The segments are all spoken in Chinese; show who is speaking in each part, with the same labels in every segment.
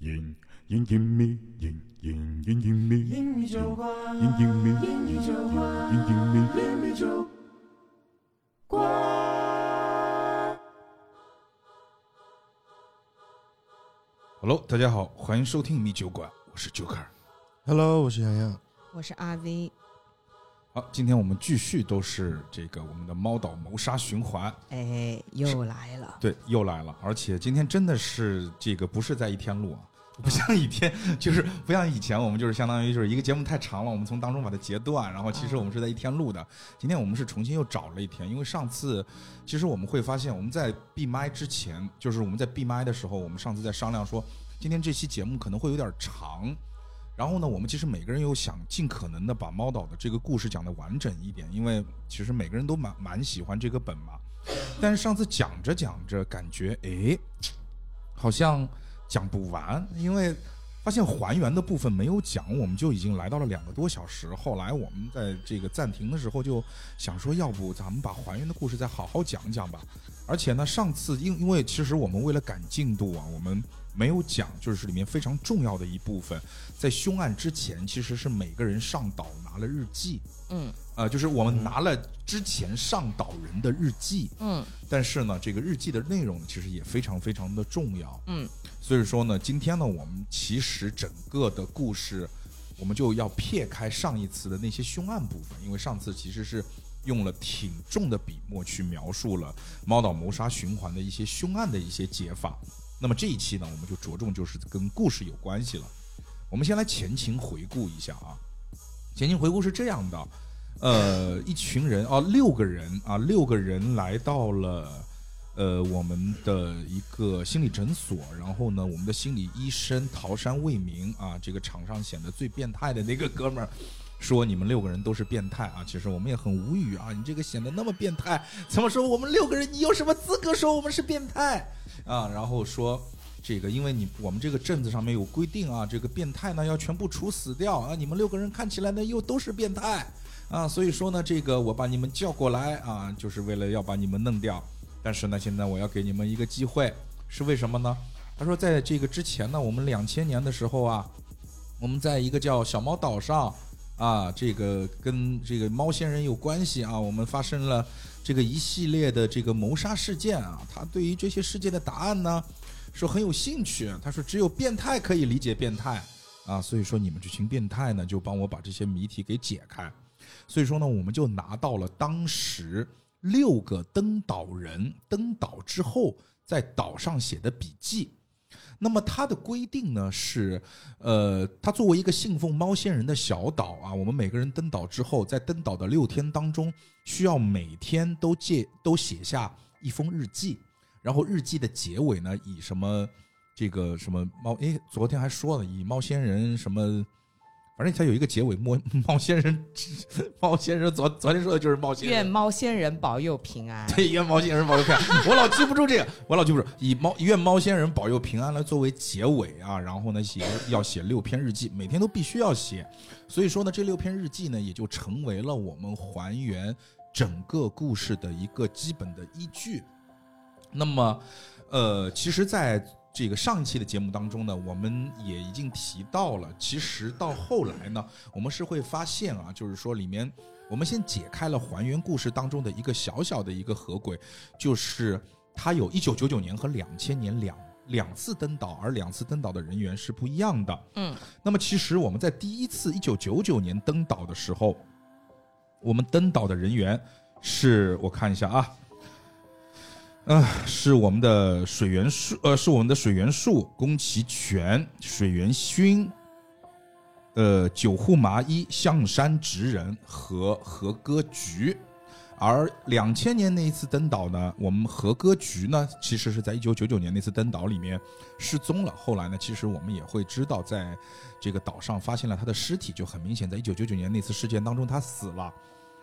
Speaker 1: yin yin yin me yin yin yin yin me yin
Speaker 2: 英语酒馆，
Speaker 1: yin me yin
Speaker 2: 英语酒馆，
Speaker 1: yin me。
Speaker 2: 英语酒馆。
Speaker 3: Hello，大家好，欢迎收听米酒馆，我是 Joker。
Speaker 2: Hello，我是洋洋。
Speaker 4: 我是阿 V，
Speaker 3: 好，今天我们继续都是这个我们的猫岛谋杀循环，
Speaker 4: 哎，又来了，
Speaker 3: 对，又来了，而且今天真的是这个不是在一天录啊。不像一天，就是不像以前，我们就是相当于就是一个节目太长了，我们从当中把它截断，然后其实我们是在一天录的。今天我们是重新又找了一天，因为上次其实我们会发现，我们在闭麦之前，就是我们在闭麦的时候，我们上次在商量说，今天这期节目可能会有点长。然后呢，我们其实每个人又想尽可能的把猫岛的这个故事讲得完整一点，因为其实每个人都蛮蛮喜欢这个本嘛。但是上次讲着讲着，感觉诶，好像讲不完，因为发现还原的部分没有讲，我们就已经来到了两个多小时。后来我们在这个暂停的时候就想说，要不咱们把还原的故事再好好讲讲吧。而且呢，上次因因为其实我们为了赶进度啊，我们没有讲，就是里面非常重要的一部分，在凶案之前其实是每个人上岛拿了日记，
Speaker 4: 嗯
Speaker 3: 呃，就是我们拿了之前上岛人的日记，
Speaker 4: 嗯
Speaker 3: 但是呢，这个日记的内容呢，其实也非常非常的重要。
Speaker 4: 嗯，
Speaker 3: 所以说呢，今天呢，我们其实整个的故事，我们就要撇开上一次的那些凶案部分，因为上次其实是用了挺重的笔墨去描述了猫岛谋杀循环的一些凶案的一些解法。那么这一期呢，我们就着重就是跟故事有关系了。我们先来前情回顾一下啊，前情回顾是这样的，呃，一群人啊，六个人啊，六个人来到了呃我们的一个心理诊所，然后呢，我们的心理医生桃山未明啊，这个场上显得最变态的那个哥们儿。说你们六个人都是变态啊！其实我们也很无语啊！你这个显得那么变态，怎么说我们六个人？你有什么资格说我们是变态啊？然后说这个，因为你我们这个镇子上面有规定啊，这个变态呢要全部处死掉啊！你们六个人看起来呢又都是变态，啊，所以说呢，这个我把你们叫过来啊，就是为了要把你们弄掉。但是呢，现在我要给你们一个机会，是为什么呢？他说，在这个之前呢，我们两千年的时候啊，我们在一个叫小猫岛上啊，这个跟这个猫仙人有关系啊，我们发生了这个一系列的这个谋杀事件啊。他对于这些事件的答案呢，说很有兴趣。他说，只有变态可以理解变态啊，所以说你们这群变态呢，就帮我把这些谜题给解开。所以说呢，我们就拿到了当时六个登岛人登岛之后在岛上写的笔记。那么它的规定呢是，呃，它作为一个信奉猫仙人的小岛啊，我们每个人登岛之后，在登岛的六天当中，需要每天都借都写下一封日记，然后日记的结尾呢以什么这个什么猫，诶，昨天还说了以猫仙人什么。反正它有一个结尾，猫猫先生， 猫先生昨昨天说的就是猫先
Speaker 4: 愿
Speaker 3: 生，
Speaker 4: 猫仙人保佑平
Speaker 5: 哎
Speaker 4: 安。
Speaker 3: 对，愿猫先生保佑平安。我老记不住这个，我老记不住，以猫愿猫先人保佑平安来作为结尾啊，然后呢写要写六篇日记，每天都必须要写。所以说呢，这六篇日记呢，也就成为了我们还原整个故事的一个基本的依据。那么，呃，其实，在这个上一期的节目当中呢，我们也已经提到了，其实到后来呢，我们是会发现啊，就是说里面我们先解开了还原故事当中的一个小小的一个合轨，就是它有一九九九年和两千年两两次登岛，而两次登岛的人员是不一样的。
Speaker 4: 嗯，
Speaker 3: 那么其实我们在第一次一九九九年登岛的时候，我们登岛的人员是我看一下啊，啊、是我们的水源树，呃，是我们的水源树、宫崎全、水源勋、呃，九户麻衣、象山直人和和歌菊。而两千年那一次登岛呢，我们和歌菊呢，其实是在一九九九年那次登岛里面失踪了。后来呢，其实我们也会知道，在这个岛上发现了他的尸体，就很明显，在一九九九年那次事件当中他死了。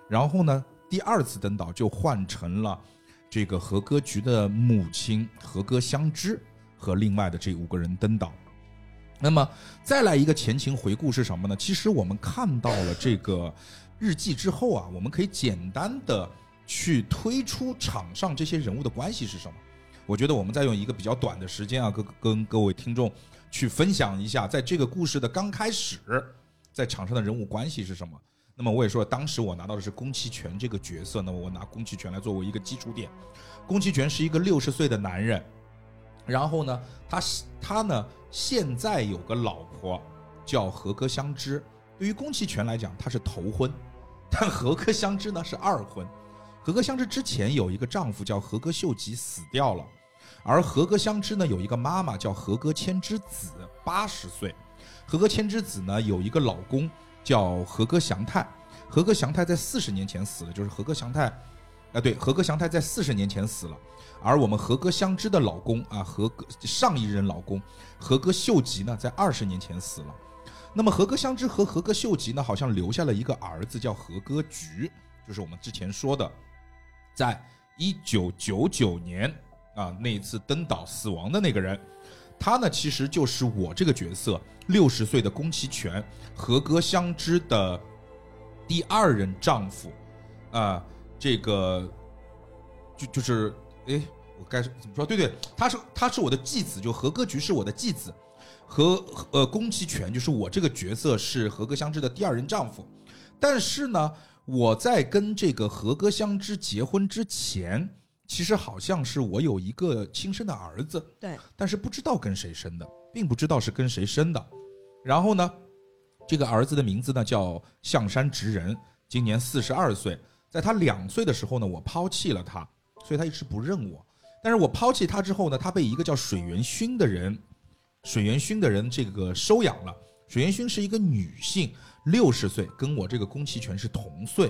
Speaker 3: 然后呢，第二次登岛就换成了这个和歌菊的母亲和歌香织和另外的这五个人登岛。那么再来一个前情回顾是什么呢？其实我们看到了这个日记之后啊，我们可以简单的去推出场上这些人物的关系是什么。我觉得我们再用一个比较短的时间啊，跟跟各位听众去分享一下，在这个故事的刚开始，在场上的人物关系是什么。那么我也说，当时我拿到的是宫崎骏这个角色，那么我拿宫崎骏来作为一个基础点。宫崎骏是一个六十岁的男人，然后呢，他他呢现在有个老婆叫和歌香织，对于宫崎骏来讲，他是头婚，但和歌香织呢是二婚。和歌香织之前有一个丈夫叫和歌秀吉死掉了，而和歌香织呢有一个妈妈叫和歌千之子，八十岁。和歌千之子呢有一个老公叫和歌祥太，和歌祥太在四十年前死了，就是和歌祥太，啊对，和歌祥太在四十年前死了。而我们和歌相知的老公啊，和歌上一任老公和歌秀吉呢，在二十年前死了。那么和歌相知和和歌秀吉呢，好像留下了一个儿子叫和歌菊，就是我们之前说的，在一九九九年啊那一次登岛死亡的那个人。他呢，其实就是我这个角色六十岁的宫崎骏和歌相知的第二任丈夫啊、这个就就是哎，我该是怎么说？对对，他是他是我的继子，就和歌菊是我的继子，和呃宫崎骏就是我这个角色是和歌相知的第二任丈夫。但是呢，我在跟这个和歌相知结婚之前，其实好像是我有一个亲生的儿子，
Speaker 4: 对，
Speaker 3: 但是不知道跟谁生的，并不知道是跟谁生的。然后呢，这个儿子的名字呢叫象山直人，今年四十二岁。在他两岁的时候呢，我抛弃了他，所以他一直不认我。但是我抛弃他之后呢，他被一个叫水原薰的人，水原薰的人这个收养了。水原薰是一个女性，六十岁，跟我这个宫崎骏是同岁。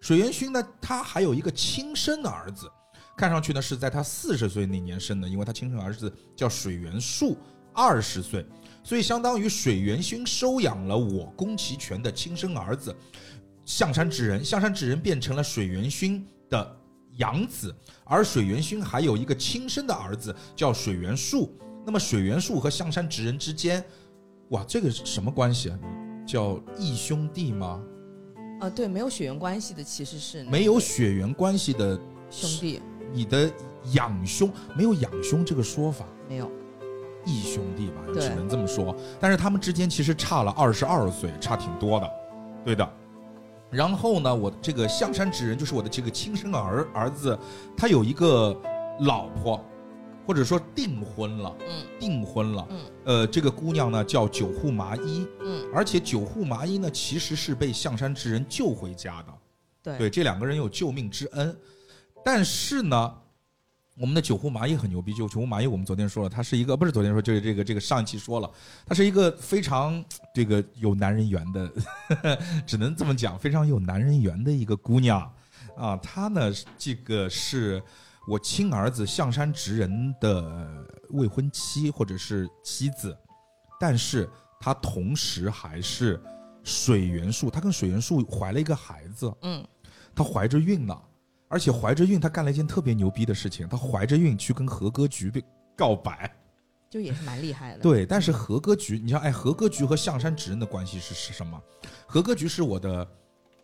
Speaker 3: 水原薰呢，她还有一个亲生的儿子，看上去呢是在她四十岁那年生的，因为她亲生儿子叫水原树，二十岁，所以相当于水原薰收养了我宫崎骏的亲生儿子象山直人，象山直人变成了水原薰的养子，而水原薰还有一个亲生的儿子叫水原树。那么水原树和象山直人之间，哇，这个是什么关系啊？叫义兄弟吗？
Speaker 5: 呃，对，没有血缘关系的其实是那
Speaker 3: 没有血缘关系的
Speaker 5: 兄弟，
Speaker 3: 你的养兄没有养兄这个说法，
Speaker 5: 没有
Speaker 3: 义兄弟吧，
Speaker 5: 对
Speaker 3: 只能这么说。但是他们之间其实差了二十二岁，差挺多的，对的。然后呢，我这个象山直人就是我的这个亲生儿儿子，他有一个老婆，或者说订婚了，
Speaker 5: 嗯，
Speaker 3: 订婚了，
Speaker 5: 嗯，
Speaker 3: 呃，这个姑娘呢叫九户麻衣，
Speaker 5: 嗯，
Speaker 3: 而且九户麻衣呢其实是被象山直人救回家的，
Speaker 4: 对
Speaker 3: 对，这两个人有救命之恩，但是呢，我们的九户麻衣很牛逼，九九户麻衣我们昨天说了，她是一个不是昨天说，就是这个这个上一期说了，她是一个非常这个有男人缘的， 只能这么讲，非常有男人缘的一个姑娘啊，她呢这个是我亲儿子象山直人的未婚妻或者是妻子，但是她同时还是水元素，她跟水元素怀了一个孩子，
Speaker 5: 嗯，
Speaker 3: 她怀着孕呢，而且怀着孕，她干了一件特别牛逼的事情，她怀着孕去跟和歌菊被告白，
Speaker 4: 就也是蛮厉害的。
Speaker 3: 对，但是和歌菊，你像哎，和歌菊和象山直人的关系是是什么？和歌菊是我的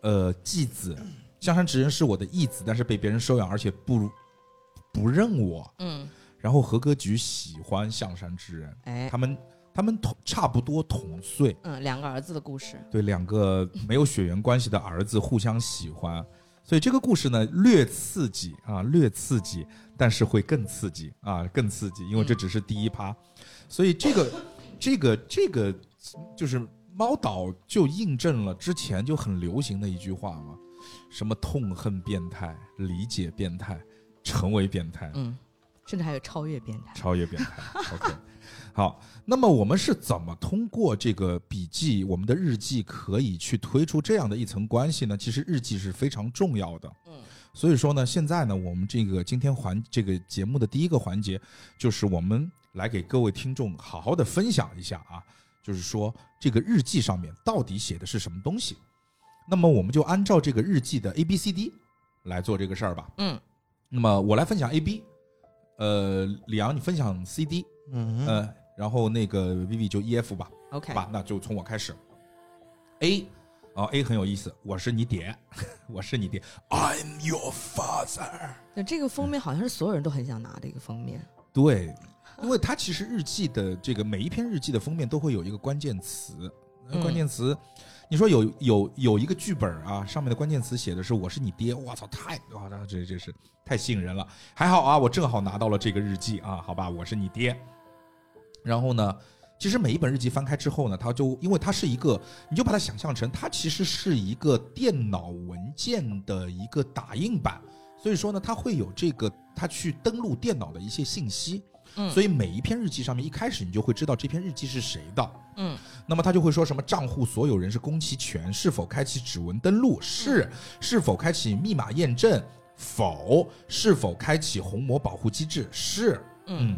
Speaker 3: 呃继子，象山直人是我的义子，但是被别人收养，而且不不认我。
Speaker 5: 嗯，
Speaker 3: 然后和歌菊喜欢象山直人，
Speaker 4: 哎，
Speaker 3: 他们他们同差不多同岁，
Speaker 5: 嗯，两个儿子的故事，
Speaker 3: 对两个没有血缘关系的儿子互相喜欢，所以这个故事呢略刺激啊，略刺激，但是会更刺激啊，更刺激，因为这只是第一趴，所以这个这个这个就是猫岛就印证了之前就很流行的一句话嘛，什么痛恨变态、理解变态、成为变态，
Speaker 5: 嗯，
Speaker 4: 甚至还有超越变态。
Speaker 3: 超越变态。OK，好，那么我们是怎么通过这个笔记，我们的日记可以去推出这样的一层关系呢？其实日记是非常重要的。
Speaker 5: 嗯，
Speaker 3: 所以说呢，现在呢，我们这个今天环这个节目的第一个环节，就是我们来给各位听众好好的分享一下啊，就是说这个日记上面到底写的是什么东西。那么我们就按照这个日记的 A B C D 来做这个事儿吧。
Speaker 5: 嗯，
Speaker 3: 那么我来分享 A B，呃，李阳你分享 C D，
Speaker 2: 嗯，
Speaker 3: 呃，然后那个 Vivi 就 E F 吧，
Speaker 4: OK，
Speaker 3: 好吧，那就从我开始。A，哦，A 很有意思，我是你爹， 我是你爹，I'm your father。
Speaker 4: 对，这个封面好像是所有人都很想拿的一个封面。
Speaker 3: 对，因为它其实日记的这个每一篇日记的封面都会有一个关键词，那
Speaker 5: 嗯
Speaker 3: 关键词，你说有有有一个剧本啊，上面的关键词写的是我是你爹，我操，太哇，那这这是太吸引人了。还好啊，我正好拿到了这个日记啊，好吧，我是你爹。然后呢，其实每一本日记翻开之后呢，它就因为它是一个，你就把它想象成它其实是一个电脑文件的一个打印版，所以说呢，它会有这个它去登录电脑的一些信息。
Speaker 5: 嗯
Speaker 3: 所以每一篇日记上面一开始你就会知道这篇日记是谁的，
Speaker 5: 嗯，
Speaker 3: 那么他就会说什么账户所有人是公其权，是否开启指纹登录，
Speaker 5: 嗯
Speaker 3: 是，是否开启密码验证，否，是否开启虹膜保护机制，是，
Speaker 5: 嗯，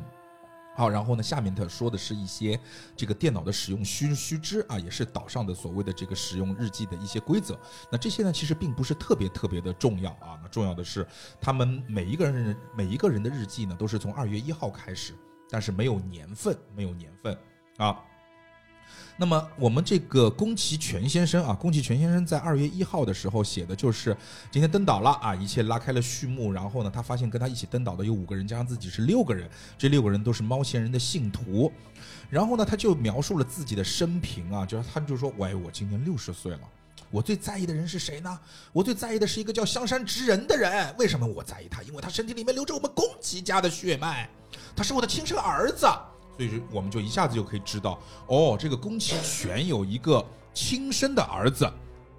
Speaker 3: 好，然后呢，下面他说的是一些这个电脑的使用须须知啊，也是岛上的所谓的这个使用日记的一些规则。那这些呢，其实并不是特别特别的重要啊。那重要的是，他们每一个人每一个人的日记呢，都是从二月一号开始，但是没有年份，没有年份啊。那么我们这个宫崎全先生啊，宫崎全先生在二月一号的时候写的就是今天登岛了啊，一切拉开了序幕。然后呢，他发现跟他一起登岛的有五个人，加上自己是六个人，这六个人都是猫仙人的信徒。然后呢，他就描述了自己的生平啊，就是他就说，喂，我今年六十岁了。我最在意的人是谁呢？我最在意的是一个叫香山直人的人。为什么我在意他？因为他身体里面流着我们宫崎家的血脉，他是我的亲生儿子。所以说，我们就一下子就可以知道，哦，这个宫崎全有一个亲生的儿子，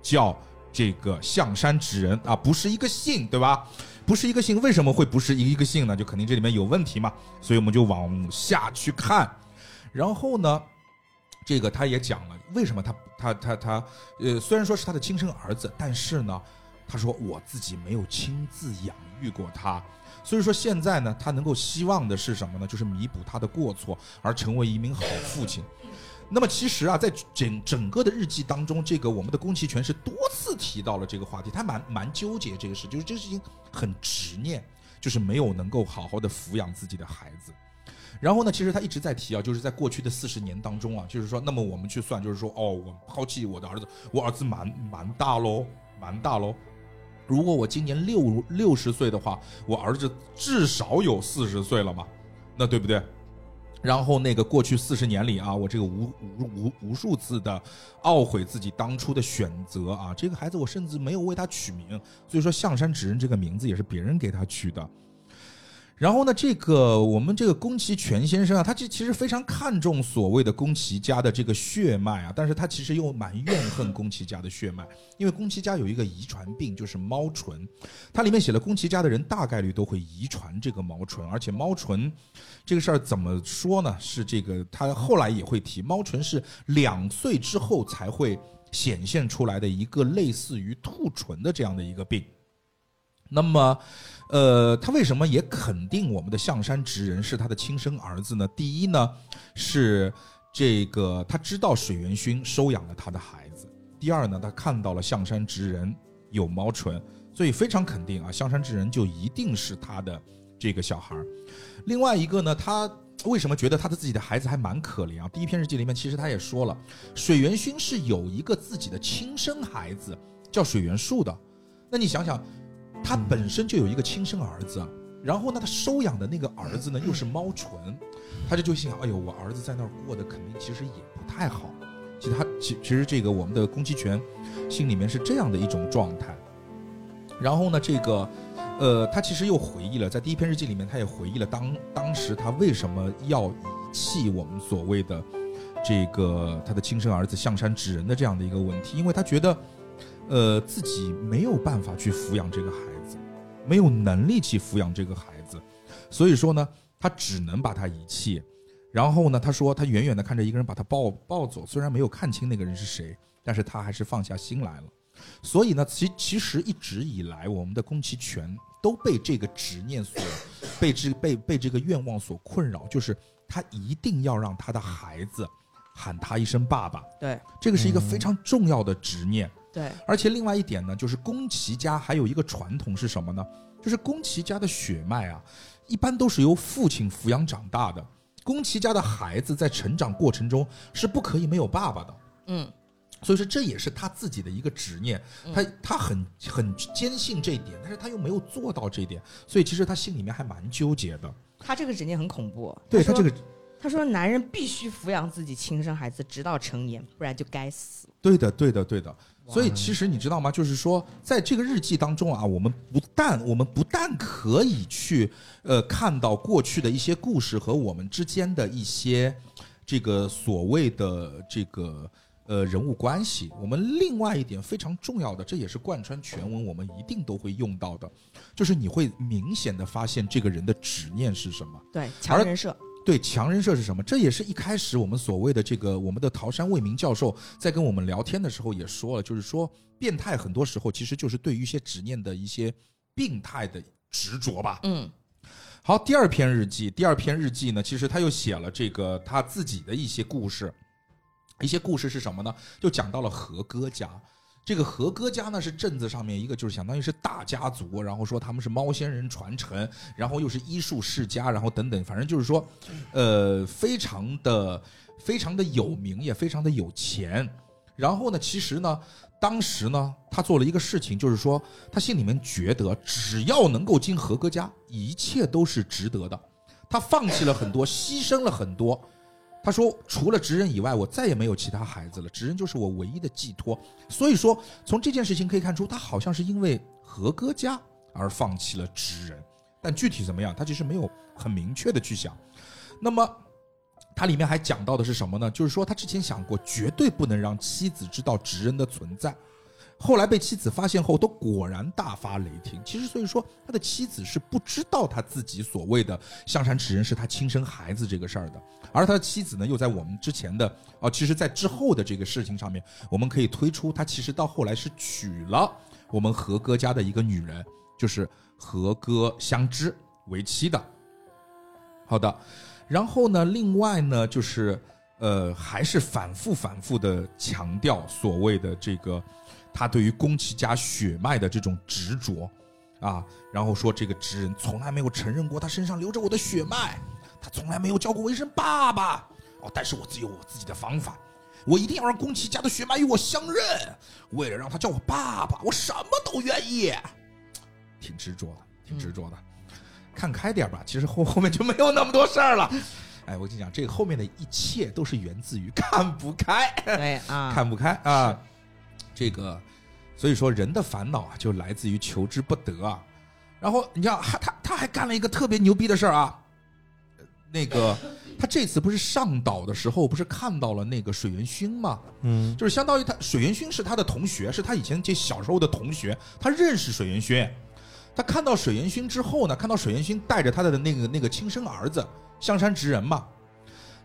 Speaker 3: 叫这个象山直人啊，不是一个姓，对吧？不是一个姓，为什么会不是一个姓呢？就肯定这里面有问题嘛。所以我们就往下去看，然后呢，这个他也讲了，为什么他他他他呃，虽然说是他的亲生儿子，但是呢，他说我自己没有亲自养育过他。所以说现在呢，他能够希望的是什么呢？就是弥补他的过错，而成为一名好父亲。那么其实啊，在整整个的日记当中，这个我们的宫崎骏是多次提到了这个话题，他蛮蛮纠结这个事，就是这个事情很执念，就是没有能够好好的抚养自己的孩子。然后呢，其实他一直在提啊，就是在过去的四十年当中啊，就是说，那么我们去算，就是说，哦，我抛弃我的儿子，我儿子蛮蛮大喽，蛮大喽。如果我今年六六十岁的话，我儿子至少有四十岁了嘛，那对不对？然后那个过去四十年里啊，我这个无无无无数次的懊悔自己当初的选择啊，这个孩子我甚至没有为他取名，所以说象山直人这个名字也是别人给他取的。然后呢，这个我们这个宫崎全先生啊，他其其实非常看重所谓的宫崎家的这个血脉啊，但是他其实又蛮怨恨宫崎家的血脉，因为宫崎家有一个遗传病，就是猫唇。它里面写了宫崎家的人大概率都会遗传这个猫唇，而且猫唇这个事儿怎么说呢？是这个他后来也会提，猫唇是两岁之后才会显现出来的一个类似于兔唇的这样的一个病。那么，呃，他为什么也肯定我们的象山直人是他的亲生儿子呢？第一呢，是这个他知道水原薰收养了他的孩子；第二呢，他看到了象山直人有猫唇，所以非常肯定啊，象山直人就一定是他的这个小孩儿。另外一个呢，他为什么觉得他的自己的孩子还蛮可怜啊？第一篇日记里面其实他也说了，水原薰是有一个自己的亲生孩子叫水原树的。那你想啊想，他本身就有一个亲生儿子，啊然后呢，他收养的那个儿子呢又是猫唇，他就就心想，哎呦，我儿子在那儿过得肯定其实也不太好。其实他其其实这个我们的宫崎骏心里面是这样的一种状态。然后呢，这个呃，他其实又回忆了，在第一篇日记里面，他也回忆了当当时他为什么要遗弃我们所谓的这个他的亲生儿子象山纸人的这样的一个问题，因为他觉得，呃，自己没有办法去抚养这个孩子，没有能力去抚养这个孩子，所以说呢，他只能把他遗弃。然后呢，他说他远远的看着一个人把他抱抱走，虽然没有看清那个人是谁，但是他还是放下心来了。所以呢，其其实一直以来，我们的宫崎骏都被这个执念所，被这被被这个愿望所困扰，就是他一定要让他的孩子喊他一声爸爸，
Speaker 5: 对
Speaker 3: 这个是一个非常重要的执念。
Speaker 5: 对，
Speaker 3: 而且另外一点呢，就是宫崎家还有一个传统是什么呢？就是宫崎家的血脉啊，一般都是由父亲抚养长大的。宫崎家的孩子在成长过程中是不可以没有爸爸的。
Speaker 5: 嗯，
Speaker 3: 所以说这也是他自己的一个执念，他他很很坚信这一点，但是他又没有做到这一点，所以其实他心里面还蛮纠结的。
Speaker 4: 他这个执念很恐怖。
Speaker 3: 对
Speaker 4: 他
Speaker 3: 他
Speaker 4: 说
Speaker 3: 这个，
Speaker 4: 他说男人必须抚养自己亲生孩子直到成年，不然就该死。
Speaker 3: 对的，对的，对的。所以其实你知道吗？就是说，在这个日记当中啊，我们不但我们不但可以去呃看到过去的一些故事和我们之间的一些这个所谓的这个呃人物关系，我们另外一点非常重要的，这也是贯穿全文我们一定都会用到的，就是你会明显的发现这个人的执念是什么。
Speaker 4: 对，强人设。
Speaker 3: 对强人设是什么？这也是一开始我们所谓的这个我们的陶山卫民教授在跟我们聊天的时候也说了，就是说变态很多时候其实就是对于一些执念的一些病态的执着吧。
Speaker 5: 嗯，
Speaker 3: 好，第二篇日记，第二篇日记呢，其实他又写了这个他自己的一些故事，一些故事是什么呢？就讲到了和歌家。这个和歌家呢是镇子上面一个，就是相当于是大家族，然后说他们是猫仙人传承，然后又是医术世家，然后等等，反正就是说，呃，非常的非常的有名，也非常的有钱。然后呢，其实呢，当时呢，他做了一个事情，就是说，他心里面觉得只要能够进和歌家，一切都是值得的。他放弃了很多，牺牲了很多。他说，除了职人以外，我再也没有其他孩子了，职人就是我唯一的寄托。所以说，从这件事情可以看出，他好像是因为和歌家而放弃了职人，但具体怎么样，他其实没有很明确的去想。那么。他里面还讲到的是什么呢？就是说他之前想过，绝对不能让妻子知道职人的存在，后来被妻子发现后，都果然大发雷霆。其实，所以说他的妻子是不知道他自己所谓的象山纸人是他亲生孩子这个事儿的，而他的妻子呢，又在我们之前的啊、其实，在之后的这个事情上面，我们可以推出他其实到后来是娶了我们和歌家的一个女人，就是和歌香知为妻的。好的，然后呢，另外呢，就是呃，还是反复反复的强调所谓的这个他对于宫崎家血脉的这种执着啊，然后说这个职人从来没有承认过他身上流着我的血脉，他从来没有叫过我一声爸爸哦，但是我自有我自己的方法。我一定要让宫崎家的血脉与我相认，为了让他叫我爸爸，我什么都愿意。挺执着的，挺执着的，看开点吧。其实后 后面就没有那么多事儿了。 哎，我跟你讲，这个后面的一切都是源自于看不开。
Speaker 4: 对啊，
Speaker 3: 看不开啊。这个，所以说人的烦恼啊，就来自于求之不得啊。然后你知道，还他他还干了一个特别牛逼的事儿啊。那个，他这次不是上岛的时候，不是看到了那个水原薰吗？
Speaker 2: 嗯，
Speaker 3: 就是相当于他水原薰是他的同学，是他以前这小时候的同学，他认识水原薰。他看到水原薰之后呢，看到水原薰带着他的那个那个亲生儿子象山直人嘛，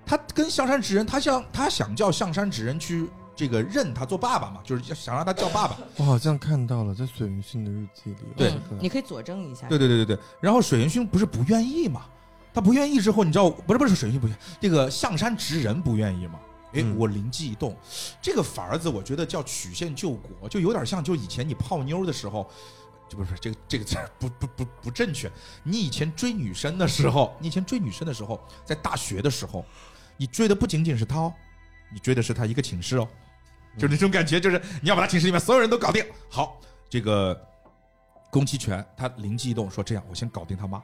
Speaker 3: 他跟象山直人，他想他想叫象山直人去这个认他做爸爸嘛，就是想让他叫爸爸。
Speaker 2: 我好像看到了，在水云信的日记里，
Speaker 3: 对
Speaker 2: 我看到
Speaker 4: 嗯你可以佐证一下。
Speaker 3: 对对对对对。然后水原薰不是不愿意嘛？他不愿意之后，你知道不是不是水原薰不愿意，这个象山直人不愿意嘛？哎
Speaker 2: 嗯，
Speaker 3: 我灵机一动，这个法儿子我觉得叫曲线救国，就有点像就以前你泡妞的时候，这不是这个这个词儿不不不不正确。你以前追女生的时候，你以前追女生的时候，在大学的时候，你追的不仅仅是她哦，你追的是她一个寝室哦，就那种感觉，就是你要把她寝室里面所有人都搞定。好，这个宫崎骏他灵机一动说：“这样，我先搞定他妈。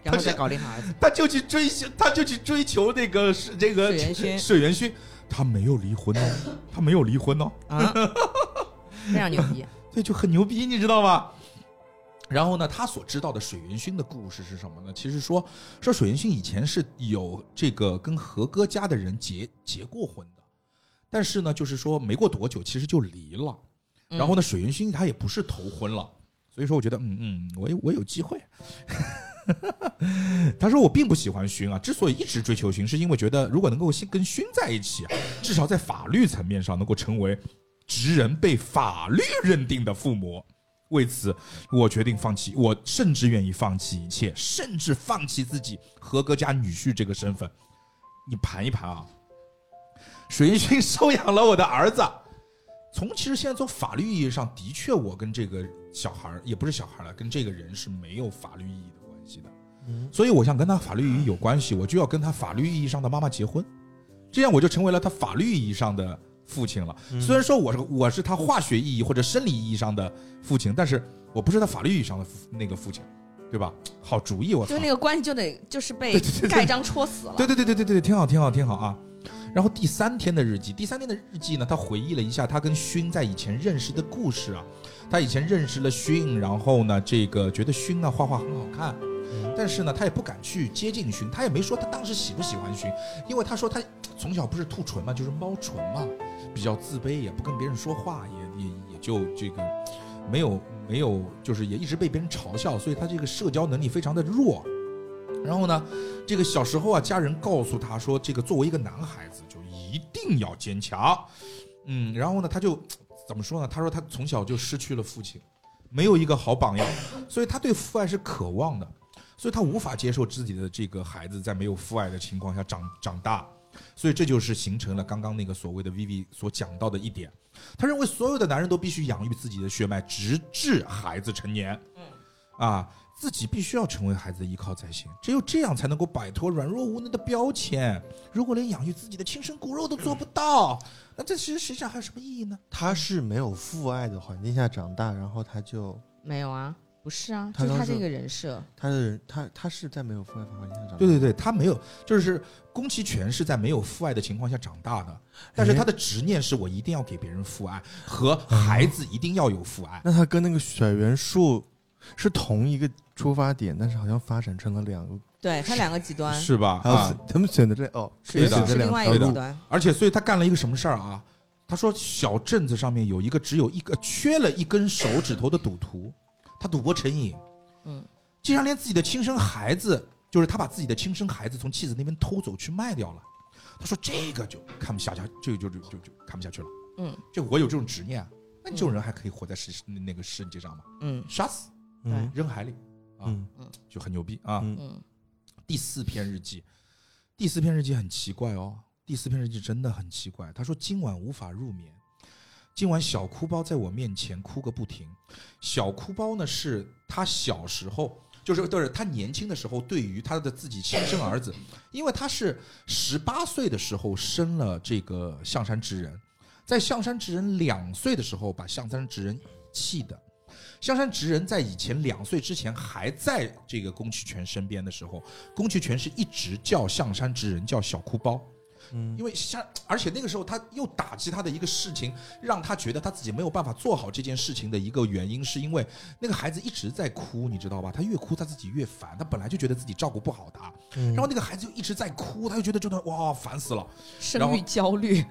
Speaker 4: 然后再搞定孩子”，
Speaker 3: 他就去追，他就去追求那个是这个
Speaker 4: 水原薰
Speaker 3: 水原薰，他没有离婚哦，他没有离婚哦，
Speaker 4: 啊，非常牛逼。
Speaker 3: 对，就很牛逼，你知道吗？然后呢，他所知道的水原薰的故事是什么呢？其实说说水原薰以前是有这个跟和歌家的人结结过婚的，但是呢，就是说没过多久其实就离了。然后呢，水原薰他也不是头婚了，所以说我觉得，嗯嗯，我有我有机会。 他说我并不喜欢薰啊，之所以一直追求薰，是因为觉得如果能够先跟薰在一起啊，至少在法律层面上能够成为职人被法律认定的父母。为此，我决定放弃，我甚至愿意放弃一切，甚至放弃自己合格家女婿这个身份。你盘一盘啊，水云薰 收养了我的儿子。从其实现在从法律意义上，的确我跟这个小孩儿也不是小孩儿了，跟这个人是没有法律意义的关系的。所以我想跟他法律意义有关系，我就要跟他法律意义上的妈妈结婚，这样我就成为了他法律意义上的父亲了。虽然说我是我是他化学意义或者生理意义上的父亲，但是我不是他法律意义上的父那个父亲，对吧？好主意，我操
Speaker 5: 就！那个关系就得就是被
Speaker 3: 对对对对
Speaker 5: 盖章戳死了。
Speaker 3: 对对对对对对，挺好挺好挺好啊。然后第三天的日记，第三天的日记呢，他回忆了一下他跟勋在以前认识的故事啊。他以前认识了勋，然后呢，这个觉得勋呢画画很好看，但是呢，他也不敢去接近勋，他也没说他当时喜不喜欢勋，因为他说他从小不是兔唇嘛，就是猫唇嘛，比较自卑，也不跟别人说话，也也也就这个没有没有，就是也一直被别人嘲笑，所以他这个社交能力非常的弱。然后呢，这个小时候啊，家人告诉他说，这个作为一个男孩子，就一定要坚强。嗯，然后呢，他就怎么说呢？他说他从小就失去了父亲，没有一个好榜样，所以他对父爱是渴望的，所以他无法接受自己的这个孩子在没有父爱的情况下长长大。所以这就是形成了刚刚那个所谓的 Vivi 所讲到的一点，他认为所有的男人都必须养育自己的血脉，直至孩子成年。啊，自己必须要成为孩子的依靠才行，只有这样才能够摆脱软弱无能的标签。如果连养育自己的亲生骨肉都做不到，那这其实实际上还有什么意义呢？
Speaker 2: 他是没有父爱的环境下长大，然后他就
Speaker 4: 没有啊，不是啊，
Speaker 2: 他
Speaker 4: 就是他
Speaker 2: 当时
Speaker 4: 这个人设，
Speaker 2: 他的人，他他是在没有父爱的环境下长大。
Speaker 3: 对对对，他没有，就是宫崎骏是在没有父爱的情况下长大的，但是他的执念是我一定要给别人父爱，和孩子一定要有父爱。
Speaker 2: 那他跟那个水原树是同一个出发点，但是好像发展成了两个，
Speaker 5: 对，它两个极端，
Speaker 3: 是吧？
Speaker 2: 还有、
Speaker 3: 啊，
Speaker 2: 他们选的这哦，
Speaker 5: 是
Speaker 3: 对
Speaker 2: 选
Speaker 3: 的
Speaker 2: 择
Speaker 5: 是另
Speaker 2: 两
Speaker 5: 外
Speaker 2: 条
Speaker 5: 一个极
Speaker 2: 路，
Speaker 5: 端。
Speaker 3: 而且所以他干了一个什么事儿啊？他说小镇子上面有一个只有一个缺了一根手指头的赌徒，他赌博成瘾，
Speaker 5: 嗯，
Speaker 3: 竟然连自己的亲生孩子，就是他把自己的亲生孩子从妻子那边偷走去卖掉了。他说这个就看不下去，这个就就就就看不下去了。
Speaker 5: 嗯，
Speaker 3: 这我有这种执念啊，那你这种人还可以活在世那那个世界上吗？
Speaker 4: 嗯
Speaker 3: 杀死
Speaker 2: 嗯
Speaker 3: 扔海里啊
Speaker 2: 嗯
Speaker 3: 就很牛逼啊！
Speaker 2: 嗯
Speaker 5: 嗯，
Speaker 3: 第四篇日记，第四篇日记很奇怪哦，第四篇日记真的很奇怪。他说今晚无法入眠，今晚小哭包在我面前哭个不停。小哭包呢是他小时候。就是就是他年轻的时候，对于他的自己亲生儿子，因为他是十八岁的时候生了这个象山直人，在象山直人两岁的时候把象山直人气的。象山直人在以前两岁之前还在这个宫崎骏身边的时候，宫崎骏是一直叫象山直人叫小哭包，
Speaker 2: 嗯
Speaker 3: 因为像而且那个时候他又打击他的一个事情，让他觉得他自己没有办法做好这件事情的一个原因，是因为那个孩子一直在哭，你知道吧？他越哭他自己越烦，他本来就觉得自己照顾不好他，
Speaker 2: 嗯，
Speaker 3: 然后那个孩子就一直在哭，他就觉得这段哇烦死了，然
Speaker 5: 生
Speaker 3: 后
Speaker 5: 育焦虑、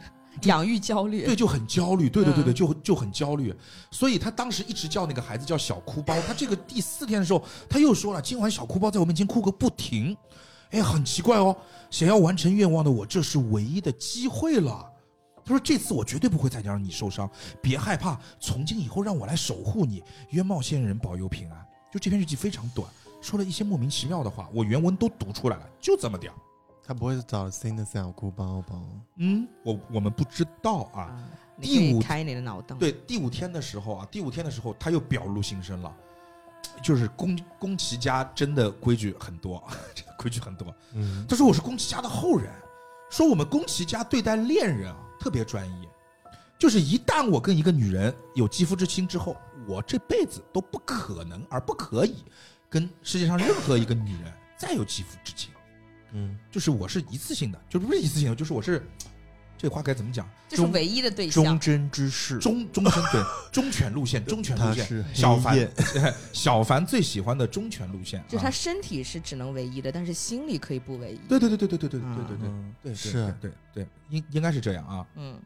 Speaker 5: 养育焦虑，
Speaker 3: 对，就很焦虑，对对对对，
Speaker 5: 嗯
Speaker 3: 就就很焦虑，所以他当时一直叫那个孩子叫小哭包。他这个第四天的时候，他又说了，今晚小哭包在我面前哭个不停，哎，很奇怪哦，想要完成愿望的我，这是唯一的机会了。他说：“这次我绝对不会再让你受伤，别害怕，从今以后让我来守护你。愿茂仙人保佑平安。”就这篇日记非常短，说了一些莫名其妙的话，我原文都读出来了，就这么点儿。
Speaker 2: 他不会是找新的小姑包吧？
Speaker 3: 嗯，我我们不知道啊。
Speaker 4: 啊，
Speaker 3: 第
Speaker 4: 你可
Speaker 3: 五
Speaker 4: 以开你的
Speaker 5: 嗯
Speaker 4: 脑洞，
Speaker 3: 对，第五天的时候啊，第五天的时候他又表露心声了，就是宫宫崎家真的规矩很多， 这个规矩很多。
Speaker 2: 嗯，
Speaker 3: 他说我是宫崎家的后人，说我们宫崎家对待恋人啊特别专一，就是一旦我跟一个女人有肌肤之亲之后，我这辈子都不可能而不可以跟世界上任何一个女人再有肌肤之亲，
Speaker 2: 嗯，
Speaker 3: 就是我是一次性的，就是不是一次性的，就是我是这话该怎么讲？
Speaker 5: 这是
Speaker 3: 中
Speaker 5: 唯一的对
Speaker 2: 忠
Speaker 5: 象。
Speaker 2: 贞之士，
Speaker 3: 忠忠犬对忠犬路线，忠犬
Speaker 2: 他
Speaker 3: 路线。
Speaker 2: 是
Speaker 3: 小
Speaker 2: 黑
Speaker 3: 凡
Speaker 2: 夜，
Speaker 3: 小凡最喜欢的忠犬路线，
Speaker 4: 就他
Speaker 3: 啊
Speaker 4: 身体是只能唯一的，但是心里可以不唯一。
Speaker 3: 对对对对对对对对
Speaker 4: 啊
Speaker 3: 对对
Speaker 2: 嗯
Speaker 3: 对，
Speaker 2: 是
Speaker 3: 对对，对应应该是这样啊。
Speaker 5: 嗯，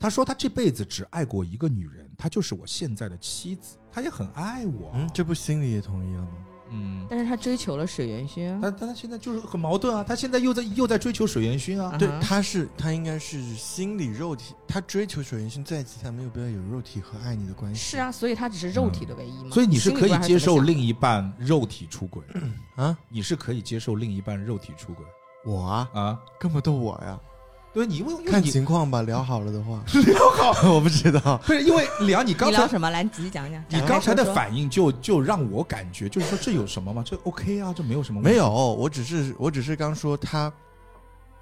Speaker 3: 他说他这辈子只爱过一个女人，她就是我现在的妻子，她也很爱我。
Speaker 2: 嗯，这不心里也同意了吗？
Speaker 3: 嗯，
Speaker 4: 但是他追求了水原薰啊，
Speaker 3: 但但他现在就是很矛盾啊，他现在又在又在追求水原薰啊
Speaker 4: 啊。
Speaker 2: 对
Speaker 4: 哈，
Speaker 2: 他是他应该是心理肉体，他追求水原薰在一起，他没有必要有肉体和爱你的关系。
Speaker 4: 是啊，所以他只是肉体的唯一嘛。
Speaker 3: 嗯所以你是
Speaker 4: 心里
Speaker 3: 可
Speaker 4: 边
Speaker 3: 以
Speaker 4: 还怎
Speaker 3: 接
Speaker 4: 么
Speaker 3: 受
Speaker 4: 想
Speaker 3: 另一半肉体出轨，
Speaker 2: 啊，
Speaker 3: 你是可以接受另一半肉体出轨
Speaker 2: 我啊，
Speaker 3: 啊？
Speaker 2: 根本都我呀，
Speaker 3: 对，你因为因为
Speaker 2: 看
Speaker 3: 你
Speaker 2: 情况吧，聊好了的话，聊好， 我不知道，
Speaker 3: 不是因为李阳，你刚
Speaker 4: 你
Speaker 3: 才
Speaker 4: 聊什么？来，你仔细讲讲。
Speaker 3: 你
Speaker 4: 展开
Speaker 3: 刚才的
Speaker 4: 说说
Speaker 3: 反应就就让我感觉，就是说这有什么吗？这 OK 啊，这没有什么。
Speaker 2: 没，有，我只是我只是刚说他，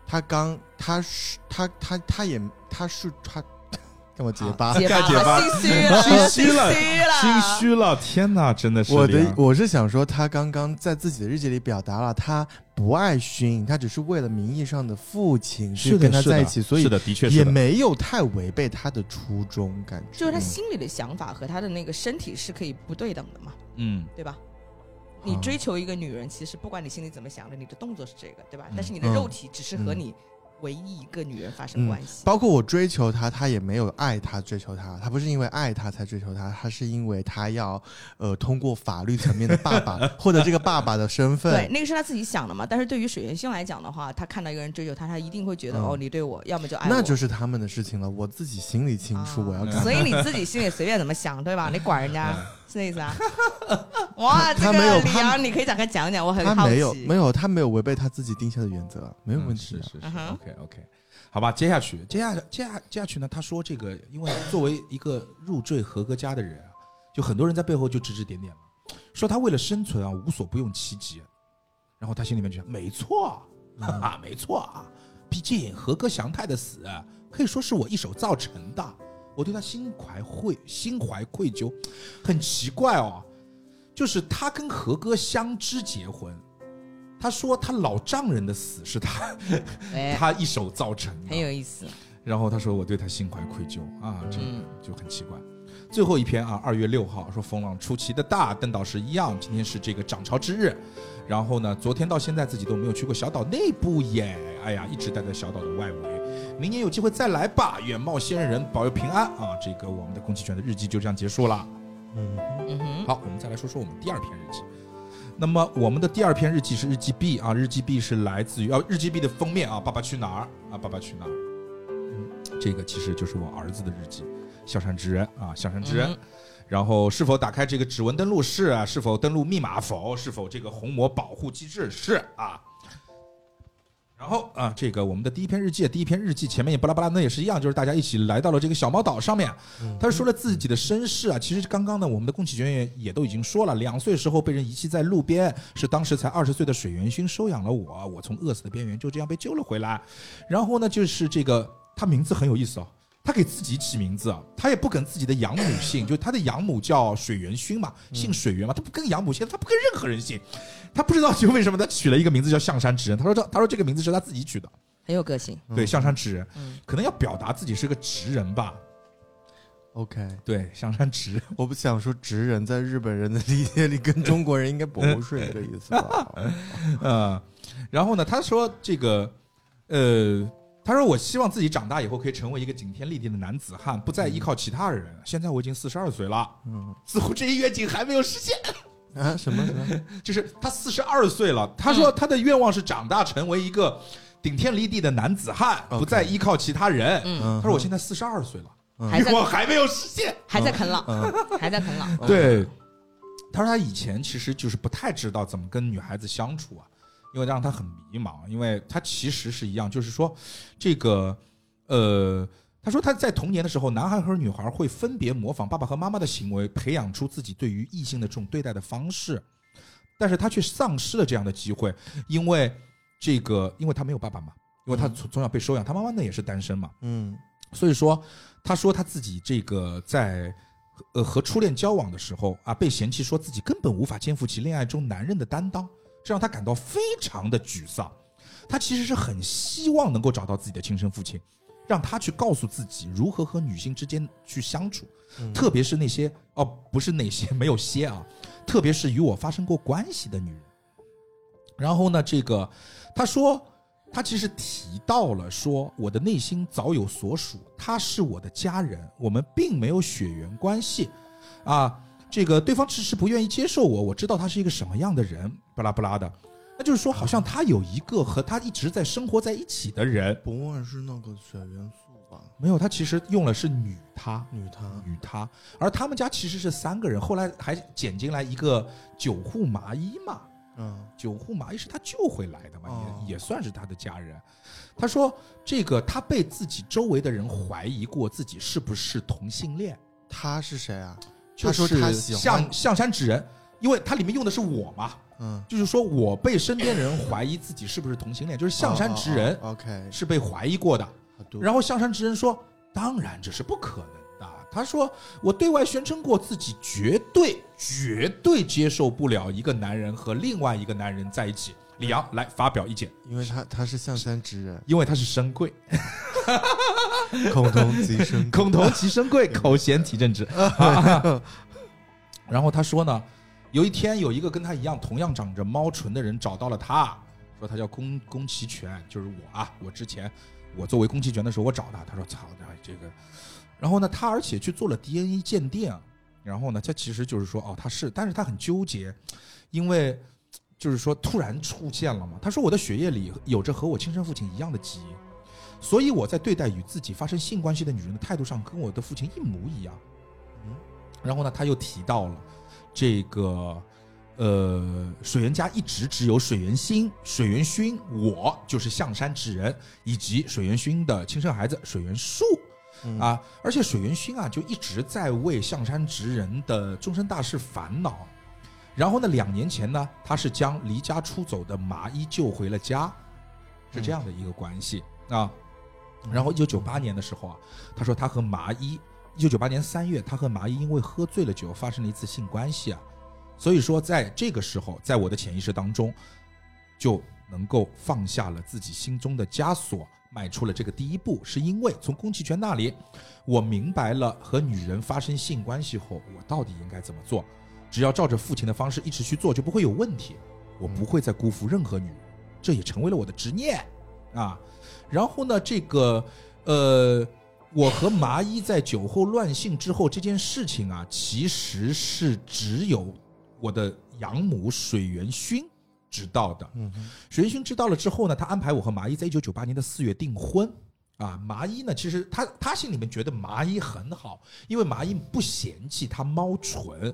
Speaker 2: 他刚他是他他他也他是他，干嘛结巴？
Speaker 5: 结巴
Speaker 3: 该结巴
Speaker 5: 了，心
Speaker 3: 心虚
Speaker 5: 虚了，
Speaker 3: 了
Speaker 5: 心虚了，
Speaker 3: 心虚了，天哪，真的是
Speaker 2: 我
Speaker 3: 这
Speaker 2: 的
Speaker 3: 样
Speaker 2: 我是想说，他刚刚在自己的日记里表达了他不爱薰，他只是为了名义上的父亲去
Speaker 3: 是的
Speaker 2: 跟他
Speaker 3: 是的
Speaker 2: 在一起，所以
Speaker 3: 是的，的确是
Speaker 2: 也
Speaker 3: 的。
Speaker 2: 没有太违背他的初衷，感觉
Speaker 4: 就是他
Speaker 3: 嗯
Speaker 4: 心里的想法和他的那个身体是可以不对等的嘛，
Speaker 3: 嗯，
Speaker 4: 对吧？你
Speaker 2: 啊
Speaker 4: 追求一个女人，其实不管你心里怎么想着，你的动作是这个，对吧
Speaker 3: 嗯？
Speaker 4: 但是你的
Speaker 2: 嗯
Speaker 4: 肉体只是和
Speaker 2: 嗯
Speaker 4: 你唯一一个女人发
Speaker 2: 嗯
Speaker 4: 生关系。
Speaker 2: 包括我追求他，他也没有爱他追求他，他不是因为爱他才追求他，他是因为他要呃通过法律层面的爸爸获得这个爸爸的
Speaker 4: 对，
Speaker 2: 身份，
Speaker 4: 那个是他自己想的嘛。但是对于水原希来讲的话，他看到一个人追求他，他一定会觉得、
Speaker 2: 嗯
Speaker 4: 哦，你对我，要么就爱我，
Speaker 2: 那就是他们的事情了。我自己心里清楚，我要
Speaker 4: 啊
Speaker 2: 干嘛。
Speaker 4: 所以你自己心里随便怎么想，对吧？你管人家是这意思啊？哇，这
Speaker 2: 他没有
Speaker 4: 个李
Speaker 2: 他
Speaker 4: 阳，你可以展开讲讲，我很
Speaker 2: 他
Speaker 4: 好奇。
Speaker 2: 没有没有他没有违背他自己定下的原则，没有
Speaker 3: 嗯
Speaker 2: 问题的。啊
Speaker 3: 是是是、
Speaker 4: 嗯哼
Speaker 3: o k OK，好吧，接下去，接下接下接下去呢，他说这个，因为作为一个入赘合格家的人啊，就很多人在背后就指指点点了，说他为了生存啊，无所不用其极，啊然后他心里面就想，没错，哈
Speaker 4: 嗯
Speaker 3: 哈，没错啊，毕竟合格祥太的死啊可以说是我一手造成的，我对他心怀愧心怀愧疚，很奇怪哦，就是他跟和歌相知结婚。他说他老丈人的死是他
Speaker 4: 哎，
Speaker 3: 他一手造成的。
Speaker 4: 很有意思。
Speaker 3: 然后他说我对他心怀愧疚啊，这
Speaker 4: 嗯
Speaker 3: 就很奇怪。最后一篇啊，二月六号说风浪出奇的大，邓导师一样，今天是这个涨潮之日。然后呢，昨天到现在自己都没有去过小岛内部耶，哎呀，一直待在小岛的外围。明年有机会再来吧，愿冒仙人保佑平安啊！这个我们的宫崎骏的日记就这样结束了。
Speaker 2: 嗯，
Speaker 4: 嗯哼，
Speaker 3: 好，我们再来说说我们第二篇日记。那么我们的第二篇日记是日记 B 啊，日记 B 是来自于啊日记 B 的封面啊，《爸爸去哪儿》啊，《爸爸去哪儿》。嗯，这个其实就是我儿子的日记，小山直人啊，小山直人。
Speaker 4: 嗯
Speaker 3: 然后是否打开这个指纹登录是啊，是否登录密码否，是否这个虹膜保护机制是啊。然后啊，这个我们的第一篇日记，第一篇日记前面也巴拉巴拉，那也是一样，就是大家一起来到了这个小猫岛上面，
Speaker 4: 嗯
Speaker 3: 他说了自己的身世啊，其实刚刚呢，我们的宫崎骏也也都已经说了，两岁时候被人遗弃在路边，是当时才二十岁的水原薰收养了我，我从饿死的边缘就这样被救了回来。然后呢，就是这个他名字很有意思哦，他给自己起名字啊，他也不跟自己的养母姓，就是他的养母叫水原薰嘛，
Speaker 4: 嗯
Speaker 3: 姓水原嘛，他不跟养母姓，他不跟任何人姓，他不知道就为什么他取了一个名字叫象山直人，他说这他说这个名字是他自己取的，
Speaker 4: 很有个性。
Speaker 3: 对，象山直人
Speaker 4: 嗯，
Speaker 3: 可能要表达自己是个直人吧，
Speaker 2: OK，
Speaker 3: 对，象山直人。
Speaker 2: 我不想说直人在日本人的理解里跟中国人应该不是一个意思 吧？
Speaker 3: 嗯，然后呢，他说这个，呃，他说我希望自己长大以后可以成为一个顶天立地的男子汉，不再依靠其他人。现在我已经四十二岁了，
Speaker 2: 嗯
Speaker 3: 似乎这一愿景还没有实现。
Speaker 2: 啊，什么什么？
Speaker 3: 就是他四十二岁了，他说他的愿望是长大成为一个顶天立地的男子汉，
Speaker 2: OK
Speaker 3: 不再依靠其他人。
Speaker 4: 嗯，
Speaker 2: 嗯，
Speaker 3: 他说我现在四十二岁了，
Speaker 4: 还在
Speaker 3: 我还没有实现。
Speaker 4: 还在啃老，
Speaker 2: 嗯
Speaker 4: 还在啃老。
Speaker 3: 对，他说他以前其实就是不太知道怎么跟女孩子相处啊，因为让他很迷茫，因为他其实是一样，就是说这个呃。他说他在童年的时候，男孩和女孩会分别模仿爸爸和妈妈的行为，培养出自己对于异性的这种对待的方式，但是他却丧失了这样的机会，因为这个，因为他没有爸爸嘛，因为他从从小被收养，他妈妈呢也是单身嘛，
Speaker 2: 嗯
Speaker 3: 所以说，他说他自己这个在呃和初恋交往的时候啊，被嫌弃说自己根本无法肩负起恋爱中男人的担当，这让他感到非常的沮丧。他其实是很希望能够找到自己的亲生父亲，让他去告诉自己如何和女性之间去相处，
Speaker 2: 嗯
Speaker 3: 特别是那些哦，不是那些 没有些啊，特别是与我发生过关系的女人。然后呢，这个他说他其实提到了说，我的内心早有所属，她是我的家人，我们并没有血缘关系，啊，这个对方迟迟不愿意接受我，我知道他是一个什么样的人，巴拉巴拉的，那就是说，好像他有一个和他一直在生活在一起的人，
Speaker 2: 不会是那个水元素吧？
Speaker 3: 没有，他其实用了是女他，
Speaker 2: 女她
Speaker 3: 女他，而他们家其实是三个人，后来还捡进来一个九户麻衣嘛，
Speaker 2: 嗯
Speaker 3: 九户麻衣是他救回来的嘛，
Speaker 2: 哦
Speaker 3: 也也算是他的家人。他说，这个他被自己周围的人怀疑过自己是不是同性恋，
Speaker 2: 她是谁啊？
Speaker 3: 就
Speaker 2: 他说他
Speaker 3: 是
Speaker 2: 喜欢
Speaker 3: 象象山纸人，因为它里面用的是我嘛，
Speaker 2: 嗯，
Speaker 3: 就是说我被身边人怀疑自己是不是同性恋，就是象山直人
Speaker 2: 哦哦哦 OK，
Speaker 3: 是被怀疑过的。
Speaker 2: 好多
Speaker 3: 然后象山直人说：“当然这是不可能的。”他说：“我对外宣称过自己绝对绝对接受不了一个男人和另外一个男人在一起。”李阳来发表意见，
Speaker 2: 因为他他是象山之人，
Speaker 3: 因为他是深贵，
Speaker 2: 孔同 即生
Speaker 3: 孔同其深贵，口嫌体正直。 然后他说呢，有一天有一个跟他一样同样长着猫唇的人找到了他，说他叫宫宫崎犬，就是我啊。我之前我作为宫崎犬的时候，我找他，他说操，这个。然后呢，他而且去做了 DNA 鉴定，然后呢，他其实就是说哦，他是，但是他很纠结，因为就是说突然出现了嘛。他说我的血液里有着和我亲生父亲一样的基因。所以我在对待与自己发生性关系的女人的态度上，跟我的父亲一模一样。
Speaker 2: 嗯
Speaker 3: 然后呢，他又提到了这个，呃，水原家一直只有水原星、水原薰，我就是象山纸人，以及水原薰的亲生孩子水原树。
Speaker 2: 嗯
Speaker 3: 啊，而且水原薰啊，就一直在为象山直人的终身大事烦恼。然后呢，两年前呢，他是将离家出走的麻衣救回了家，是这样的一个关系啊。然后一九九八年的时候啊，他说他和麻衣，一九九八年三月，他和麻衣因为喝醉了酒发生了一次性关系啊。所以说，在这个时候，在我的潜意识当中，就能够放下了自己心中的枷锁，迈出了这个第一步，是因为从宫崎骏那里，我明白了和女人发生性关系后，我到底应该怎么做。只要照着父亲的方式一直去做，就不会有问题。我不会再辜负任何女人，这也成为了我的执念啊。然后呢，这个呃，我和麻衣在酒后乱性之后这件事情啊，其实是只有我的养母水原薰知道的。
Speaker 2: 嗯哼
Speaker 3: 水原薰知道了之后呢，他安排我和麻衣在一九九八年的四月订婚。啊，麻衣呢？其实他他心里面觉得麻衣很好，因为麻衣不嫌弃他猫蠢，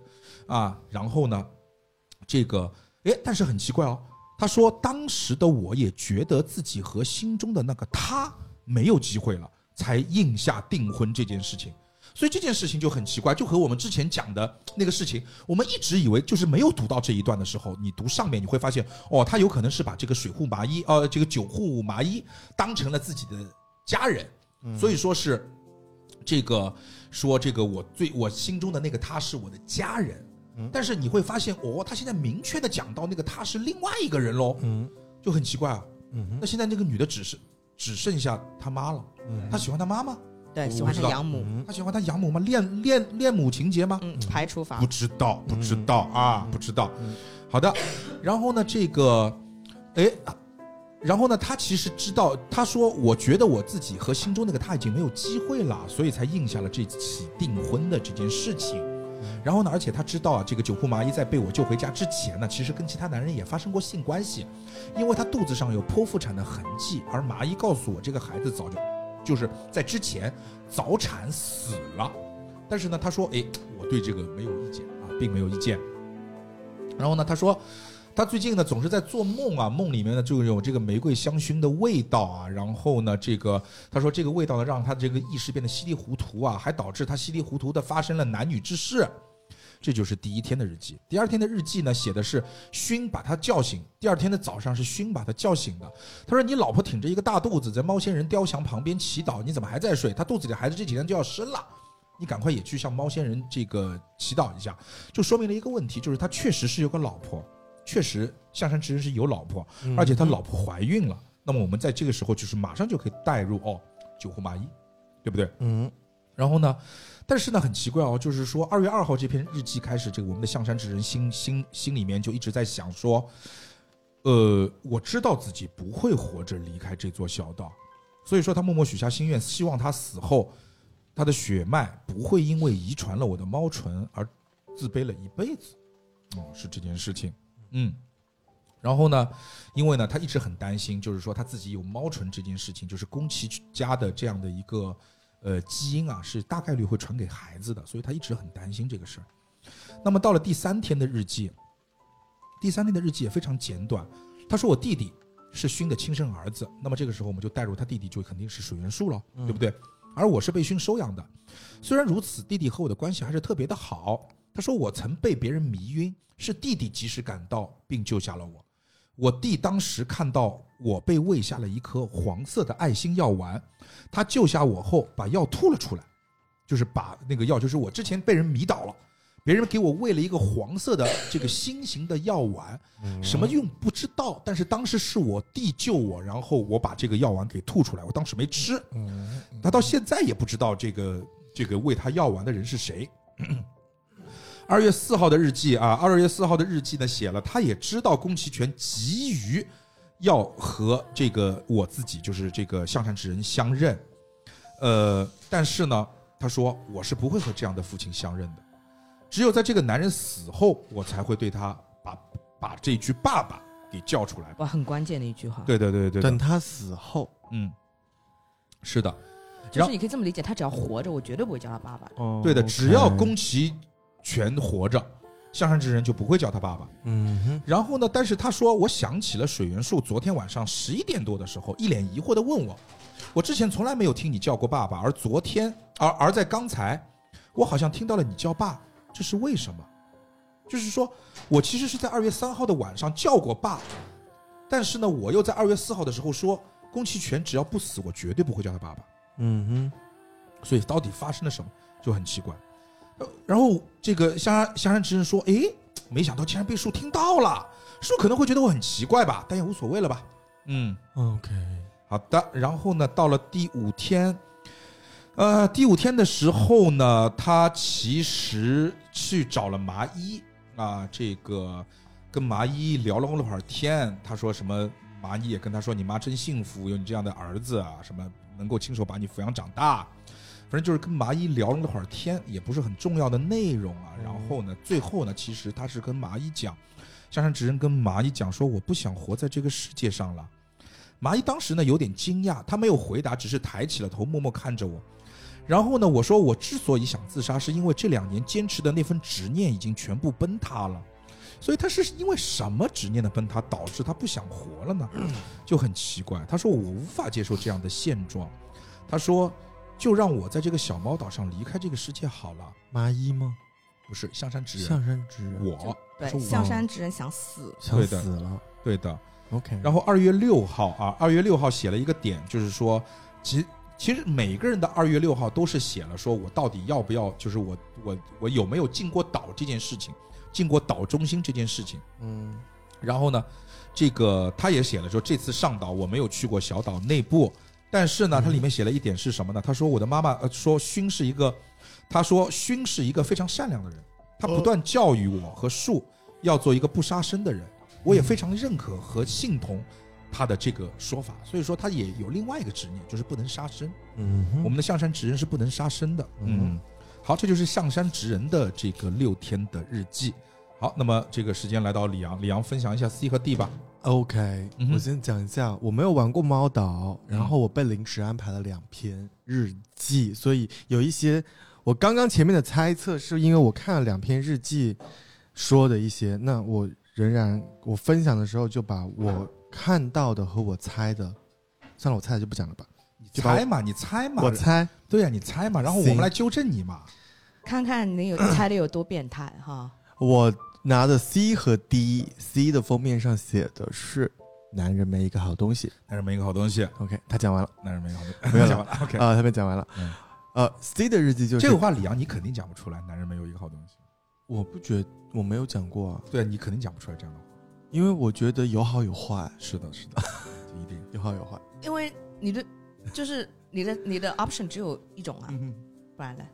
Speaker 3: 啊，然后呢，这个诶，但是很奇怪哦，他说当时的我也觉得自己和心中的那个他没有机会了，才应下订婚这件事情。所以这件事情就很奇怪，就和我们之前讲的那个事情，我们一直以为就是没有读到这一段的时候，你读上面你会发现，哦，他有可能是把这个水户麻衣，呃，这个酒户麻衣当成了自己的家人，所以说是这个说这个我最我心中的那个他是我的家人，但是你会发现，哦，他现在明确的讲到那个他是另外一个人喽，
Speaker 2: 嗯
Speaker 3: 就很奇怪啊。
Speaker 2: 嗯哼
Speaker 3: 那现在那个女的只是只剩下他妈了，
Speaker 2: 嗯
Speaker 3: 她喜欢他妈吗？
Speaker 4: 对，喜
Speaker 3: 我
Speaker 4: 欢
Speaker 3: 知
Speaker 4: 他
Speaker 3: 道
Speaker 4: 养母，
Speaker 2: 嗯
Speaker 3: 她喜欢他养母吗？恋恋恋母情节吗？
Speaker 4: 嗯，排除法
Speaker 3: 不，知道，不知道啊，不知道。好的，然后呢，这个，哎，然后呢，他其实知道，他说，我觉得我自己和心中那个他已经没有机会了，所以才应下了这起订婚的这件事情。然后呢，而且他知道啊，这个九户麻衣在被我救回家之前呢，其实跟其他男人也发生过性关系，因为她肚子上有剖腹产的痕迹，而麻衣告诉我，这个孩子早就就是在之前早产死了。但是呢，他说，哎，我对这个没有意见啊，并没有意见。然后呢，他说，他最近呢总是在做梦啊，梦里面呢就有这个玫瑰香薰的味道啊。然后呢，这个他说这个味道呢让他这个意识变得稀里糊涂啊，还导致他稀里糊涂的发生了男女之事。这就是第一天的日记。第二天的日记呢，写的是勋把他叫醒。第二天的早上是勋把他叫醒的。他说：“你老婆挺着一个大肚子，在猫仙人雕像旁边祈祷，你怎么还在睡？她肚子里孩子这几天就要生了，你赶快也去向猫仙人这个祈祷一下。”就说明了一个问题，就是他确实是有个老婆，确实象山之人是有老婆，
Speaker 2: 嗯
Speaker 3: 而且他老婆怀孕了。那么我们在这个时候就是马上就可以带入哦，九户麻衣，对不对？
Speaker 2: 嗯
Speaker 3: 然后呢，但是呢，很奇怪哦，就是说二月二号这篇日记开始，这个我们的象山之人心心心里面就一直在想说，呃，我知道自己不会活着离开这座小岛，所以说他默默许下心愿，希望他死后，他的血脉不会因为遗传了我的猫唇而自卑了一辈子。哦，是这件事情，嗯。然后呢，因为呢，他一直很担心，就是说他自己有猫唇这件事情，就是宫崎家的这样的一个呃基因啊，是大概率会传给孩子的，所以他一直很担心这个事儿。那么到了第三天的日记，第三天的日记也非常简短，他说我弟弟是勋的亲生儿子，那么这个时候我们就带入他弟弟就肯定是水元素了，对不对？而我是被勋收养的，虽然如此，弟弟和我的关系还是特别的好。他说我曾被别人迷晕，是弟弟及时赶到并救下了我。我弟当时看到我被喂下了一颗黄色的爱心药丸，他救下我后把药吐了出来，就是把那个药，就是我之前被人迷倒了，别人给我喂了一个黄色的这个心形的药丸，什么用不知道，但是当时是我弟救我，然后我把这个药丸给吐出来，我当时没吃，他到现在也不知道这个这个喂他药丸的人是谁。二月四号的日记啊，二月四号的日记呢写了，他也知道宫崎骏急于要和这个我自己，就是这个向善之人相认，呃，但是呢，他说我是不会和这样的父亲相认的，只有在这个男人死后，我才会对他把把这句爸爸给叫出来。
Speaker 4: 哇，很关键的一句话。
Speaker 3: 对对对对
Speaker 2: 等
Speaker 3: 对，
Speaker 2: 他死后，
Speaker 3: 嗯，是的，
Speaker 4: 就是你可以这么理解，他只要活着，我绝对不会叫他爸爸的。
Speaker 2: 哦
Speaker 3: 对的，只要，宫崎全活着，向善之人就不会叫他爸爸。
Speaker 2: 嗯哼，
Speaker 3: 然后呢，但是他说，我想起了水元素昨天晚上十一点多的时候，一脸疑惑的问我，我之前从来没有听你叫过爸爸，而昨天，而而在刚才，我好像听到了你叫爸，这是为什么？就是说我其实是在二月三号的晚上叫过爸，但是呢，我又在二月四号的时候说，宫崎骏只要不死，我绝对不会叫他爸爸。
Speaker 2: 嗯
Speaker 3: 所以到底发生了什么就很奇怪。呃，然后这个香山香山直人说：“诶，没想到竟然被树听到了，树可能会觉得我很奇怪吧，但也无所谓了吧。”嗯，
Speaker 2: 哼，OK，
Speaker 3: 好的。然后呢，到了第五天，呃，第五天的时候呢，他其实去找了麻衣啊、这个跟麻衣聊了会儿天，他说什么？麻衣也跟他说：“你妈真幸福，有你这样的儿子啊，什么能够亲手把你抚养长大。”反正就是跟麻衣聊了会儿天，也不是很重要的内容啊。然后呢，最后呢，其实他是跟麻衣讲，香山直人跟麻衣讲说：“我不想活在这个世界上了。”麻衣当时呢有点惊讶，他没有回答，只是抬起了头，默默看着我。然后呢，我说我之所以想自杀，是因为这两年坚持的那份执念已经全部崩塌了。所以他是因为什么执念的崩塌导致他不想活了呢？就很奇怪。他说我无法接受这样的现状。他说就让我在这个小猫岛上离开这个世界好了。
Speaker 2: 麻衣吗？
Speaker 3: 不是象山直人，
Speaker 2: 象山直人，
Speaker 3: 我
Speaker 5: 对，
Speaker 3: 是我
Speaker 5: 象山之人想死，
Speaker 2: 想
Speaker 3: 对的
Speaker 2: 死了
Speaker 3: 对的。
Speaker 2: ，OK，
Speaker 3: 然后二月六号啊，二月六号写了一个点，就是说，其其实每个人的二月六号都是写了说我到底要不要，就是我我我有没有进过岛这件事情，进过岛中心这件事情。
Speaker 2: 嗯，
Speaker 3: 然后呢，这个他也写了说，这次上岛我没有去过小岛内部，但是呢，他里面写了一点是什么呢？他说我的妈妈呃说勋是一个，他说勋是一个非常善良的人，他不断教育我和树要做一个不杀生的人，我也非常认可和信同他的这个说法，所以说他也有另外一个执念，就是不能杀生。
Speaker 2: 嗯
Speaker 3: 我
Speaker 2: 哼，
Speaker 3: 们的象山直人是不能杀生的。
Speaker 2: 嗯
Speaker 3: 嗯，好，这就是象山直人的这个六天的日记。好，那么这个时间来到李阳，李阳分享一下 C 和 D 吧。
Speaker 2: OK，
Speaker 3: 嗯哼
Speaker 2: 我先讲一下，我没有玩过猫岛，
Speaker 3: 嗯
Speaker 2: 然后我被临时安排了两篇日记，所以有一些我刚刚前面的猜测是因为我看了两篇日记说的一些，那我仍然我分享的时候就把我看到的和我猜的，算了，我猜的就不讲了吧，
Speaker 3: 你
Speaker 2: 就把我
Speaker 3: 猜嘛，你猜嘛，
Speaker 2: 我猜，
Speaker 3: 对呀、你猜嘛，然后我们
Speaker 2: 行
Speaker 3: 来纠正你嘛。
Speaker 4: 看看 你有猜的有多变态哈！
Speaker 2: 我拿的 C 和 D，C 的封面上写的是男人没一个好东西
Speaker 3: 男人没一个好东西，
Speaker 2: ，OK，他讲完了，
Speaker 3: 男人没一个好东西，
Speaker 2: 没有了
Speaker 3: 讲完了。OK，、
Speaker 2: 啊、他们讲完了，
Speaker 3: 嗯
Speaker 2: 呃，C 的日记就是
Speaker 3: 这个话李阳你肯定讲不出来，男人没有一个好东西。
Speaker 2: 我不觉我没有讲过啊，
Speaker 3: 对啊，你肯定讲不出来这样的话。
Speaker 2: 因为我觉得有好有坏，
Speaker 3: 是的， 是的，就一定。
Speaker 2: 有好有坏。
Speaker 5: 因为你的就是你的你的 option 只有一种啊，
Speaker 3: 嗯
Speaker 5: 不然呢？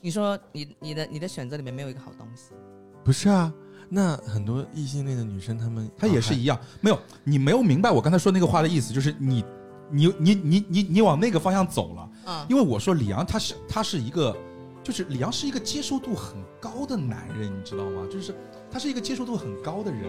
Speaker 5: 你说你你的你的选择里面没有一个好东西，
Speaker 2: 不是啊，那很多异性恋的女生，她们
Speaker 3: 他也是
Speaker 2: 啊
Speaker 3: 一样，没有你没有明白我刚才说那个话的意思，就是你你你你你你往那个方向走了。
Speaker 5: 嗯，
Speaker 3: 因为我说李阳他是他是一个，就是李阳是一个接受度很高的男人，你知道吗？就是他是一个接受度很高的人，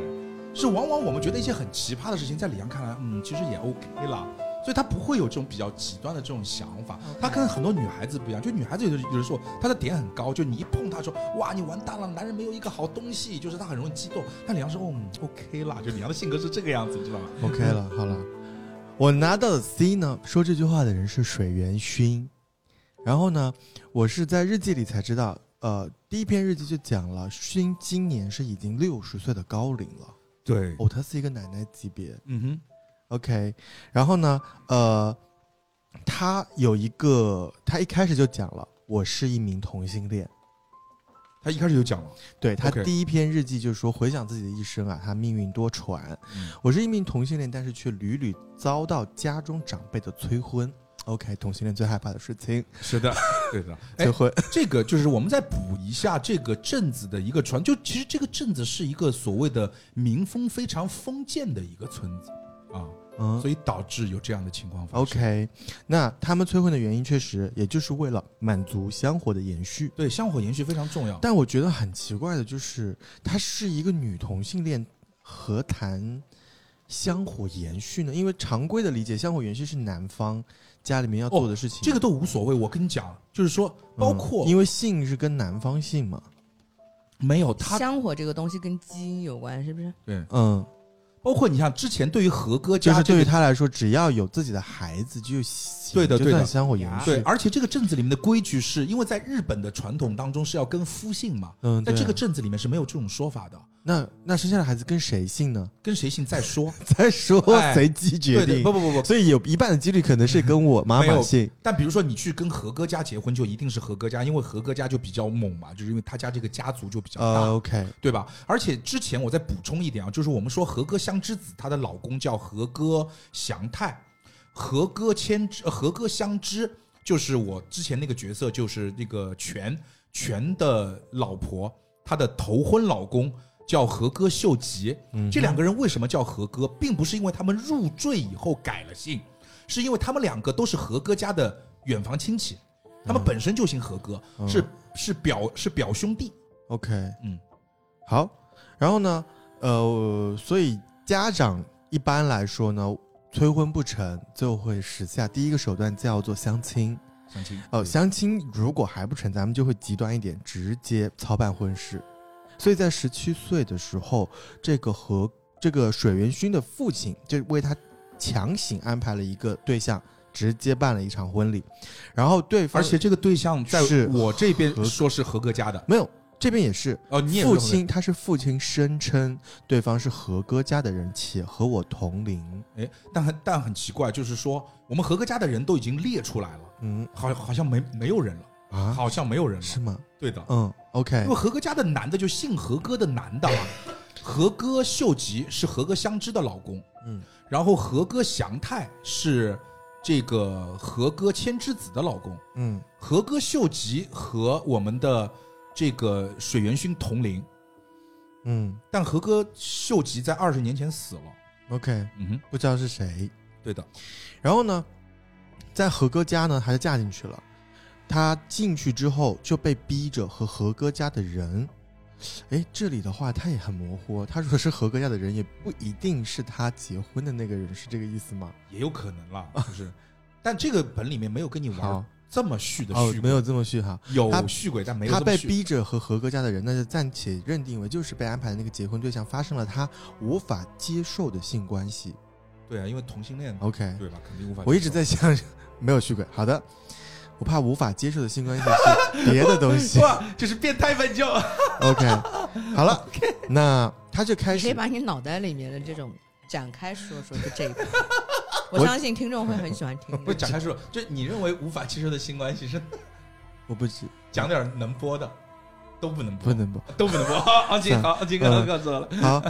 Speaker 3: 是往往我们觉得一些很奇葩的事情，在李阳看来，嗯，其实也 OK 啦。所以他不会有这种比较极端的这种想法，他跟很多女孩子不一样。就女孩子有的有的时候，她的点很高，就你一碰她说，哇，你完蛋了，男人没有一个好东西，就是她很容易激动。但李阳说，嗯，OK 啦，就李阳的性格是这个样子，你知道吗？
Speaker 2: OK 了，好了。我拿到的 C 呢，说这句话的人是水原薰。然后呢，我是在日记里才知道，呃，第一篇日记就讲了，薰今年是已经六十岁的高龄了。
Speaker 3: 对，
Speaker 2: 哦，她是一个奶奶级别
Speaker 3: 嗯哼，
Speaker 2: ，OK。然后呢，呃，她有一个，她一开始就讲了，我是一名同性恋。
Speaker 3: 他一开始就讲了，
Speaker 2: 对她
Speaker 3: OK
Speaker 2: 第一篇日记就说，回想自己的一生啊，她命运多舛。
Speaker 3: 嗯
Speaker 2: 我是一名同性恋，但是却屡屡遭到家中长辈的催婚。OK，同性恋最害怕的事情，
Speaker 3: 是的，对的。 哎
Speaker 2: 催，婚。
Speaker 3: 这个就是我们再补一下这个镇子的一个传，就其实这个镇子是一个所谓的民风非常封建的一个村子啊，
Speaker 2: 嗯
Speaker 3: 所以导致有这样的情况发生。
Speaker 2: ，OK，那他们催婚的原因确实也就是为了满足香火的延续。
Speaker 3: 对，香火延续非常重要。
Speaker 2: 但我觉得很奇怪的就是，她是一个女同性恋，何谈香火延续呢？因为常规的理解，香火延续是男方家里面要做的事情。
Speaker 3: 哦这个都无所谓，我跟你讲，就是说，包括
Speaker 2: 嗯因为姓是跟男方姓嘛。
Speaker 3: 没有他，
Speaker 5: 香火这个东西跟基因有关，是不是？
Speaker 3: 对，
Speaker 2: 嗯，
Speaker 3: 包括你像之前对于和哥
Speaker 2: 就
Speaker 3: 家
Speaker 2: 是
Speaker 3: 这
Speaker 2: 对于
Speaker 3: 个，
Speaker 2: 她来说，只要有自己的孩子就行，
Speaker 3: 对的
Speaker 2: 就
Speaker 3: 对
Speaker 2: 算
Speaker 3: 的
Speaker 2: 香火延续。
Speaker 3: 啊对，而且这个镇子里面的规矩是因为在日本的传统当中是要跟夫姓嘛，
Speaker 2: 嗯，
Speaker 3: 在
Speaker 2: 对
Speaker 3: 这个
Speaker 2: 啊
Speaker 3: 镇子里面是没有这种说法的，
Speaker 2: 那那生下来孩子跟谁姓 呢？
Speaker 3: 跟谁姓再说。
Speaker 2: 再说
Speaker 3: 哎
Speaker 2: 随机决
Speaker 3: 对对，
Speaker 2: 定
Speaker 3: 不。不不不，
Speaker 2: 所以有一半的几率可能是跟我妈
Speaker 3: 没有
Speaker 2: 妈姓。
Speaker 3: 但比如说你去跟何哥家结婚，就一定是何哥家，因为何哥家就比较猛嘛，就是因为他家这个家族就比较大，
Speaker 2: 呃，OK，
Speaker 3: 对吧？而且之前我再补充一点啊，就是我们说和歌香之子，她的老公叫和歌祥太，和歌千之，呃和歌香之就是我之前那个角色，就是那个全全的老婆，她的头婚老公。叫和歌秀吉，
Speaker 2: 嗯
Speaker 3: 这两个人为什么叫和歌，并不是因为他们入赘以后改了姓，是因为他们两个都是和歌家的远房亲戚，他们本身就姓和歌，
Speaker 2: 嗯
Speaker 3: 是是表是表兄弟，
Speaker 2: OK，
Speaker 3: 嗯，
Speaker 2: 好。然后呢，呃，所以家长一般来说呢，催婚不成就会使下第一个手段叫做相亲。
Speaker 3: 相亲
Speaker 2: 哦，相亲如果还不成，咱们就会极端一点，直接操办婚事。所以在十七岁的时候，这个和这个水原薰的父亲就为他强行安排了一个对象，直接办了一场婚礼。然后对方
Speaker 3: 而且这个对象在
Speaker 2: 是
Speaker 3: 我这边
Speaker 2: 合
Speaker 3: 说是合格家的，
Speaker 2: 没有这边也是，
Speaker 3: 哦，你也
Speaker 2: 父
Speaker 3: 是合格
Speaker 2: 亲他是父亲声称对方是和歌家的人，且和我同龄。
Speaker 3: 哎，但很但很奇怪，就是说我们合格家的人都已经列出来了，
Speaker 2: 嗯
Speaker 3: 好好像没没有人了，
Speaker 2: 啊，
Speaker 3: 好像没有人了，
Speaker 2: 是吗？
Speaker 3: 对的，
Speaker 2: 嗯，OK
Speaker 3: 因为合格家的男的就姓合格的男的啊，合格秀吉是合格香织的老公，
Speaker 2: 嗯，
Speaker 3: 然后合格祥太是这个合格千之子的老公，
Speaker 2: 嗯
Speaker 3: 合格秀吉和我们的这个水原薰同龄，
Speaker 2: 嗯
Speaker 3: 但合格秀吉在二十年前死了，
Speaker 2: ，OK，
Speaker 3: 嗯哼，
Speaker 2: 不知道是谁。
Speaker 3: 对的。
Speaker 2: 然后呢，在和歌家呢，她就嫁进去了。她进去之后就被逼着和和歌家的人，哎，这里的话她也很模糊哦。她说是和歌家的人，也不一定是她结婚的那个人，是这个意思吗？
Speaker 3: 也有可能啦，就是，但这个本里面没有跟你玩
Speaker 2: 啊好
Speaker 3: 这么续的
Speaker 2: 哦
Speaker 3: 续，
Speaker 2: 没
Speaker 3: 鬼，
Speaker 2: 有这么续哈。他
Speaker 3: 有续鬼，但没有
Speaker 2: 他
Speaker 3: 这么
Speaker 2: 被
Speaker 3: 续。
Speaker 2: 逼着和和歌家的人，那就暂且认定为就是被安排的那个结婚对象发生了他无法接受的性关系。
Speaker 3: 对啊，因为同性恋嘛，
Speaker 2: OK，
Speaker 3: 对吧？肯定无法接受。
Speaker 2: 我一直在想， 没有续鬼。好的，我怕无法接受的性关系是别的东 西。
Speaker 3: 哇，这是变 态本教。
Speaker 2: OK，好了那他就开
Speaker 5: 你可以
Speaker 2: 始
Speaker 5: 把你脑袋里面的这种展开说说，就这 一部分。
Speaker 2: 我
Speaker 5: 我相信听众会很喜 欢听的。
Speaker 3: 不展开说，就你认为无法接受的性关系是
Speaker 2: 我不知
Speaker 3: 讲点儿能播的，都不能播
Speaker 2: 不，能不
Speaker 3: 都 不能播。好，安静，
Speaker 2: 嗯
Speaker 3: 好，安静，刚告诉我了。
Speaker 2: 好，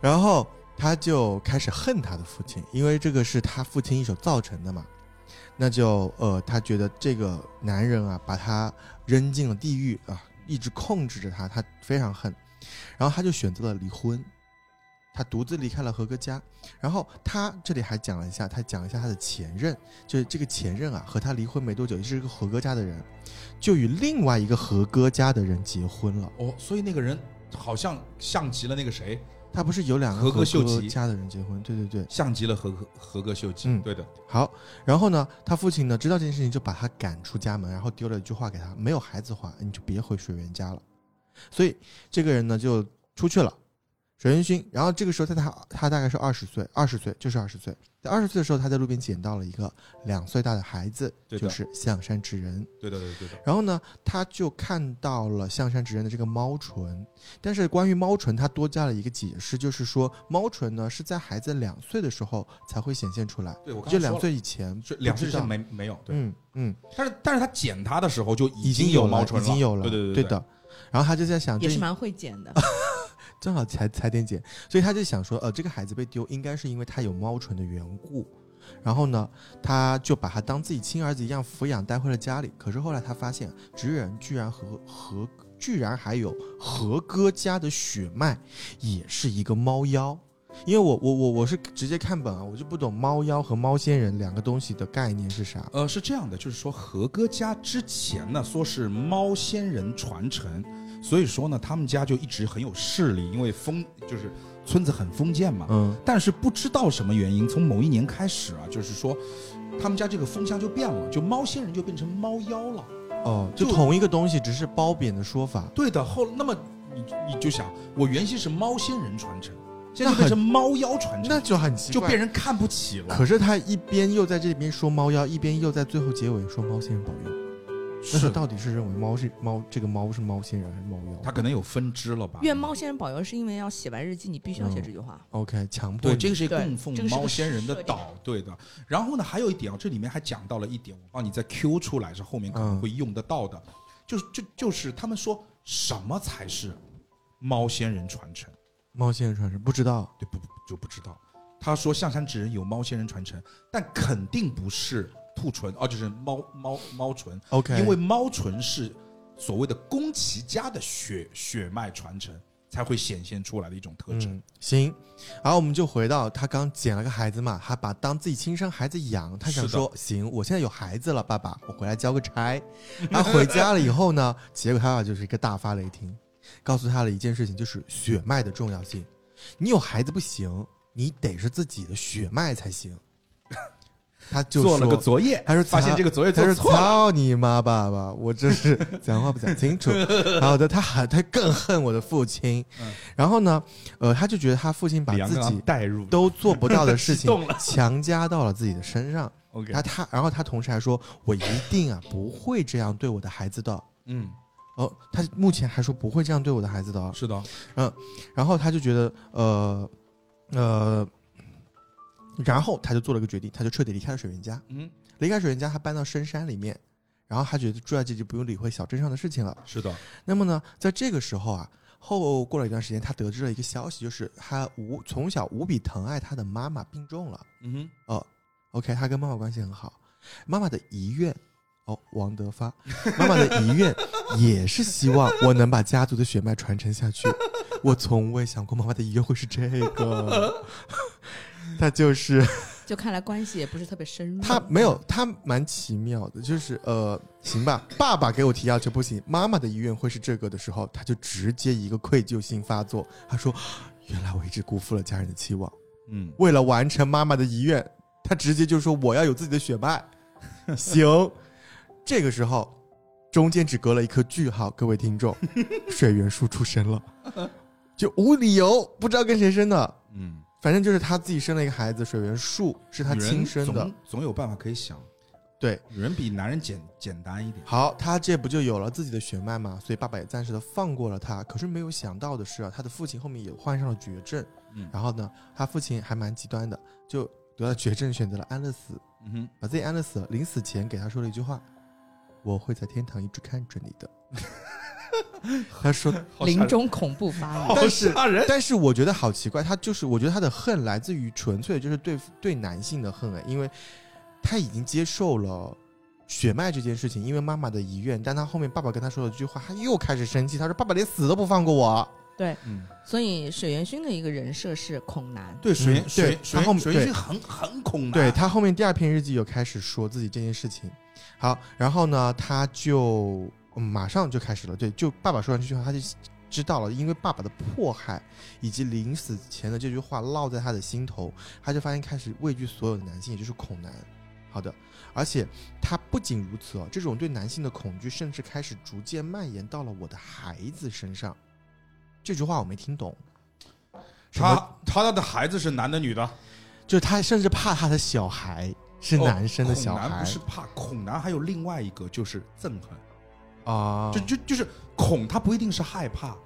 Speaker 2: 然后他就开始恨他的父亲，因为这个是他父亲一手造成的嘛。那就呃，他觉得这个男人啊，把他扔进了地狱啊，一直控制着他，他非常恨。然后他就选择了离婚，他独自离开了何哥家。然后他这里还讲了一下，他讲了一下他的前任，就是这个前任啊，和他离婚没多久，也是一个何哥家的人，就与另外一个何哥家的人结婚了。
Speaker 3: 哦，所以那个人好像像极了那个谁，
Speaker 2: 他不是有两个
Speaker 3: 和歌
Speaker 2: 歌
Speaker 3: 秀吉
Speaker 2: 家的人结婚？对对对。
Speaker 3: 像极了和和和歌秀吉。
Speaker 2: 嗯
Speaker 3: 对的，
Speaker 2: 好，然后呢，他父亲呢知道这件事情，就把他赶出家门，然后丢了一句话给他：没有孩子的话，你就别回水源家了。所以这个人呢就出去了。陈仁勋。然后这个时候他他他大概是二十岁，二十岁就是二十岁，在二十岁的时候，他在路边捡到了一个两岁大的孩子，
Speaker 3: 对的
Speaker 2: 就是象山直人。
Speaker 3: 对的，对的，对的。
Speaker 2: 然后呢，他就看到了象山直人的这个猫唇，但是关于猫唇，他多加了一个解释，就是说猫唇呢是在孩子两岁的时候才会显现出来，
Speaker 3: 对我刚才
Speaker 2: 就
Speaker 3: 说
Speaker 2: 两
Speaker 3: 了
Speaker 2: 岁以前
Speaker 3: 所以，两岁之前
Speaker 2: 没，
Speaker 3: 没没有，对。
Speaker 2: 嗯嗯，
Speaker 3: 但是但是他捡它的时候就
Speaker 2: 已
Speaker 3: 经
Speaker 2: 有
Speaker 3: 有猫唇
Speaker 2: 已经有了，
Speaker 3: 对对
Speaker 2: 对
Speaker 3: 对对。
Speaker 2: 的。然后他就在想，
Speaker 5: 也
Speaker 2: 这
Speaker 5: 是蛮会剪 的。
Speaker 2: 正好踩踩点姐，所以他就想说，呃，这个孩子被丢，应该是因为他有猫唇的缘故。然后呢，他就把他当自己亲儿子一样抚养，带回了家里。可是后来他发现，直人居然和和居然还有和歌家的血脉，也是一个猫妖。因为我我我我是直接看本啊，我就不懂猫妖和猫仙人两个东西的概念是啥。
Speaker 3: 呃，是这样的，就是说和歌家之前呢，说是猫仙人传承，所以说呢，他们家就一直很有势力，因为封就是村子很封建嘛。
Speaker 2: 嗯
Speaker 3: 但是不知道什么原因，从某一年开始啊，就是说他们家这个风向就变了，就猫仙人就变成猫妖了。
Speaker 2: 哦，就
Speaker 3: 就
Speaker 2: 同一个东西，只是褒贬的说法。
Speaker 3: 对的，后那么你你就想，我原先是猫仙人传承，现
Speaker 2: 那
Speaker 3: 在就变
Speaker 2: 很
Speaker 3: 成猫妖传承，
Speaker 2: 那就很奇
Speaker 3: 就
Speaker 2: 怪，
Speaker 3: 被人看不起了。
Speaker 2: 可是他一边又在这边说猫妖，一边又在最后结尾说猫仙人保佑。那他
Speaker 3: 是
Speaker 2: 到底是认为猫是猫，这个猫是猫仙人还是猫妖？
Speaker 3: 他可能有分支了吧？
Speaker 5: 愿猫仙人保佑，是因为要写完日记，你必须
Speaker 2: 嗯
Speaker 5: 要写这句话。
Speaker 2: OK 强迫
Speaker 3: 对，
Speaker 2: 你
Speaker 3: 这个是
Speaker 5: 对
Speaker 3: 供奉
Speaker 5: 这个是个
Speaker 3: 猫仙人的
Speaker 5: 设定
Speaker 3: 岛，对的。然后呢，还有一点啊，这里面还讲到了一点，我帮你再 Q 出来，是后面可能
Speaker 2: 嗯
Speaker 3: 会用得到的，就是就就是他们说什么才是猫仙人传承，
Speaker 2: 猫仙人传世不知道
Speaker 3: 对不不就不知道。他说象山纸人有猫仙人传承，但肯定不是兔唇哦，就是猫猫猫唇，
Speaker 2: OK，
Speaker 3: 因为猫唇是所谓的宫崎家的血血脉传承才会显现出来的一种特征。
Speaker 2: 嗯行，然后我们就回到他刚捡了个孩子嘛，他把当自己亲生孩子养，他想
Speaker 3: 是的
Speaker 2: 说行，我现在有孩子了，爸爸，我回来交个差。他回家了以后呢，结果他爸就是一个大发雷霆，告诉他了一件事情，就是血脉的重要性。你有孩子不行，你得是自己的血脉才行。他就
Speaker 3: 做了
Speaker 2: 说
Speaker 3: 个作业，
Speaker 2: 他说
Speaker 3: 发现
Speaker 2: 他
Speaker 3: 这个作业
Speaker 2: 他说：“
Speaker 3: 做错了，
Speaker 2: 操你妈爸爸！我真是讲话不讲清楚。”然后呢，他还他更恨我的父亲。
Speaker 3: 嗯
Speaker 2: 然后呢，呃，他就觉得他父亲把
Speaker 3: 李阳
Speaker 2: 自
Speaker 3: 刚刚
Speaker 2: 己
Speaker 3: 带入
Speaker 2: 都做不到的事
Speaker 3: 激
Speaker 2: 情
Speaker 3: 啊动了
Speaker 2: 强加到了自己的身上。
Speaker 3: OK，
Speaker 2: 他他，然后他同时还说：“我一定啊不会这样对我的孩子的。
Speaker 3: 嗯，”
Speaker 2: 哦，他目前还说不会这样对我的孩子的哦。
Speaker 3: 是的，
Speaker 2: 然后他就觉得，呃，呃，然后他就做了个决定，他就彻底离开了水源家。
Speaker 3: 嗯，
Speaker 2: 离开水源家，他搬到深山里面，然后他觉得住在这就不用理会小镇上的事情了。
Speaker 3: 是的，
Speaker 2: 那么呢，在这个时候啊，后过了一段时间，他得知了一个消息，就是他无从小无比疼爱他的妈妈病重了。
Speaker 3: 嗯
Speaker 2: 哦，OK，他跟妈妈关系很好，妈妈的遗愿。哦，王德发，妈妈的遗愿也是希望我能把家族的血脉传承下去。我从未想过妈妈的遗愿会是这个， 他就是
Speaker 5: 就看来关系也不是特别深入。
Speaker 2: 他没有，他蛮奇妙的，就是呃，行吧，爸爸给我提要求不行，妈妈的意愿会是这个的时候，他就直接一个愧疚心发作，他说，原来我一直辜负了家人的期望，
Speaker 3: 嗯，
Speaker 2: 为了完成妈妈的遗愿，他直接就说我要有自己的血 脉，行，这个时候中间只隔了一颗句号，各位听 众，水原树出生了，就无理由不知道跟谁生的。
Speaker 3: 嗯，
Speaker 2: 反正就是他自己生了一个孩子，水原树是他
Speaker 3: 女人
Speaker 2: 亲生的
Speaker 3: 总，总有办法可以想，
Speaker 2: 对，
Speaker 3: 女人比男人简简单一点，
Speaker 2: 好，他这不就有了自己的血脉嘛，所以爸爸也暂时的放过了他。可是没有想到的是啊，他的父亲后面也患上了绝症，
Speaker 3: 嗯
Speaker 2: 然后呢，他父亲还蛮极端的，就得了绝症，选择了安乐死，
Speaker 3: 嗯哼，
Speaker 2: 把自己安乐死了。临死前给他说了一句话：“我会在天堂一直看着你的。”他说，
Speaker 5: 临终恐怖发言，
Speaker 2: 但是
Speaker 3: 吓人，
Speaker 2: 但是我觉得好奇怪，他就是我觉得他的恨来自于纯粹就是对对男性的恨哎，因为他已经接受了血脉这件事情，因为妈妈的遗愿，但他后面爸爸跟他说了一句话，他又开始生气，他说爸爸连死都不放过我，
Speaker 3: 嗯，
Speaker 5: 所以水原薰的一个人设是恐男。
Speaker 3: 对，
Speaker 2: 嗯
Speaker 3: 水原水
Speaker 2: 对
Speaker 3: 水
Speaker 2: 然后
Speaker 3: 原水原
Speaker 2: 对
Speaker 3: 是很很恐男，
Speaker 2: 对他后面第二篇日记有开始说自己这件事情，好，然后呢他就、嗯马上就开始了，对，就爸爸说完这句话他就。知道了，因为爸爸的迫害以及临死前的这句话烙在他的心头，他就发现开始畏惧所有的男性，也就是恐男。好的，而且他不仅如此哦，这种对男性的恐惧甚至开始逐渐蔓延到了我的孩子身上。这句话我没听懂，什么
Speaker 3: 他他的孩子是男的女的？
Speaker 2: 就是他甚至怕他的小孩是
Speaker 3: 哦
Speaker 2: 男生的小
Speaker 3: 恐男
Speaker 2: 孩
Speaker 3: 不是怕恐男，还有另外一个就是憎恨，
Speaker 2: 啊，
Speaker 3: 就就就是恐，他不一定是害怕，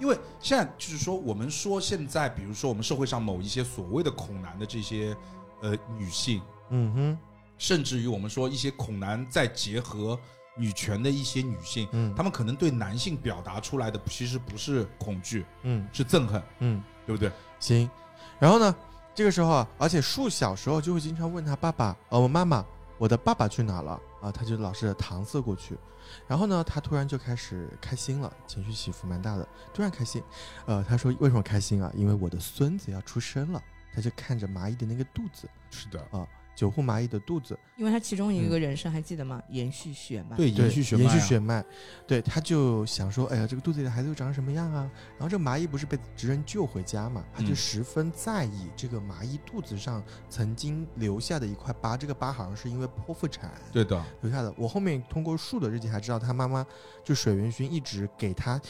Speaker 3: 因为现在就是说，我们说现在，比如说我们社会上某一些所谓的恐男的这些呃女性，
Speaker 2: 嗯哼，
Speaker 3: 甚至于我们说一些恐男再结合女权的一些女性，
Speaker 2: 嗯
Speaker 3: 她们可能对男性表达出来的其实不是恐惧，
Speaker 2: 嗯
Speaker 3: 是憎恨，
Speaker 2: 嗯，
Speaker 3: 对不对？
Speaker 2: 行。然后呢，这个时候啊，而且树小时候就会经常问他爸爸，哦，我妈妈，我的爸爸去哪了啊？他就老是搪塞过去。然后呢，他突然就开始开心了，情绪起伏蛮大的，突然开心。呃，他说为什么开心啊？因为我的孙子要出生了。他就看着蚂蚁的那个肚子，
Speaker 3: 是的，
Speaker 2: 九户蚂蚁的肚子，
Speaker 4: 因为他其中有一个人生还记得吗？延续血脉。
Speaker 3: 对，
Speaker 2: 嗯对
Speaker 3: 延续血脉、啊
Speaker 2: 延续血脉，对，他就想说，哎呀，这个肚子里的孩子又长成什么样啊？然后这个蚂蚁不是被职人救回家嘛，他就
Speaker 3: 嗯
Speaker 2: 十分在意这个蚂蚁肚子上曾经留下的一块疤，这个疤好像是因为剖腹产
Speaker 3: 对的，
Speaker 2: 留下的。我后面通过树的日记才知道，他妈妈就水原薰一直给他，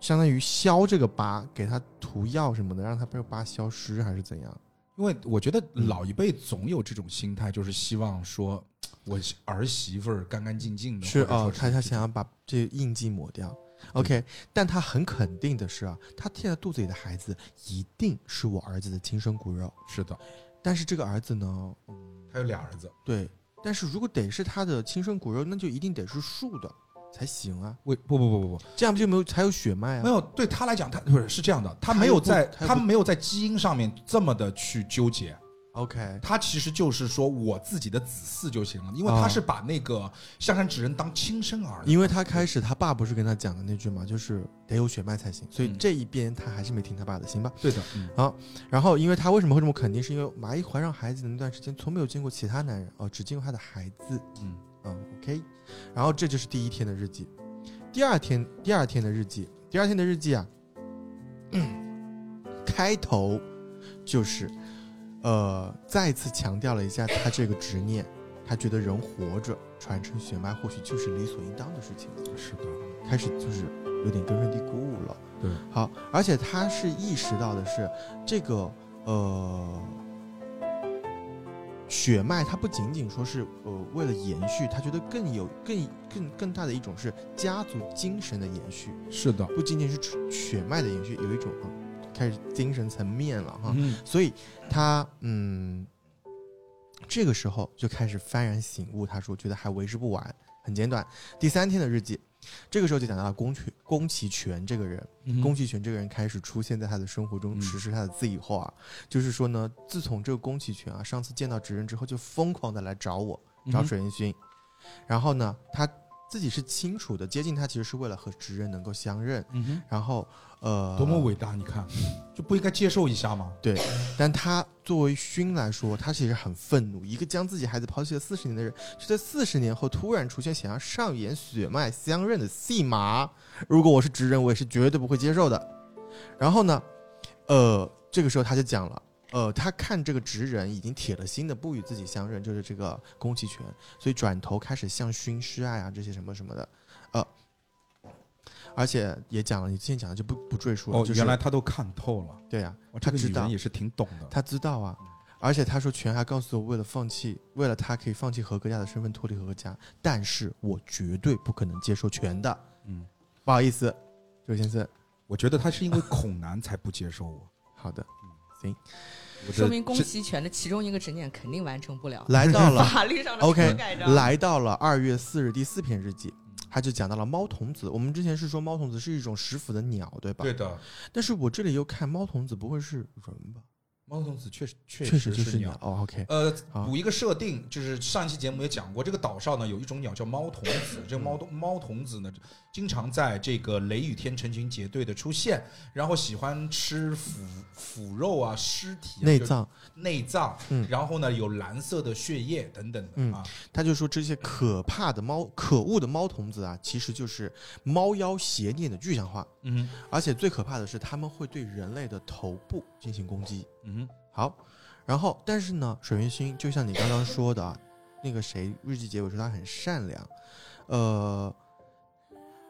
Speaker 2: 相当于消这个疤，给他涂药什么的，让他这个疤消失还是怎样？
Speaker 3: 因为我觉得老一辈总有这种心态，就是希望说我儿媳妇儿干干净净的，
Speaker 2: 是
Speaker 3: 嗯或者说
Speaker 2: 哦，他他
Speaker 3: 这
Speaker 2: 想
Speaker 3: 种
Speaker 2: 要把这印记抹掉。OK，但他很肯定的是啊，他现在肚子里的孩子一定是我儿子的亲生骨肉。
Speaker 3: 是的，
Speaker 2: 但是这个儿子呢，
Speaker 3: 他有俩儿子，
Speaker 2: 对，但是如果得是他的亲生骨肉，那就一定得是树的才行啊，
Speaker 3: 为不不不不不，
Speaker 2: 这样不就没有才有血脉
Speaker 3: 没
Speaker 2: 啊？
Speaker 3: 有对他来讲，他不是是这样的，他
Speaker 2: 他
Speaker 3: 没
Speaker 2: 又
Speaker 3: 有
Speaker 2: 不
Speaker 3: 在
Speaker 2: 他又
Speaker 3: 他
Speaker 2: 不
Speaker 3: 没有在基因上面这么的去纠结，
Speaker 2: OK，
Speaker 3: 他其实就是说我自己的子嗣就行了，因为
Speaker 2: 啊
Speaker 3: 他是把那个象山纸人当亲生儿子，
Speaker 2: 因为他开始他爸不是跟他讲的那句嘛，就是得有血脉才行，所以
Speaker 3: 嗯
Speaker 2: 这一边他还是没听他爸的，行吧？
Speaker 3: 对的，嗯
Speaker 2: 然后，因为他为什么会这么肯定，是因为蚂蚁怀上孩子的那段时间，从没有见过其他男人哦，只见过他的孩子。
Speaker 3: 嗯
Speaker 2: 嗯，OK。然后这就是第一天的日记，第二天，第二天的日记，第二天的日记啊，嗯开头就是呃，再次强调了一下他这个执念，他觉得人活着传承血脉或许就是理所应当的事情。
Speaker 3: 是的，
Speaker 2: 开始就是有点根深蒂固了。
Speaker 3: 对，
Speaker 2: 好，而且他是意识到的是这个呃血脉，它不仅仅说是呃为了延续，他觉得更有更更更大的一种是家族精神的延续，
Speaker 3: 是的，
Speaker 2: 不仅仅是血血脉的延续，有一种、嗯开始精神层面了哈。
Speaker 3: 嗯
Speaker 2: 所以他嗯，这个时候就开始幡然醒悟。他说：“觉得还为时不晚，很简短。”第三天的日记，这个时候就讲到了宫崎宫崎骏这个人。宫崎骏这个人开始出现在他的生活中，
Speaker 3: 嗯
Speaker 2: 实施他的字以后啊，就是说呢，自从这个宫崎骏啊上次见到职人之后，就疯狂的来找我，
Speaker 3: 嗯
Speaker 2: 找水原薰。然后呢，他自己是清楚的，接近他其实是为了和职人能够相认。
Speaker 3: 嗯哼，哦
Speaker 2: 然后，呃，
Speaker 3: 多么伟大，你看就不应该接受一下吗？
Speaker 2: 但他作为勋来说，他其实很愤怒。一个将自己孩子抛弃了四十年的人，却在四十年后突然出现想要上演血脉相认的戏码。如果我是直人，我也是绝对不会接受的。然后呢，呃，这个时候他就讲了。呃，他看这个直人已经铁了心的不与自己相认，就是这个宫崎骏，所以转头开始向勋施爱啊这些什么什么的，呃，而且也讲了，你之前讲的就不不赘述了。
Speaker 3: 哦，
Speaker 2: 就是
Speaker 3: 原来他都看透了，
Speaker 2: 对呀、
Speaker 3: 哇
Speaker 2: 他
Speaker 3: 这个
Speaker 2: 知
Speaker 3: 女
Speaker 2: 道
Speaker 3: 人也是挺懂的，
Speaker 2: 他知道啊，而且他说全还告诉我，为了放弃，为了他可以放弃合格家的身份，脱离合格家，但是我绝对不可能接受全的。
Speaker 3: 嗯，
Speaker 2: 不好意思，周先生，
Speaker 3: 我觉得他是因为恐男才不接受我，
Speaker 2: 好的，
Speaker 3: 我的
Speaker 5: 说明宫
Speaker 3: 这
Speaker 5: 崎骏的其中一个执念肯定完成不了，
Speaker 2: 来到了
Speaker 5: 法律上的
Speaker 2: OK，
Speaker 5: 遮盖章。
Speaker 2: 来到了二月四日第四篇日记，他就讲到了猫童子。我们之前是说猫童子是一种食腐的鸟，对吧？
Speaker 3: 对。的，
Speaker 2: 但是我这里又看猫童子不会是人吧？
Speaker 3: 猫头子确实确
Speaker 2: 确实就
Speaker 3: 鸟
Speaker 2: 鸟。。哦，OK，
Speaker 3: 呃，
Speaker 2: 好
Speaker 3: 补一个设定，就是上一期节目也讲过，这个岛上呢有一种鸟叫猫童子，
Speaker 2: 嗯
Speaker 3: 这个猫童猫童子呢，经常在这个雷雨天成群结队的出现，然后喜欢吃腐腐肉啊、尸体、啊、
Speaker 2: 内
Speaker 3: 就
Speaker 2: 脏，
Speaker 3: 内脏，
Speaker 2: 嗯
Speaker 3: 然后呢有蓝色的血液等等的、
Speaker 2: 嗯
Speaker 3: 啊，
Speaker 2: 他就说这些可怕的猫、可恶的猫童子啊，其实就是猫妖邪念的具象化。
Speaker 3: 嗯
Speaker 2: 而且最可怕的是，他们会对人类的头部进行攻击。
Speaker 3: 嗯，
Speaker 2: 好，然后但是呢，水原薰就像你刚刚说的啊，那个谁日记结尾说他很善良，呃，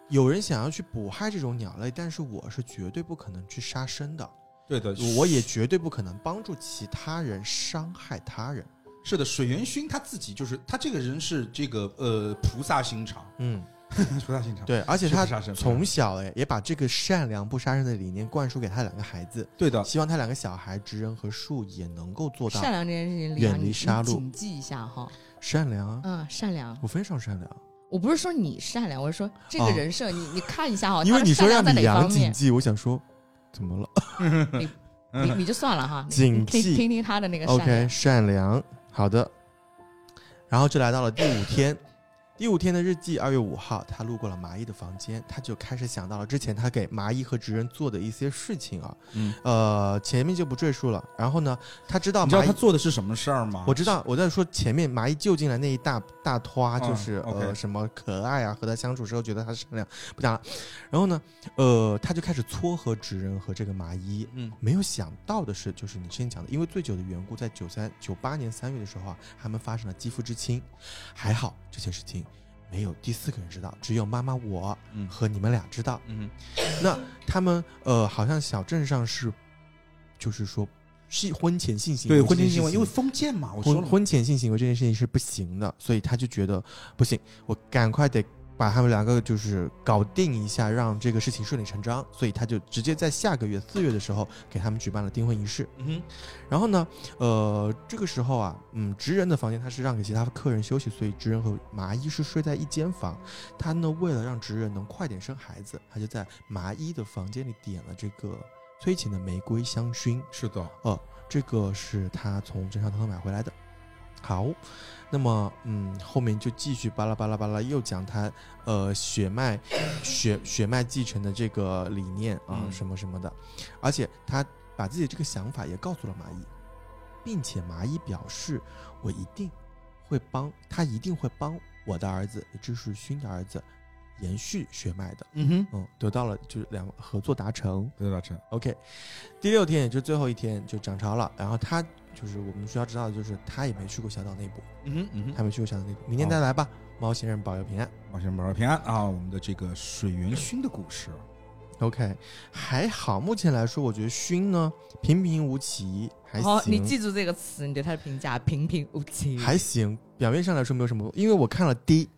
Speaker 2: 有人想要去捕害这种鸟类，但是我是绝对不可能去杀生的。
Speaker 3: 对的，
Speaker 2: 我也绝对不可能帮助其他人伤害他人。
Speaker 3: 是的。水原薰他自己就是他这个人是这个呃菩萨心肠，
Speaker 2: 嗯，
Speaker 3: 菩萨心肠。
Speaker 2: 对，而且
Speaker 3: 是
Speaker 2: 他
Speaker 3: 不杀生
Speaker 2: 从小哎也把这个善良不杀生的理念灌输给他两个孩子，
Speaker 3: 对的，
Speaker 2: 希望他两个小孩知人和树也能够做到
Speaker 4: 善良这件事情，
Speaker 2: 远
Speaker 4: 李阳
Speaker 2: 离
Speaker 4: 你
Speaker 2: 杀
Speaker 4: 你
Speaker 2: 戮
Speaker 4: 谨记一下哈。
Speaker 2: 善良啊。
Speaker 4: 嗯，善良。
Speaker 2: 我非常善良，
Speaker 4: 我不是说你善良，我是说这个
Speaker 2: 哦
Speaker 4: 人设，你你看一下哈，
Speaker 2: 因为
Speaker 4: 哦他
Speaker 2: 你
Speaker 4: 善
Speaker 2: 说
Speaker 4: 良
Speaker 2: 让
Speaker 4: 在
Speaker 2: 李
Speaker 4: 哪
Speaker 2: 阳
Speaker 4: 方
Speaker 2: 谨
Speaker 4: 面，
Speaker 2: 记，我想说怎么了嗯
Speaker 3: 嗯
Speaker 4: 你你就算了哈，你
Speaker 2: 谨
Speaker 4: 你听
Speaker 2: 记
Speaker 4: 听听他的那个善
Speaker 2: ？OK，
Speaker 4: 良。
Speaker 2: 善良，好的。然后就来到了第五天，第五天的日记，二月五号，他路过了麻衣的房间，他就开始想到了之前他给麻衣和直人做的一些事情啊，
Speaker 3: 嗯，
Speaker 2: 呃，前面就不赘述了。然后呢，他知道
Speaker 3: 你知道
Speaker 2: 麻
Speaker 3: 他
Speaker 2: 衣，
Speaker 3: 做的是什么事儿吗？
Speaker 2: 我知道我在说前面麻衣救进来那一大大拖，
Speaker 3: 嗯
Speaker 2: 就是、呃
Speaker 3: OK
Speaker 2: 什么可爱啊，和他相处之后觉得他善良，不讲了。然后呢，呃，他就开始撮合直人和这个麻衣。
Speaker 3: 嗯，
Speaker 2: 没有想到的是，就是你之前讲的，因为醉酒的缘故，在九三九八年三月的时候啊，他们发生了肌肤之亲。还好这件事情没有第四个人知道，只有妈妈我
Speaker 3: 嗯
Speaker 2: 和你们俩知道。
Speaker 3: 嗯
Speaker 2: 那他们呃，好像小镇上是，就是说是婚前性行为
Speaker 3: 对，
Speaker 2: 这件
Speaker 3: 婚前
Speaker 2: 事
Speaker 3: 行为，
Speaker 2: 情
Speaker 3: 因为封建嘛，我说
Speaker 2: 婚
Speaker 3: 了，
Speaker 2: 婚前性行为这件事情是不行的，所以他就觉得不行，我赶快得把他们两个就是搞定一下，让这个事情顺理成章。所以他就直接在下个月四月的时候给他们举办了订婚仪式。
Speaker 3: 嗯哼，
Speaker 2: 然后呢，呃，这个时候啊，嗯，职人的房间他是让给其他客人休息，所以职人和麻衣是睡在一间房。他呢，为了让职人能快点生孩子，他就在麻衣的房间里点了这个催情的玫瑰香薰。
Speaker 3: 是的，
Speaker 2: 这个是他从镇上偷偷买回来的。好，那么嗯，后面就继续巴拉巴拉巴拉，又讲他呃血脉血血脉继承的这个理念啊、
Speaker 3: 嗯
Speaker 2: 什么什么的，而且他把自己这个想法也告诉了麻衣，并且麻衣表示我一定会帮他一定会帮我的儿子，也就是勋的儿子延续血脉的，
Speaker 3: 嗯哼，
Speaker 2: 嗯，得到了就是两合作达成，
Speaker 3: 对大成，
Speaker 2: OK，第六天也就是最后一天就涨潮了，然后他就是我们需要知道的就是他也没去过小岛内部，
Speaker 3: 嗯哼，嗯
Speaker 2: 他没去过小岛内部，明天再来吧。猫先生保佑平安。
Speaker 3: 好，先保佑平安啊！我们的这个水原薰的故事，
Speaker 2: OK，还好，目前来说我觉得勋呢平平无奇，还行，
Speaker 4: 好，哦你记住这个词，你对他的评价平平无奇。
Speaker 2: 还行，表面上来说没有什么，因为我看了 D。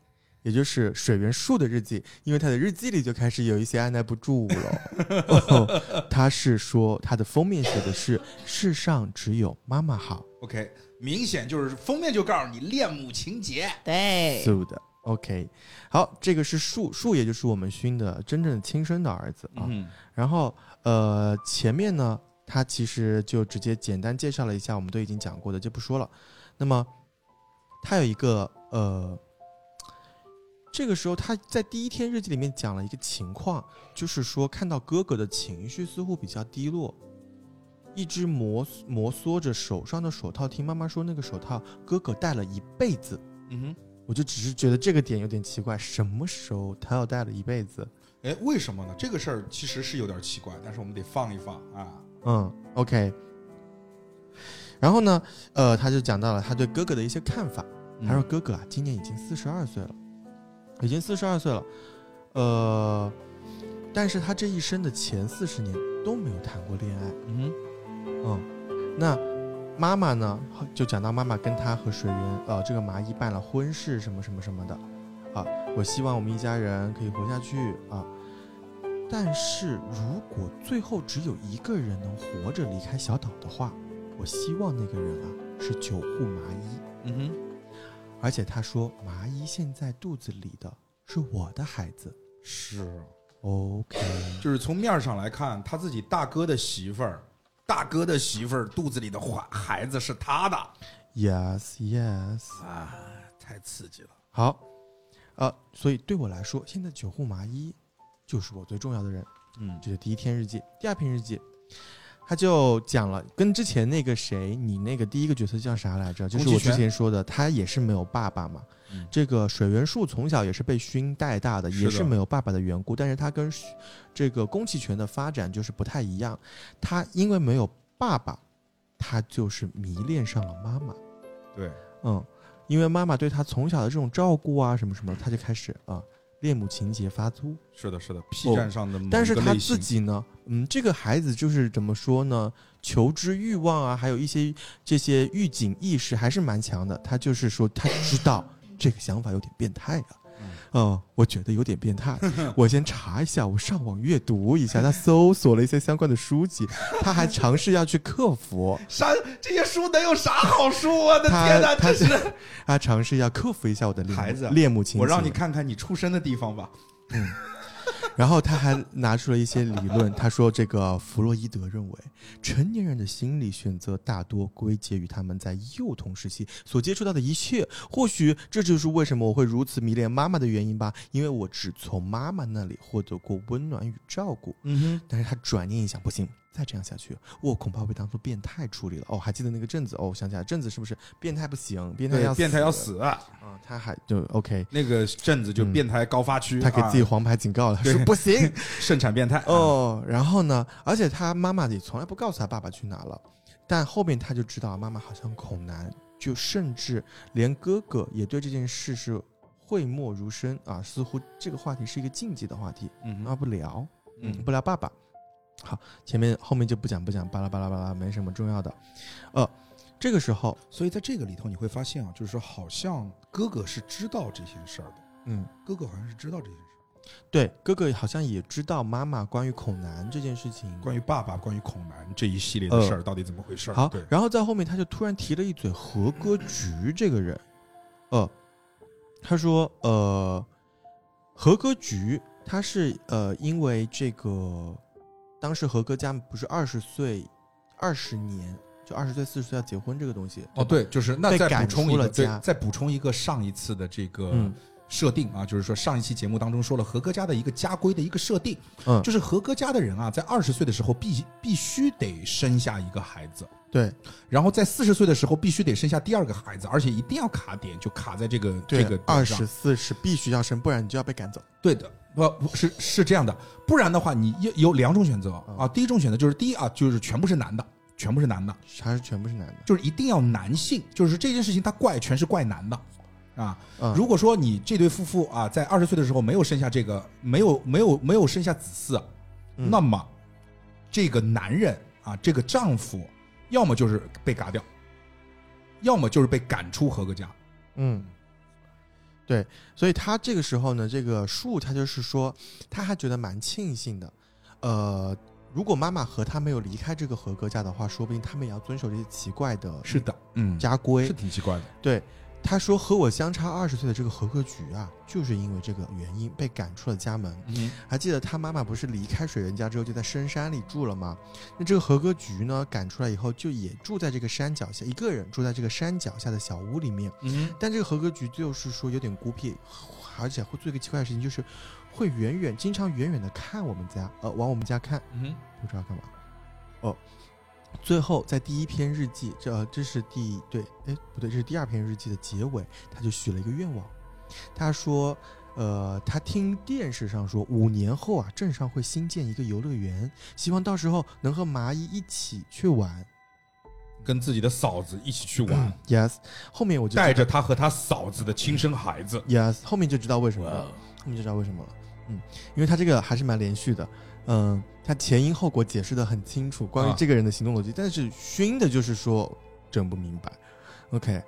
Speaker 2: 也就是水原树的日记，因为他的日记里就开始有一些按耐不住了。 哦他是说他的封面写的是“世上只有妈妈好
Speaker 3: OK，明显就是封面就告诉你恋母情节。
Speaker 4: 对，
Speaker 2: 素的。OK，好，这个是树树，也就是我们勋的真正的亲生的儿子啊。
Speaker 3: 嗯，
Speaker 2: 然后呃，前面呢，他其实就直接简单介绍了一下，我们都已经讲过的，就不说了。那么他有一个呃，这个时候他在第一天日记里面讲了一个情况，就是说看到哥哥的情绪似乎比较低落。一直摩摩挲着手上的手套，听妈妈说那个手套哥哥戴了一辈子，
Speaker 3: 嗯哼，
Speaker 2: 我就只是觉得这个点有点奇怪，什么时候他要戴了一辈子？
Speaker 3: 哎，为什么呢？这个事儿其实是有点奇怪，但是我们得放一放啊。
Speaker 2: 嗯，OK。然后呢，呃，他就讲到了他对哥哥的一些看法。
Speaker 3: 嗯
Speaker 2: 他说：“哥哥啊，今年已经四十二岁了，已经四十二岁了，呃，但是他这一生的前四十年都没有谈过恋爱。
Speaker 3: 嗯
Speaker 2: 嗯，那妈妈呢，就讲到妈妈跟她和水源呃这个麻衣办了婚事什么什么什么的啊，我希望我们一家人可以活下去啊。但是如果最后只有一个人能活着离开小岛的话，我希望那个人啊是九户麻衣。
Speaker 3: 嗯哼，
Speaker 2: 而且他说麻衣现在肚子里的是我的孩子。
Speaker 3: 是，
Speaker 2: OK，
Speaker 3: 就是从面上来看，他自己大哥的媳妇儿，大哥的媳妇儿肚子里的孩孩子是他的
Speaker 2: yes yes，
Speaker 3: 啊，太刺激了。
Speaker 2: 好，呃，所以对我来说，现在九户麻衣就是我最重要的人。
Speaker 3: 嗯
Speaker 2: 这是第一天日记，第二篇日记。他就讲了，跟之前那个谁，你那个第一个角色叫啥来着？就是
Speaker 3: 宫
Speaker 2: 我
Speaker 3: 崎
Speaker 2: 之
Speaker 3: 骏
Speaker 2: 前说的，他也是没有爸爸嘛。
Speaker 3: 嗯
Speaker 2: 这个水原树从小也是被勋带大的，
Speaker 3: 是的
Speaker 2: 也是没有爸爸的缘故，但是他跟勋这个宫崎骏的发展就是不太一样。他因为没有爸爸，他就是迷恋上了妈妈。
Speaker 3: 对，
Speaker 2: 嗯，因为妈妈对他从小的这种照顾啊，什么什么，他就开始啊、恋母情节发作。
Speaker 3: 是的，是的，P 站上的某
Speaker 2: 哦但是
Speaker 3: 个
Speaker 2: 他
Speaker 3: 类
Speaker 2: 自
Speaker 3: 型
Speaker 2: 己呢，嗯，这个孩子就是怎么说呢？求知欲望啊，还有一些这些预警意识还是蛮强的。他就是说，他知道这个想法有点变态啊。嗯，我觉得有点变态。 我先查一下，我上网阅读一下，他搜索了一些相关的书籍，他还尝试要去克服，
Speaker 3: 啥这些书能有啥好书啊？ 我的
Speaker 2: 他
Speaker 3: 天哪，
Speaker 2: 他
Speaker 3: 真是
Speaker 2: 他尝试要克服一下我的恋
Speaker 3: 孩
Speaker 2: 母
Speaker 3: 子
Speaker 2: 恋母情
Speaker 3: 我让
Speaker 2: 节
Speaker 3: 你看看你出生的地方吧。
Speaker 2: 然后他还拿出了一些理论，他说这个弗洛伊德认为，成年人的心理选择大多归结于他们在幼童时期所接触到的一切。或许这就是为什么我会如此迷恋妈妈的原因吧，因为我只从妈妈那里获得过温暖与照顾。
Speaker 3: 嗯
Speaker 2: 但是他转念一想，不行，再这样下去，我恐怕被当做变态处理了。哦，还记得那个镇子？哦，我想起来，镇子是不是变态不行？变态要
Speaker 3: 对，变态要死，啊
Speaker 2: 啊、他还就 OK，
Speaker 3: 那个镇子就
Speaker 2: 嗯
Speaker 3: 变态高发区，
Speaker 2: 他给自己
Speaker 3: 啊
Speaker 2: 黄牌警告了，
Speaker 3: 对
Speaker 2: 说不行。
Speaker 3: 盛产变态。啊，
Speaker 2: 哦，然后呢？而且他妈妈也从来不告诉他爸爸去哪了，但后面他就知道妈妈好像恐男，就甚至连哥哥也对这件事是讳莫如深啊，似乎这个话题是一个禁忌的话题，
Speaker 3: 嗯
Speaker 2: 啊
Speaker 3: 哼
Speaker 2: 不聊，
Speaker 3: 嗯
Speaker 2: 不聊爸爸。好，前面后面就不讲不讲，巴拉巴拉巴拉，没什么重要的。呃，这个时候，
Speaker 3: 所以在这个里头你会发现啊，就是说好像哥哥是知道这些事儿的，
Speaker 2: 嗯，
Speaker 3: 哥哥好像是知道这些事儿，
Speaker 2: 对，哥哥好像也知道妈妈关于恐男这件事情，
Speaker 3: 关于爸爸、关于恐男这一系列的事儿到底怎么回事儿？
Speaker 2: 哦好
Speaker 3: 嗯对，，
Speaker 2: 然后在后面他就突然提了一嘴何歌菊这个人，呃，他说呃，何歌菊他是呃因为这个当时何歌家不是二十岁二十年就二十岁四十岁要结婚这个东西
Speaker 3: 哦，，对，就是那
Speaker 2: 被
Speaker 3: 再补
Speaker 2: 赶
Speaker 3: 充
Speaker 2: 出
Speaker 3: 一
Speaker 2: 了
Speaker 3: 个，对
Speaker 2: 家，
Speaker 3: 再补充一个上一次的这个。
Speaker 2: 嗯
Speaker 3: 设定啊，就是说上一期节目当中说了何歌家的一个家规的一个设定，
Speaker 2: 嗯
Speaker 3: 就是何歌家的人啊，在二十岁的时候必必须得生下一个孩子，
Speaker 2: 对
Speaker 3: 然后在四十岁的时候必须得生下第二个孩子，而且一定要卡点，就卡在这个这个
Speaker 2: 对，二十四是必须要生，不然你就要被赶走。
Speaker 3: 对的，不不是是这样的，不然的话你有有两种选择
Speaker 2: 嗯
Speaker 3: 啊，第一种选择就是第一啊，就是全部是男的，全部是男的，
Speaker 2: 还是全部是男的，
Speaker 3: 就是一定要男性，就是这件事情他怪全是怪男的。啊，
Speaker 2: 嗯
Speaker 3: 如果说你这对夫妇啊，在二十岁的时候没有生下这个，没有没有没有生下子嗣，啊
Speaker 2: 嗯
Speaker 3: 那么这个男人啊，这个丈夫，要么就是被嘎掉，要么就是被赶出何个家。
Speaker 2: 嗯，对，所以他这个时候呢，这个树他就是说，他还觉得蛮庆幸的，呃。如果妈妈和他没有离开这个合格家的话，说不定他们也要遵守这些奇怪的
Speaker 3: 是的，嗯，
Speaker 2: 家规
Speaker 3: 是。挺奇怪的。
Speaker 2: 对，他说和我相差二十岁的这个合格局啊，就是因为这个原因被赶出了家门。
Speaker 3: 嗯，
Speaker 2: 还记得他妈妈不是离开水源家之后就在深山里住了吗？那这个合格局呢，赶出来以后就也住在这个山脚下，一个人住在这个山脚下的小屋里面。
Speaker 3: 嗯，
Speaker 2: 但这个合格局就是说有点孤僻，而且会做一个奇怪的事情，就是会远远经常远远的看我们家，呃，往我们家看，
Speaker 3: 嗯，
Speaker 2: 不知道干嘛。哦，最后在第一篇日记，这、呃这是第对，哎不对，这是第二篇日记的结尾，他就许了一个愿望，他说。呃，他听电视上说，五年后啊，镇上会新建一个游乐园，希望到时候能和麻衣一起去 玩。
Speaker 3: 跟自己的嫂子一起去玩，
Speaker 2: Yes，后面我就
Speaker 3: 带着他和他嫂子的亲生孩子。
Speaker 2: Yes，后面就知道为什么了，后面就知道为什么了。嗯，因为他这个还是蛮连续的，嗯，他前因后果解释的很清楚，关于
Speaker 3: 啊
Speaker 2: 这个人的行动逻辑，但是熏的就是说整不明白。OK，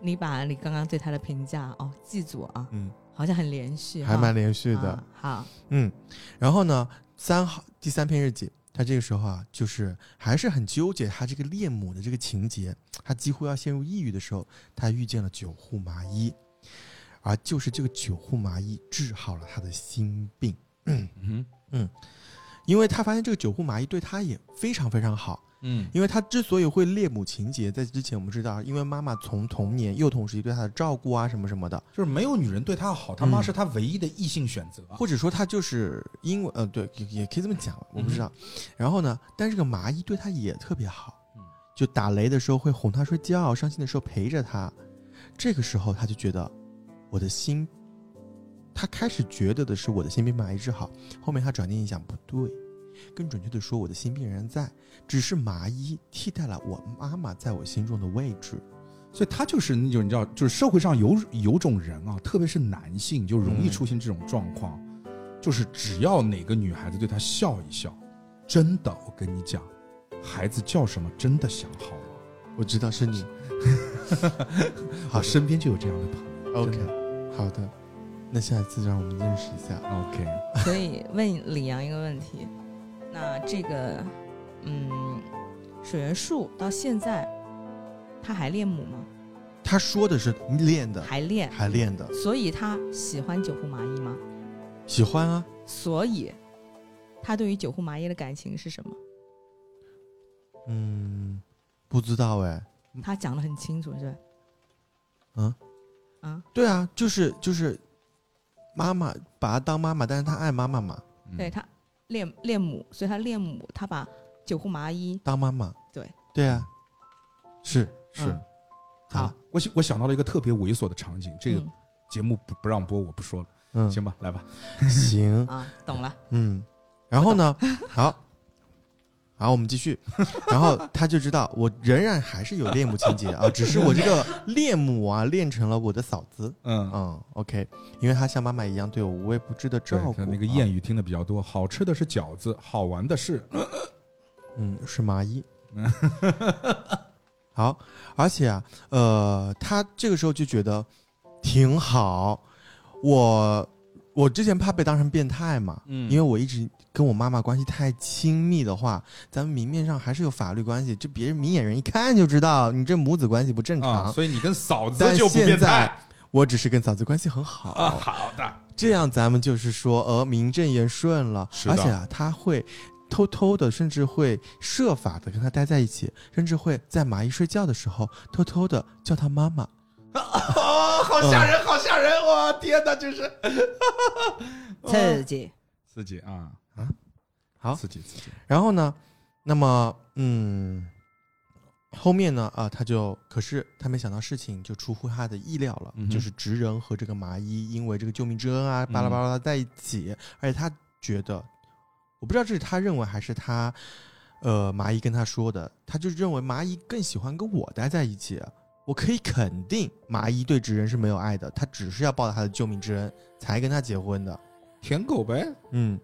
Speaker 5: 你把你刚刚对他的评价哦记住啊，
Speaker 2: 嗯，
Speaker 5: 好像很连续哈，
Speaker 2: 还蛮连续的，
Speaker 5: 啊好，
Speaker 2: 嗯，然后呢，三号第三篇日记，他这个时候啊，就是还是很纠结他这个恋母的这个情节，他几乎要陷入抑郁的时候，他遇见了九户麻衣，而就是这个九户麻衣治好了他的心病。
Speaker 3: 嗯
Speaker 2: 因为他发现这个九户麻衣对他也非常非常好。
Speaker 3: 嗯
Speaker 2: 因为他之所以会恋母情节，在之前我们知道，因为妈妈从童年幼童时期对他的照顾啊什么什么的，
Speaker 3: 就是没有女人对他好，他妈是他唯一的异性选择。啊
Speaker 2: 或者说他就是因为呃对也也可以这么讲，我不知道。然后呢，但是这个麻衣对他也特别好
Speaker 3: 嗯，
Speaker 2: 就打雷的时候会哄他睡觉，伤心的时候陪着他。这个时候他就觉得我的心，他开始觉得的是我的心被麻衣治好，后面他转念一想不对，更准确的说我的心病仍然在，只是麻衣替代了我妈妈在我心中的位置。
Speaker 3: 所以他就是那种你知道，就是社会上有有种人啊，特别是男性，就容易
Speaker 2: 嗯
Speaker 3: 出现这种状况，就是只要哪个女孩子对他笑一笑，真的，我跟你讲，孩子叫什么真的想好了。
Speaker 2: 我知道是你。
Speaker 3: 我
Speaker 2: 好
Speaker 3: 身边就有这样的朋友。
Speaker 2: OK，好的，那下一次让我们认识一下。
Speaker 3: OK，
Speaker 5: 所以问李阳一个问题，那这个，嗯，水元术到现在，他还练武吗？
Speaker 2: 他说的是练的，
Speaker 5: 还练，
Speaker 2: 还练的，
Speaker 5: 所以他喜欢九户麻衣吗？
Speaker 2: 喜欢啊。
Speaker 5: 所以，他对于九户麻衣的感情是什么？
Speaker 2: 嗯，不知道哎。
Speaker 3: 嗯
Speaker 5: 他讲的很清楚，是吧？
Speaker 2: 嗯
Speaker 5: 啊，
Speaker 2: 对啊，就是就是，妈妈把她当妈妈，但是她爱妈妈嘛，
Speaker 5: 对
Speaker 3: 嗯
Speaker 5: 他练练武，所以他练武，他把九户麻衣
Speaker 2: 当妈妈。
Speaker 5: 对
Speaker 2: 对啊，是
Speaker 3: 是
Speaker 5: 嗯。
Speaker 2: 好
Speaker 5: 好，
Speaker 3: 我想我想到了一个特别猥琐的场景，这个
Speaker 5: 嗯
Speaker 3: 节目不不让播，我不说了，
Speaker 2: 嗯
Speaker 3: 行吧，来吧。
Speaker 2: 行
Speaker 5: 啊，懂了。
Speaker 2: 嗯，然后呢，好。好，我们继续，然后他就知道我仍然还是有恋母情节 啊，只是我这个恋母啊练成了我的嫂子，
Speaker 3: 嗯，
Speaker 2: 嗯，OK，因为他像妈妈一样对我无微不至的
Speaker 3: 对
Speaker 2: 照顾。嗯
Speaker 3: 那个谚
Speaker 2: 艳，
Speaker 3: 语听的比较多，好吃的是饺子，好玩的是
Speaker 2: 嗯，是麻 衣
Speaker 3: 嗯。
Speaker 2: 好，而且啊，呃，他这个时候就觉得挺好。我我之前怕被当成变态嘛，
Speaker 3: 嗯
Speaker 2: 因为我一直跟我妈妈关系太亲密的话，咱们明面上还是有法律关系，这别人明眼人一看就知道你这母子关系不正常。
Speaker 3: 啊，所以你跟嫂子
Speaker 2: 但
Speaker 3: 就不变
Speaker 2: 现在
Speaker 3: 态
Speaker 2: 我只是跟嫂子关系很好，
Speaker 3: 啊。好的，
Speaker 2: 这样咱们就是说，呃，名正言顺了。
Speaker 3: 是的
Speaker 2: 而且啊，他会偷偷的，甚至会设法的跟他待在一起，甚至会在蚂蚁睡觉的时候偷偷的叫他妈妈。
Speaker 3: 哦，好吓人，好吓人！我天哪，就是
Speaker 5: 刺激，
Speaker 3: 刺激啊
Speaker 2: 啊！好
Speaker 3: 刺激刺激。
Speaker 2: 然后呢，那么嗯，后面呢啊，他就可是他没想到事情就出乎他的意料了，
Speaker 3: 嗯哼嗯
Speaker 2: 就是直人和这个麻衣因为这个救命之恩啊，巴拉巴拉在一起，而且他觉得，我不知道这是他认为还是他。呃，麻衣跟他说的，他就认为麻衣更喜欢跟我待在一起。我可以肯定，麻衣对直人是没有爱的，他只是要报答他的救命之恩才跟他结婚的。
Speaker 3: 舔狗呗，
Speaker 2: 嗯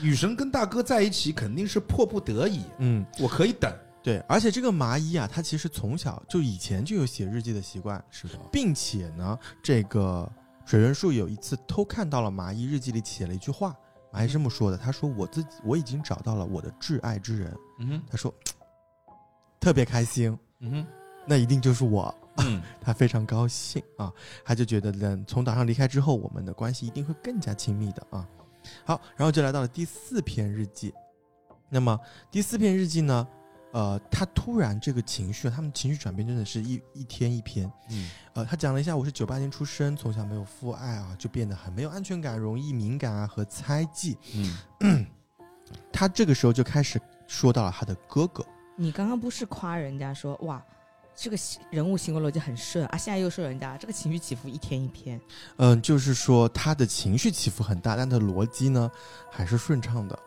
Speaker 3: 女神跟大哥在一起肯定是迫不得已，
Speaker 2: 嗯，
Speaker 3: 我可以等。
Speaker 2: 对，而且这个麻衣啊，他其实从小就以前就有写日记的习惯，
Speaker 3: 是的，
Speaker 2: 并且呢，这个水原树有一次偷看到了麻衣日记里写了一句话，麻衣是这么说的，他说我自己我已经找到了我的挚爱之人，
Speaker 3: 嗯哼，
Speaker 2: 他说特别开心，
Speaker 3: 嗯哼，
Speaker 2: 那一定就是我，
Speaker 3: 嗯，
Speaker 2: 他非常高兴啊，他就觉得呢，从岛上离开之后，我们的关系一定会更加亲密的啊。好，然后就来到了第四篇日记。那么第四篇日记呢，呃，他突然这个情绪，他们情绪转变真的是一一天一篇。
Speaker 3: 嗯，
Speaker 2: 呃，他讲了一下，我是九八年出生，从小没有父爱啊，就变得很没有安全感，容易敏感啊和猜忌。
Speaker 3: 嗯，
Speaker 2: 他这个时候就开始说到了他的哥哥，
Speaker 5: 你刚刚不是夸人家说哇，这个行人物行为逻辑很顺啊，现在又说人家这个情绪起伏一天一天，
Speaker 2: 嗯，就是说他的情绪起伏很大，但他的逻辑呢还是顺畅的。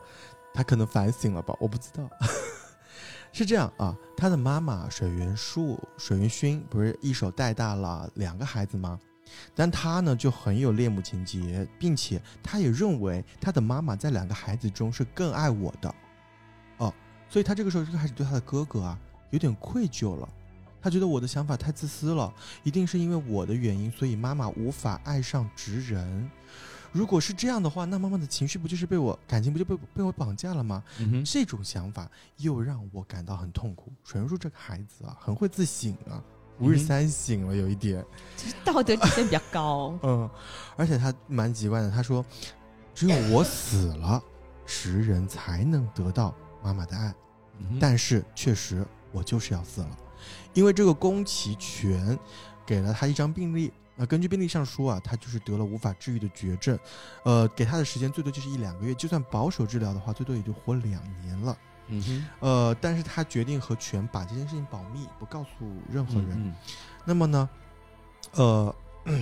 Speaker 2: 他可能反省了吧，我不知道。 是这样啊，他的妈妈水原树、水原薰不是一手带大了两个孩子吗？但他呢就很有恋母情节，并且他也认为他的妈妈在两个孩子中是更爱我的，哦，所以他这个时候就开始对他的哥哥啊有点愧疚了，他觉得我的想法太自私了，一定是因为我的原因，所以妈妈无法爱上直人。如果是这样的话，那妈妈的情绪不就是被我感情不就被被我绑架了吗？
Speaker 3: 嗯哼，
Speaker 2: 这种想法又让我感到很痛苦。水如这个孩子啊，很会自省啊，吾日
Speaker 3: 嗯哼
Speaker 2: 三省了，有一点。。
Speaker 5: 就是道德底线比较高
Speaker 2: 嗯，而且他蛮奇怪的，他说，只有我死了，食人才能得到妈妈的爱。
Speaker 3: 嗯
Speaker 2: 但是确实我就是要死了，因为这个宫崎权给了他一张病历。那、根据病历上说啊，他就是得了无法治愈的绝症，呃，给他的时间最多就是一两个月，就算保守治疗的话，最多也就活两年了。
Speaker 3: 嗯哼，
Speaker 2: 呃，但是他决定和权把这件事情保密，不告诉任何人。
Speaker 3: 嗯
Speaker 2: 那么呢，呃，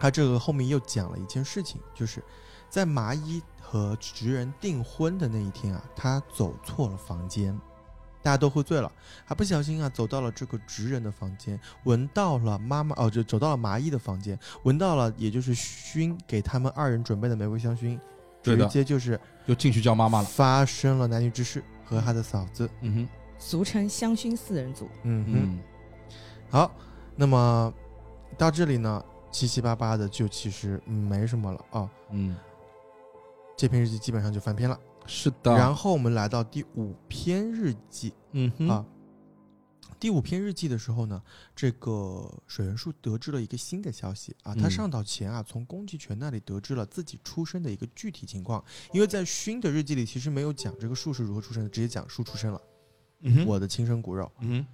Speaker 2: 他这个后面又讲了一件事情，就是在麻衣和直人订婚的那一天啊，他走错了房间，大家都喝醉了，还不小心啊走到了这个职人的房间，闻到了妈妈哦，就走到了麻衣的房间，闻到了也就是熏给他们二人准备的玫瑰香薰，
Speaker 3: 对
Speaker 2: 直
Speaker 3: 的
Speaker 2: 接就是
Speaker 3: 就进去叫妈妈了。
Speaker 2: 发生了男女之事和他的嫂子。
Speaker 3: 嗯哼，
Speaker 5: 俗称香薰四人组。
Speaker 2: 嗯哼，
Speaker 3: 嗯，
Speaker 2: 好，那么到这里呢，七七八八的就其实嗯没什么了哦。
Speaker 3: 嗯，
Speaker 2: 这篇日记基本上就翻篇了，
Speaker 3: 是的。
Speaker 2: 然后我们来到第五篇日记、
Speaker 3: 嗯哼，
Speaker 2: 啊。第五篇日记的时候呢，这个水原树得知了一个新的消息啊，他
Speaker 3: 嗯
Speaker 2: 上岛前啊，从宫崎骏那里得知了自己出生的一个具体情况，因为在勋的日记里其实没有讲这个树是如何出生的，直接讲树出生了，
Speaker 3: 嗯哼，
Speaker 2: 我的亲生骨肉。
Speaker 3: 嗯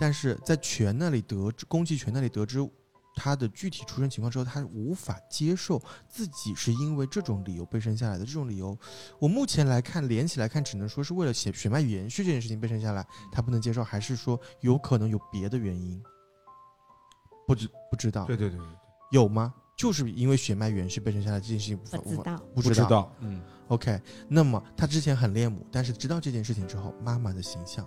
Speaker 2: 但是在权那里得知，宫崎权那里得知他的具体出生情况之后，他无法接受自己是因为这种理由被生下来的。这种理由，我目前来看，连起来看，只能说是为了血血脉延续这件事情被生下
Speaker 3: 嗯
Speaker 2: 来，他不能接受，还是说有可能有别的原因？不知不知道
Speaker 3: 哼，对对对对，
Speaker 2: 有吗？就是因为血脉延续被生下来这件事情无法
Speaker 5: 不知
Speaker 2: 无法
Speaker 5: 道，
Speaker 2: 不
Speaker 3: 不
Speaker 2: 知
Speaker 3: 知
Speaker 2: 道。
Speaker 3: 道，嗯，
Speaker 2: OK，那么他之前很恋母，但是知道这件事情之后，妈妈的形象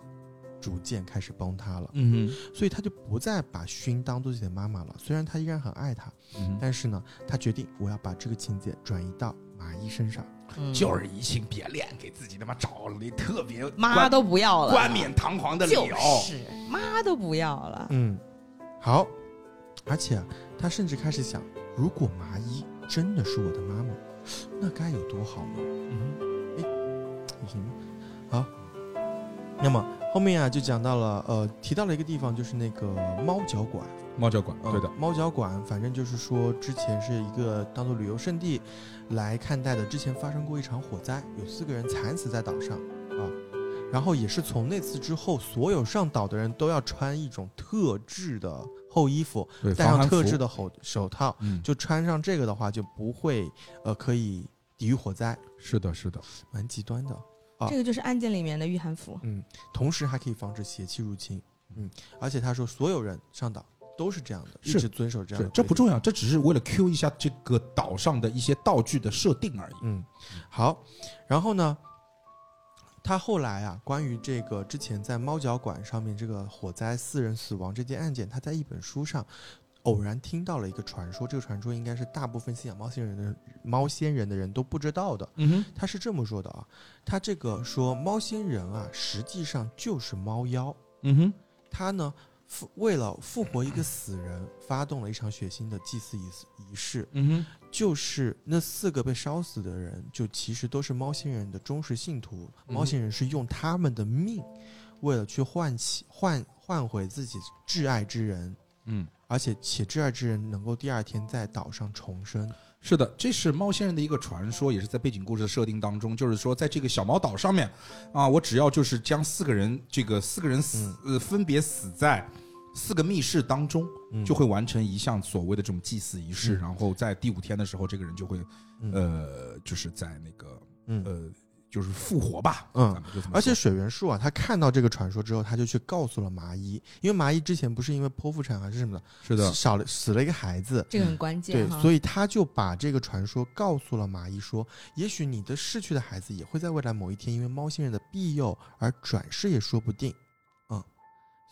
Speaker 2: 逐渐开始崩塌了。
Speaker 3: 嗯
Speaker 2: 所以他就不再把勋当做自己的妈妈了。虽然他依然很爱她，
Speaker 3: 哼，
Speaker 2: 但是呢，他决定我要把这个情节转移到麻衣身上。
Speaker 4: 嗯
Speaker 3: 就是移情别恋，给自己他妈找了一特别
Speaker 5: 妈
Speaker 3: 冠
Speaker 5: 都不要了，
Speaker 3: 冠冕堂皇的理
Speaker 5: 就
Speaker 3: 由。
Speaker 5: 是妈都不要了。
Speaker 2: 嗯，好。而且啊、他甚至开始想，如果麻衣真的是我的妈妈，那该有多好呢？
Speaker 3: 嗯
Speaker 2: 行吗？好，那么后面啊就讲到了，呃，提到了一个地方，就是那个猫脚馆。
Speaker 3: 猫脚馆，
Speaker 2: 呃
Speaker 3: 对的，
Speaker 2: 猫脚馆，反正就是说之前是一个当做旅游胜地来看待的。之前发生过一场火灾，有四个人惨死在岛上啊。然后也是从那次之后，所有上岛的人都要穿一种特制的厚衣服，
Speaker 3: 对，
Speaker 2: 戴
Speaker 3: 防
Speaker 2: 上
Speaker 3: 寒
Speaker 2: 特
Speaker 3: 服
Speaker 2: 制，的手手套，
Speaker 3: 嗯，
Speaker 2: 就穿上这个的话就不会呃可以抵御火灾，
Speaker 3: 是的，是的，
Speaker 2: 蛮极端的。啊
Speaker 5: 这个就是案件里面的御寒服，
Speaker 2: 同时还可以防止邪气入侵。嗯，而且他说所有人上岛都是这样的，一
Speaker 3: 是
Speaker 2: 直遵守这样
Speaker 3: 是
Speaker 2: 的。
Speaker 3: 这不重要，这只是为了 Q 一下这个岛上的一些道具的设定而已。
Speaker 2: 嗯，好，然后呢，他后来啊，关于这个之前在猫脚馆上面这个火灾四人死亡这件案件，他在一本书上偶然听到了一个传说，这个传说应该是大部分信仰猫仙人的人猫仙人的人都不知道的。
Speaker 3: 嗯哼，
Speaker 2: 他是这么说的啊，他这个说猫仙人啊，实际上就是猫妖，
Speaker 3: 嗯哼，
Speaker 2: 他呢。复为了复活一个死人，发动了一场血腥的祭祀仪式仪式，
Speaker 3: 嗯哼，
Speaker 2: 就是那四个被烧死的人，就其实都是猫星人的忠实信徒。
Speaker 3: 嗯
Speaker 2: 猫星人是用他们的命，为了去换起换换回自己挚爱之人，
Speaker 3: 嗯。
Speaker 2: 而且且挚爱之人能够第二天在岛上重生。
Speaker 3: 是的，这是猫仙人的一个传说，也是在背景故事的设定当中，就是说，在这个小猫岛上面，啊，我只要就是将四个人，这个四个人死，呃，分别死在四个密室当中，
Speaker 2: 嗯
Speaker 3: 就会完成一项所谓的这种祭祀仪式，
Speaker 2: 嗯
Speaker 3: 然后在第五天的时候，这个人就会，
Speaker 2: 嗯
Speaker 3: 呃，就是在那个，
Speaker 2: 嗯
Speaker 3: 呃，就是复活吧，
Speaker 2: 嗯
Speaker 3: 咱们就这么说，
Speaker 2: 而且水原树啊，他看到这个传说之后，他就去告诉了麻衣，因为麻衣之前不是因为剖腹产还啊是什么的，
Speaker 3: 是的，
Speaker 2: 少了死了一个孩子，
Speaker 5: 这个很关
Speaker 2: 对
Speaker 5: 键，哈。
Speaker 2: 所以他就把这个传说告诉了麻衣，说，也许你的逝去的孩子也会在未来某一天因为猫星人的庇佑而转世，也说不定。嗯，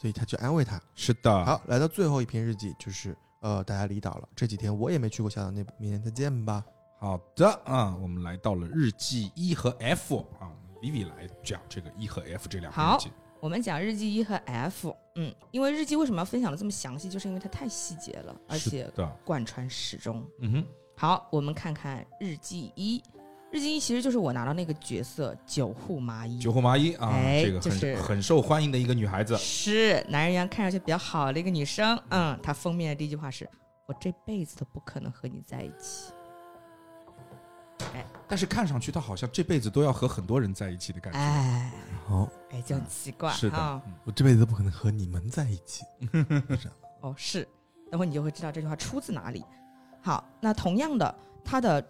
Speaker 2: 所以他就安慰他。
Speaker 3: 是的，
Speaker 2: 好，来到最后一篇日记，就是呃，大家离岛了。这几天我也没去过小岛，那明天再见吧。
Speaker 3: 好的啊，我们来到了日记一和 F 啊，Vivi 来讲这个一和 F 这两个
Speaker 5: 好
Speaker 3: 日记，
Speaker 5: 我们讲日记一和 F，嗯，因为日记为什么要分享的这么详细，就是因为它太细节了，而
Speaker 3: 是
Speaker 5: 且
Speaker 3: 的，
Speaker 5: 贯穿始终。
Speaker 3: 嗯哼。
Speaker 5: 好，我们看看日记一，日记一其实就是我拿到那个角色九户麻衣，
Speaker 3: 九户麻衣啊，
Speaker 5: 哎
Speaker 3: 这个很、
Speaker 5: 就是
Speaker 3: 很受欢迎的一个女孩子。
Speaker 5: 是男人缘看上去比较好的一个女生。嗯，她封面的第一句话是：“我这辈子都不可能和你在一起。
Speaker 3: 但是看上去她好像这辈子都要和很多人在一起的”感觉。
Speaker 5: 哎，
Speaker 2: 好、
Speaker 5: 哎，就很奇怪
Speaker 3: 是的，
Speaker 5: 啊
Speaker 3: 嗯
Speaker 2: 我这辈子都不可能和你们在一起。
Speaker 5: 哦，是，等会你就会知道这句话出自哪里。好，那同样的，它的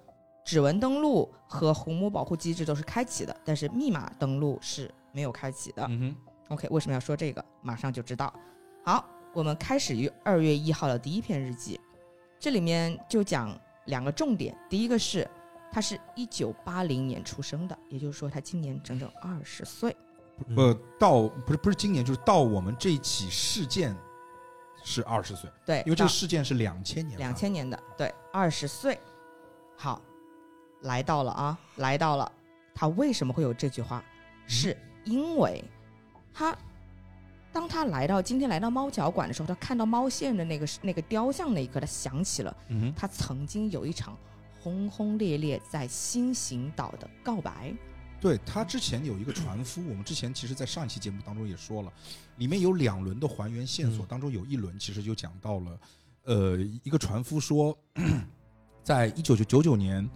Speaker 5: 指纹登录和虹膜保护机制都是开启的，但是密码登录是没有开启的。
Speaker 3: 嗯
Speaker 5: OK，为什么要说这个？马上就知道。好，我们开始于二月一号的第一篇日记，这里面就讲两个重点。第一个是，他是一九八零年出生的，也就是说他今年整整二十岁。
Speaker 3: 哼，呃，
Speaker 5: 嗯
Speaker 3: 到不是不是今年，就是到我们这一起事件是二十岁，
Speaker 5: 对，
Speaker 3: 因为这个事件是两千年，
Speaker 5: 哎两千年的，对，二十岁，好，来到了啊，来到了。他为什么会有这句话？是因为他当他来到今天来到猫脚馆的时候，他看到猫先生的那个那个雕像那一刻，他想起了
Speaker 6: 嗯
Speaker 5: 他曾经有一场轰轰烈烈在新行岛的告白。
Speaker 3: 对他之前有一个船夫，我们之前其实，在上一期节目当中也说了，里面有两轮的还原线索，
Speaker 2: 嗯
Speaker 3: 当中有一轮其实就讲到了，呃，一个船夫说，在一九九九年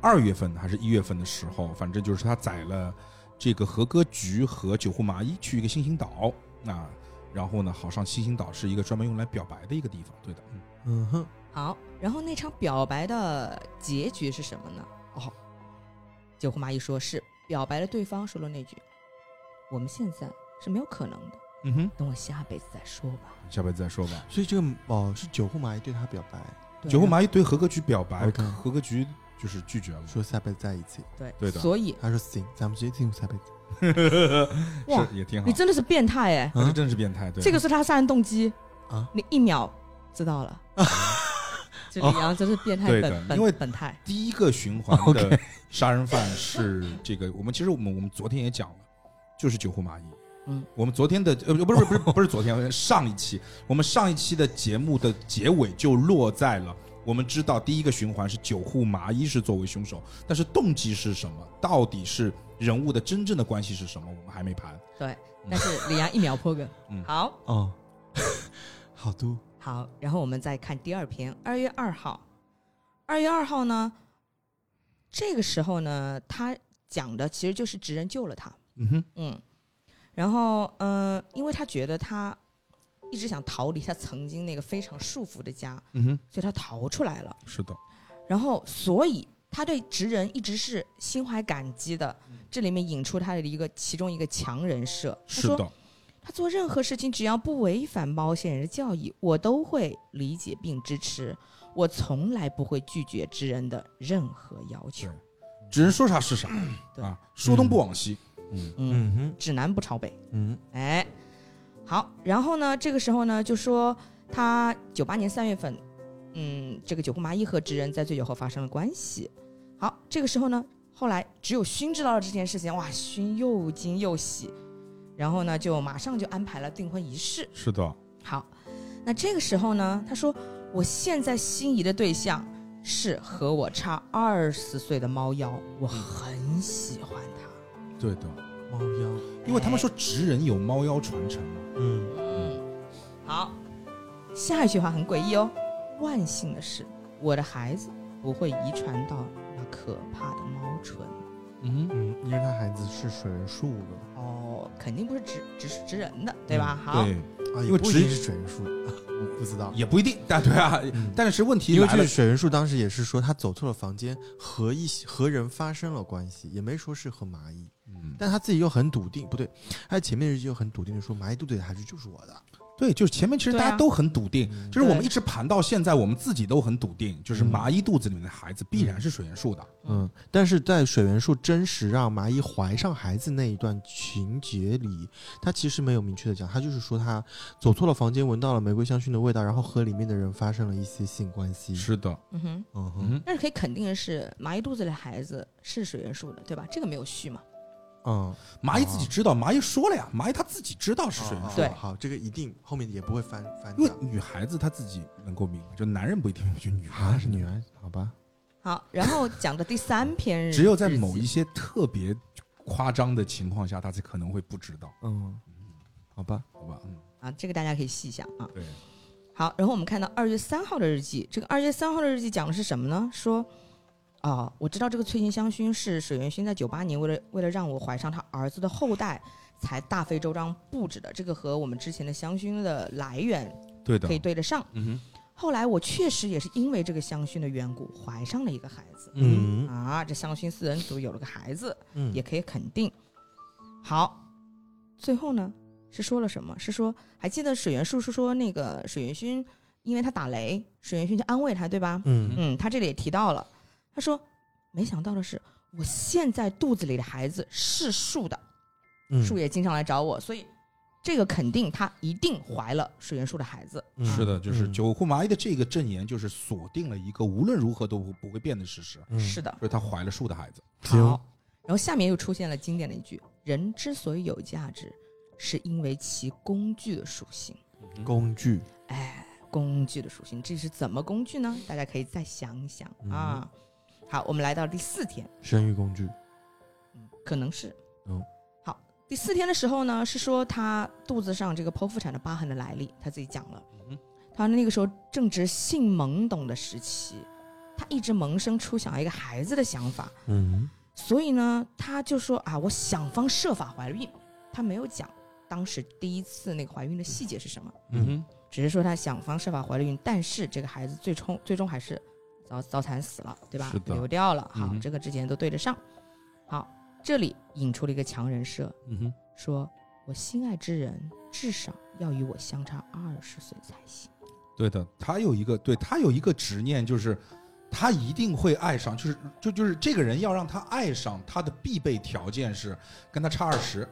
Speaker 3: 二月份还是一月份的时候，反正就是他载了这个和歌菊和九户麻衣去一个新兴岛啊，然后呢，好像新兴岛是一个专门用来表白的一个地方，对的，嗯
Speaker 2: 嗯哼，
Speaker 5: 好，然后那场表白的结局是什么呢？哦，九红蚂蚁说是表白了，对方说了那句：“我们现在是没有可能的，
Speaker 3: 嗯哼，
Speaker 5: 等我下辈子再说吧。
Speaker 3: 下辈子再说吧。
Speaker 2: 所以这个哦是九户麻衣对他表白，
Speaker 5: 对”啊
Speaker 3: 九户麻衣对和歌菊表白，
Speaker 2: OK
Speaker 3: 和歌菊就是拒绝了，
Speaker 2: 说下辈子在一起，
Speaker 5: 对
Speaker 3: 对的
Speaker 5: 所以
Speaker 2: 他说行，咱们直接进入下辈子。
Speaker 5: 哇
Speaker 3: 是也挺好
Speaker 5: 你。真的是变态哎！
Speaker 3: 这真是变态，对啊
Speaker 5: 这个是他杀人动机
Speaker 2: 啊！
Speaker 5: 你一秒知道了，就李阳真是变态
Speaker 3: 啊对的
Speaker 5: 本本
Speaker 3: 因为
Speaker 5: 本态，
Speaker 3: 第一个循 环的杀人犯是这个，我们其实我们我们昨天也讲了，就是九户麻衣。
Speaker 5: 嗯，
Speaker 3: 我们昨天的呃不是不是不是不是昨天， 上一期我们上一期的节目的结尾就落在了我们知道第一个循环是九户麻衣是作为凶手，但是动机是什么？到底是人物的真正的关系是什么？我们还没盘。
Speaker 5: 但是李阳一秒破梗
Speaker 3: 嗯。
Speaker 5: 好，
Speaker 2: 哦， 好多，
Speaker 5: 好，然后我们再看第二篇，二月二号。二月二号呢，这个时候呢，他讲的其实就是职人救了他，
Speaker 3: 嗯哼，
Speaker 5: 嗯，然后嗯、呃因为他觉得他一直想逃离他曾经那个非常束缚的家，
Speaker 3: 嗯哼，
Speaker 5: 所以他逃出来了。
Speaker 3: 是的，
Speaker 5: 然后，所以他对职人一直是心怀感激的。
Speaker 3: 嗯
Speaker 5: 这里面引出他的一个其中一个强人设，他
Speaker 3: 是
Speaker 5: 说
Speaker 3: 的，
Speaker 5: 他做任何事情只要不违反猫仙人的教义，我都会理解并支持。我从来不会拒绝之人的任何要求。
Speaker 3: 只能说啥是啥
Speaker 5: 嗯对
Speaker 3: 啊，说东不往西。
Speaker 5: 嗯，
Speaker 2: 嗯哼，
Speaker 5: 指南不朝北。
Speaker 2: 嗯
Speaker 5: 哎，好，然后呢，这个时候呢，就说他九八年三月份，嗯，这个九户麻衣和职人在醉酒后发生了关系。好，这个时候呢，后来只有勋知道了这件事情，哇，勋又惊又喜，然后呢，就马上就安排了订婚仪式。
Speaker 3: 是的，
Speaker 5: 好，那这个时候呢，他说我现在心仪的对象是和我差二十岁的猫妖，我很喜欢他。
Speaker 3: 对的，
Speaker 2: 猫妖，
Speaker 3: 因为他们说职人有猫妖传承嘛。
Speaker 2: 嗯
Speaker 5: 嗯，好，下一句话很诡异哦。万幸的是，我的孩子不会遗传到那可怕的猫唇。
Speaker 3: 嗯
Speaker 2: 嗯，因为他孩子是水人树的，
Speaker 5: 哦，肯定不是直直直人的，对吧？好，
Speaker 3: 嗯对，
Speaker 2: 啊，
Speaker 3: 因
Speaker 2: 也
Speaker 3: 为
Speaker 2: 不一
Speaker 3: 直
Speaker 2: 定是水人树， 不知道，
Speaker 3: 也不一定， 但对啊，但是问题
Speaker 2: 因为
Speaker 3: 来
Speaker 2: 这
Speaker 3: 了
Speaker 2: 个，水人树当时也是说他走错了房间，和一些和人发生了关系，也没说是和蚂蚁，
Speaker 3: 嗯，
Speaker 2: 但他自己又很笃定，不对，他前面日记又很笃定的说蚂蚁肚子里的孩子就是我的，
Speaker 3: 对，就是前面其实
Speaker 5: 对
Speaker 3: 大
Speaker 5: 啊
Speaker 3: 家都很笃定，
Speaker 2: 嗯
Speaker 3: 就是我们
Speaker 5: 对
Speaker 3: 一直盘到现在，我们自己都很笃定，就是
Speaker 2: 嗯
Speaker 3: 麻衣肚子里面的孩子必然是水元素的，
Speaker 2: 嗯，但是在水元素真实让麻衣怀上孩子那一段情节里，他其实没有明确的讲，他就是说他走错了房间，闻到了玫瑰香薰的味道，然后和里面的人发生了一些性关系。，
Speaker 3: 的，
Speaker 5: 嗯哼，
Speaker 2: 嗯哼，
Speaker 3: 嗯，
Speaker 5: 但是可以肯定的是，蚂蚁肚子里的孩子是水元素的，对吧？这个没有续嘛？
Speaker 2: 嗯，
Speaker 3: 麻衣自己知道，麻衣说了呀，麻衣她自己知道是水元素，
Speaker 5: 哦对
Speaker 2: 好，这个一定后面也不会翻翻
Speaker 3: 因为
Speaker 2: 掉。
Speaker 3: 女孩子她自己能够明白，就男人不一定，就女孩
Speaker 2: 啊，
Speaker 3: 子
Speaker 2: 是女儿，好吧，
Speaker 5: 好，然后讲的第三篇日，
Speaker 3: 只有在某一
Speaker 5: 日记
Speaker 3: 些特别夸张的情况下，她才可能会不知道，
Speaker 2: 嗯，好吧，
Speaker 3: 好吧，嗯，
Speaker 5: 啊，这个大家可以细想啊。
Speaker 3: 对，
Speaker 5: 好，然后我们看到二月三号的日记，这个二月三号的日记讲的是什么呢？说，哦，我知道这个翠云香薰是水原薰在九八年为了为了让我怀上他儿子的后代，才大费周章布置的。这个和我们之前的香薰的来源
Speaker 3: 对
Speaker 5: 可以
Speaker 3: 的，
Speaker 5: 对得上。
Speaker 3: 嗯
Speaker 5: 后来我确实也是因为这个香薰的缘故，怀上了一个孩子。
Speaker 2: 嗯
Speaker 5: 啊，这香薰四人组有了个孩子，
Speaker 2: 嗯
Speaker 5: 也可以肯定。好，最后呢是说了什么？是说还记得水原树是说那个水原薰，因为他打雷，水原薰就安慰他，对吧？
Speaker 2: 嗯
Speaker 5: 嗯，他这里也提到了，他说没想到的是，我现在肚子里的孩子是树的，
Speaker 2: 嗯
Speaker 5: 树也经常来找我，所以这个肯定她一定怀了水源树的孩子。
Speaker 2: 嗯
Speaker 3: 是的，就是
Speaker 2: 嗯
Speaker 3: 九库麻衣的这个证言，就是锁定了一个无论如何都不不会变的事实，
Speaker 2: 嗯
Speaker 5: 是的，
Speaker 3: 就是她怀了树的孩子。
Speaker 2: 行
Speaker 5: 好。然后下面又出现了经典的一句：“人之所以有价值，是因为其工具的属性。
Speaker 2: 工具，”
Speaker 5: 哎，工具的属性，这是怎么工具呢？大家可以再想想啊。好，我们来到第四天，
Speaker 2: 生育工具，
Speaker 5: 嗯，可能是。
Speaker 2: 嗯
Speaker 5: 好，第四天的时候呢，是说她肚子上这个剖腹产的疤痕的来历，她自己讲了。她那个时候正值性懵懂的时期，她一直萌生出想要一个孩子的想法。
Speaker 2: 嗯
Speaker 5: 所以呢，她就说啊，我想方设法怀孕。她没有讲当时第一次那个怀孕的细节是什么，
Speaker 2: 嗯
Speaker 3: 哼，
Speaker 5: 只是说她想方设法怀了孕，但是这个孩子最终最终还是早早产死了，对吧
Speaker 3: 是？的
Speaker 5: 流掉了。好，
Speaker 3: 嗯哼
Speaker 5: 这个之前都对得上。好，这里引出了一个强人设，
Speaker 3: 嗯哼，
Speaker 5: 说我心爱之人至少要与我相差二十岁才行。
Speaker 3: 对的，她有一个对她有一个执念，就是她一定会爱上，就是就就是这个人要让她爱上，她的必备条件是跟她差二十。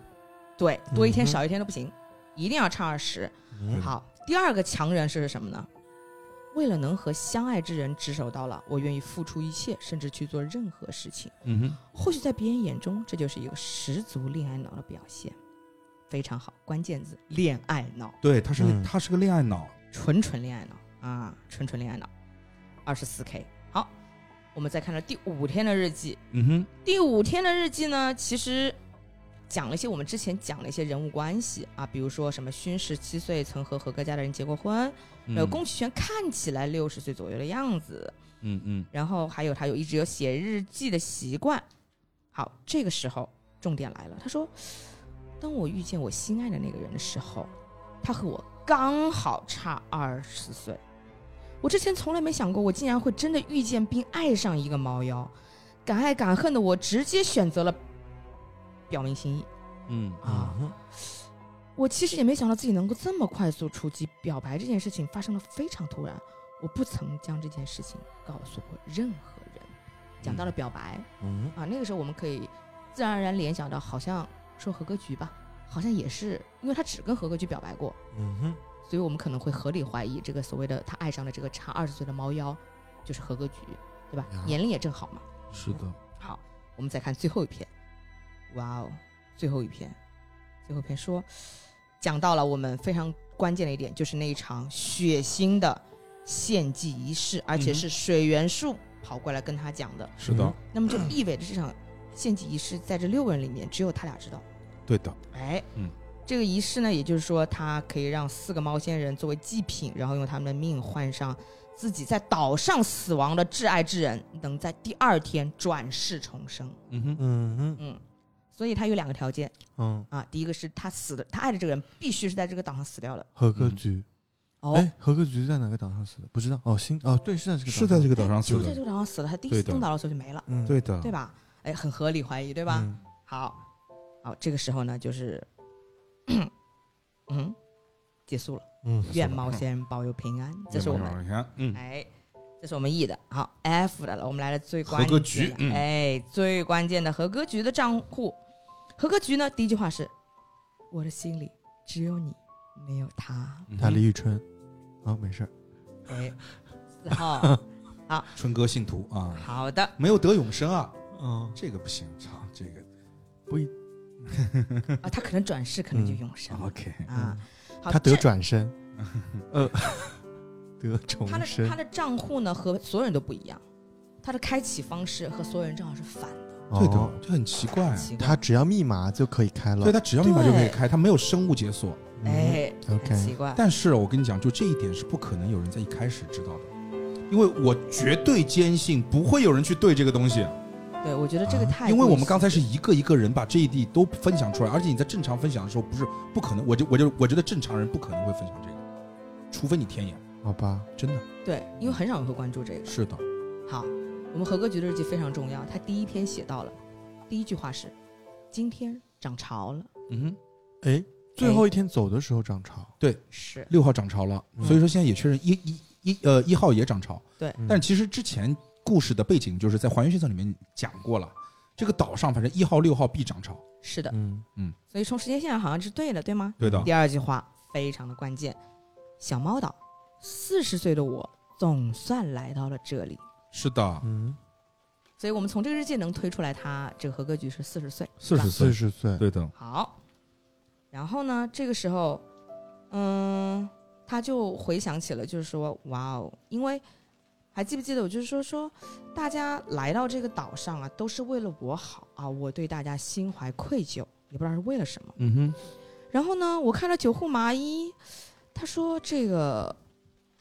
Speaker 5: 对，多一
Speaker 2: 嗯
Speaker 5: 天
Speaker 2: 哼
Speaker 5: 少一天都不行，一定要差二十。
Speaker 2: 嗯
Speaker 5: 好，第二个强人设是什么呢？为了能和相爱之人执手到老，我愿意付出一切，甚至去做任何事情。
Speaker 3: 嗯哼，
Speaker 5: 或许在别人眼中，这就是一个十足恋爱脑的表现。非常好，关键字恋爱脑，
Speaker 3: 对，她是个
Speaker 2: 嗯
Speaker 3: 她是个恋爱脑。
Speaker 5: 纯纯恋爱脑啊，纯纯恋爱脑，二十四 K。好，我们再看到第五天的日记。
Speaker 3: 嗯哼，
Speaker 5: 第五天的日记呢，其实讲了一些我们之前讲了一些人物关系啊，比如说什么勋十七岁曾和何哥家的人结过婚，
Speaker 3: 嗯
Speaker 5: 还有宫崎骏看起来六十岁左右的样子，
Speaker 3: 嗯嗯，
Speaker 5: 然后还有他有一直有写日记的习惯。好，这个时候重点来了，他说：“当我遇见我心爱的那个人的时候，他和我刚好差二十岁。我之前从来没想过，我竟然会真的遇见并爱上一个猫妖。敢爱敢恨的我，直接选择了表明心意
Speaker 3: 嗯
Speaker 5: 啊。
Speaker 2: 嗯
Speaker 5: 我其实也没想到自己能够这么快速出击，表白这件事情发生的非常突然，我不曾将这件事情告诉过任何人。讲到了表白、
Speaker 2: 嗯
Speaker 5: 啊，那个时候我们可以自然而然联想到，好像说和歌局吧，好像也是，因为他只跟和歌局表白过，
Speaker 2: 嗯哼，
Speaker 5: 所以我们可能会合理怀疑这个所谓的他爱上了这个差二十岁的猫妖，就是和歌局，对吧？
Speaker 2: 呀
Speaker 5: 年龄也正好嘛。
Speaker 3: 是的，
Speaker 5: 好，我们再看最后一篇。哇哦，最后一篇，最后一篇说讲到了我们非常关键的一点，就是那一场血腥的献祭仪式，而且
Speaker 3: 嗯哼
Speaker 5: 是水元素跑过来跟他讲的。
Speaker 3: 嗯是
Speaker 2: 嗯
Speaker 3: 的，
Speaker 5: 那么就意味着这场献祭仪式在这六个人里面只有他俩知道。
Speaker 3: 对的，
Speaker 5: 哎，
Speaker 3: 嗯。
Speaker 5: 这个仪式呢，也就是说，他可以让四个猫仙人作为祭品，然后用他们的命换上自己在岛上死亡的挚爱之人，能在第二天转世重生。
Speaker 3: 嗯哼，
Speaker 2: 嗯哼，
Speaker 5: 嗯，所以他有两个条件
Speaker 2: 嗯，
Speaker 5: 啊，第一个是他死的，他爱的这个人必须是在这个岛上死掉的。
Speaker 2: 合格局，
Speaker 5: 哦
Speaker 2: 哎，合格局在哪个岛上死的？不知道，哦，新哦，对，是在这个岛
Speaker 3: 是
Speaker 2: 上
Speaker 3: 在这个岛上
Speaker 5: 就
Speaker 3: 死
Speaker 5: 是在这
Speaker 3: 的，
Speaker 5: 个岛上死了，他第一次
Speaker 3: 对的
Speaker 5: 登岛的时候就没了，
Speaker 2: 嗯，
Speaker 3: 对的，
Speaker 5: 对吧？哎，很合理怀疑，对
Speaker 2: 对
Speaker 5: 吧？？好，好，这个时候呢，就是， 嗯，结束了，
Speaker 2: 嗯，
Speaker 5: 愿猫仙人保佑平安，这是我们
Speaker 3: 你看，嗯，
Speaker 5: 哎，这是我们 E 的，好 F 的了，我们来了最关
Speaker 3: 合格局
Speaker 5: 键的
Speaker 3: 嗯
Speaker 5: 哎，最关键的合格局的账户，合格局呢，第一句话是，我的心里只有你，没有 他，
Speaker 2: 他李宇春，啊，没事儿，
Speaker 5: 哎，四号，
Speaker 3: 春哥信徒啊，
Speaker 5: 好 的，
Speaker 3: 没有得永生啊，
Speaker 2: 嗯，
Speaker 3: 这个不行，操，这个
Speaker 5: 啊，他可能转世，可能
Speaker 3: 嗯
Speaker 5: 就永生了、
Speaker 3: OK，
Speaker 5: 啊，好，
Speaker 2: 他得
Speaker 5: 这
Speaker 2: 转 身，呃， 得重
Speaker 5: 他的
Speaker 2: 生
Speaker 5: 他，的账户呢和所有人都不一样，他的开启方式和所有人正好是反的，
Speaker 3: 对
Speaker 2: 哦
Speaker 3: 的，就很奇怪啊，
Speaker 5: 奇怪
Speaker 2: 他只要密码就可以开了
Speaker 3: 对，他只要密码就可以
Speaker 5: 对
Speaker 3: 开，他没有生物解锁。
Speaker 2: 嗯，
Speaker 5: 哎，
Speaker 2: OK
Speaker 5: 很奇怪，
Speaker 3: 但是我跟你讲，就这一点是不可能有人在一开始知道的，因为我绝对坚信不会有人去对这个东西，
Speaker 5: 对我觉得这个
Speaker 2: 啊
Speaker 5: 太、
Speaker 3: 因为我们刚才是。一个一个人把这一地都分享出来，而且你在正常分享的时候不是不可能，我就我就我觉得正常人不可能会分享这个，除非你天眼，
Speaker 2: 好吧，
Speaker 3: 真的
Speaker 5: 对，因为很少人会关注这个。
Speaker 3: 是的，
Speaker 5: 好，我们合格局的日记非常重要。他第一篇写到了，第一句话是：“今天涨潮了。
Speaker 3: 嗯哼，
Speaker 2: 哎，最后一天走的时候涨潮，”
Speaker 5: 是，
Speaker 3: 六号涨潮了，
Speaker 2: 嗯
Speaker 3: 所以说现在也确认一一一呃一号也涨潮，
Speaker 5: 对
Speaker 2: 嗯
Speaker 3: 但其实之前故事的背景就是在还原现场里面讲过了，这个岛上反正一号、六号必涨潮。
Speaker 5: 是的，
Speaker 2: 嗯，
Speaker 5: 所以从时间线上好像是对的，对吗？
Speaker 3: 对的，
Speaker 5: 第二句话非常的关键，小猫岛，四十岁的我总算来到了这里。
Speaker 3: 是的，
Speaker 2: 嗯，
Speaker 5: 所以我们从这个日记能推出来，他这个和歌剧是四十岁。
Speaker 3: 四十
Speaker 2: 四
Speaker 3: 岁，
Speaker 2: 十岁，
Speaker 3: 对的，
Speaker 5: 好，然后呢，这个时候，嗯，他就回想起了，就是说，哇哦，因为还记不记得我就是说说，大家来到这个岛上啊，都是为了我好啊，我对大家心怀愧疚，也不知道是为了什么。
Speaker 2: 嗯哼，
Speaker 5: 然后呢，我看了九户麻衣，他说这个，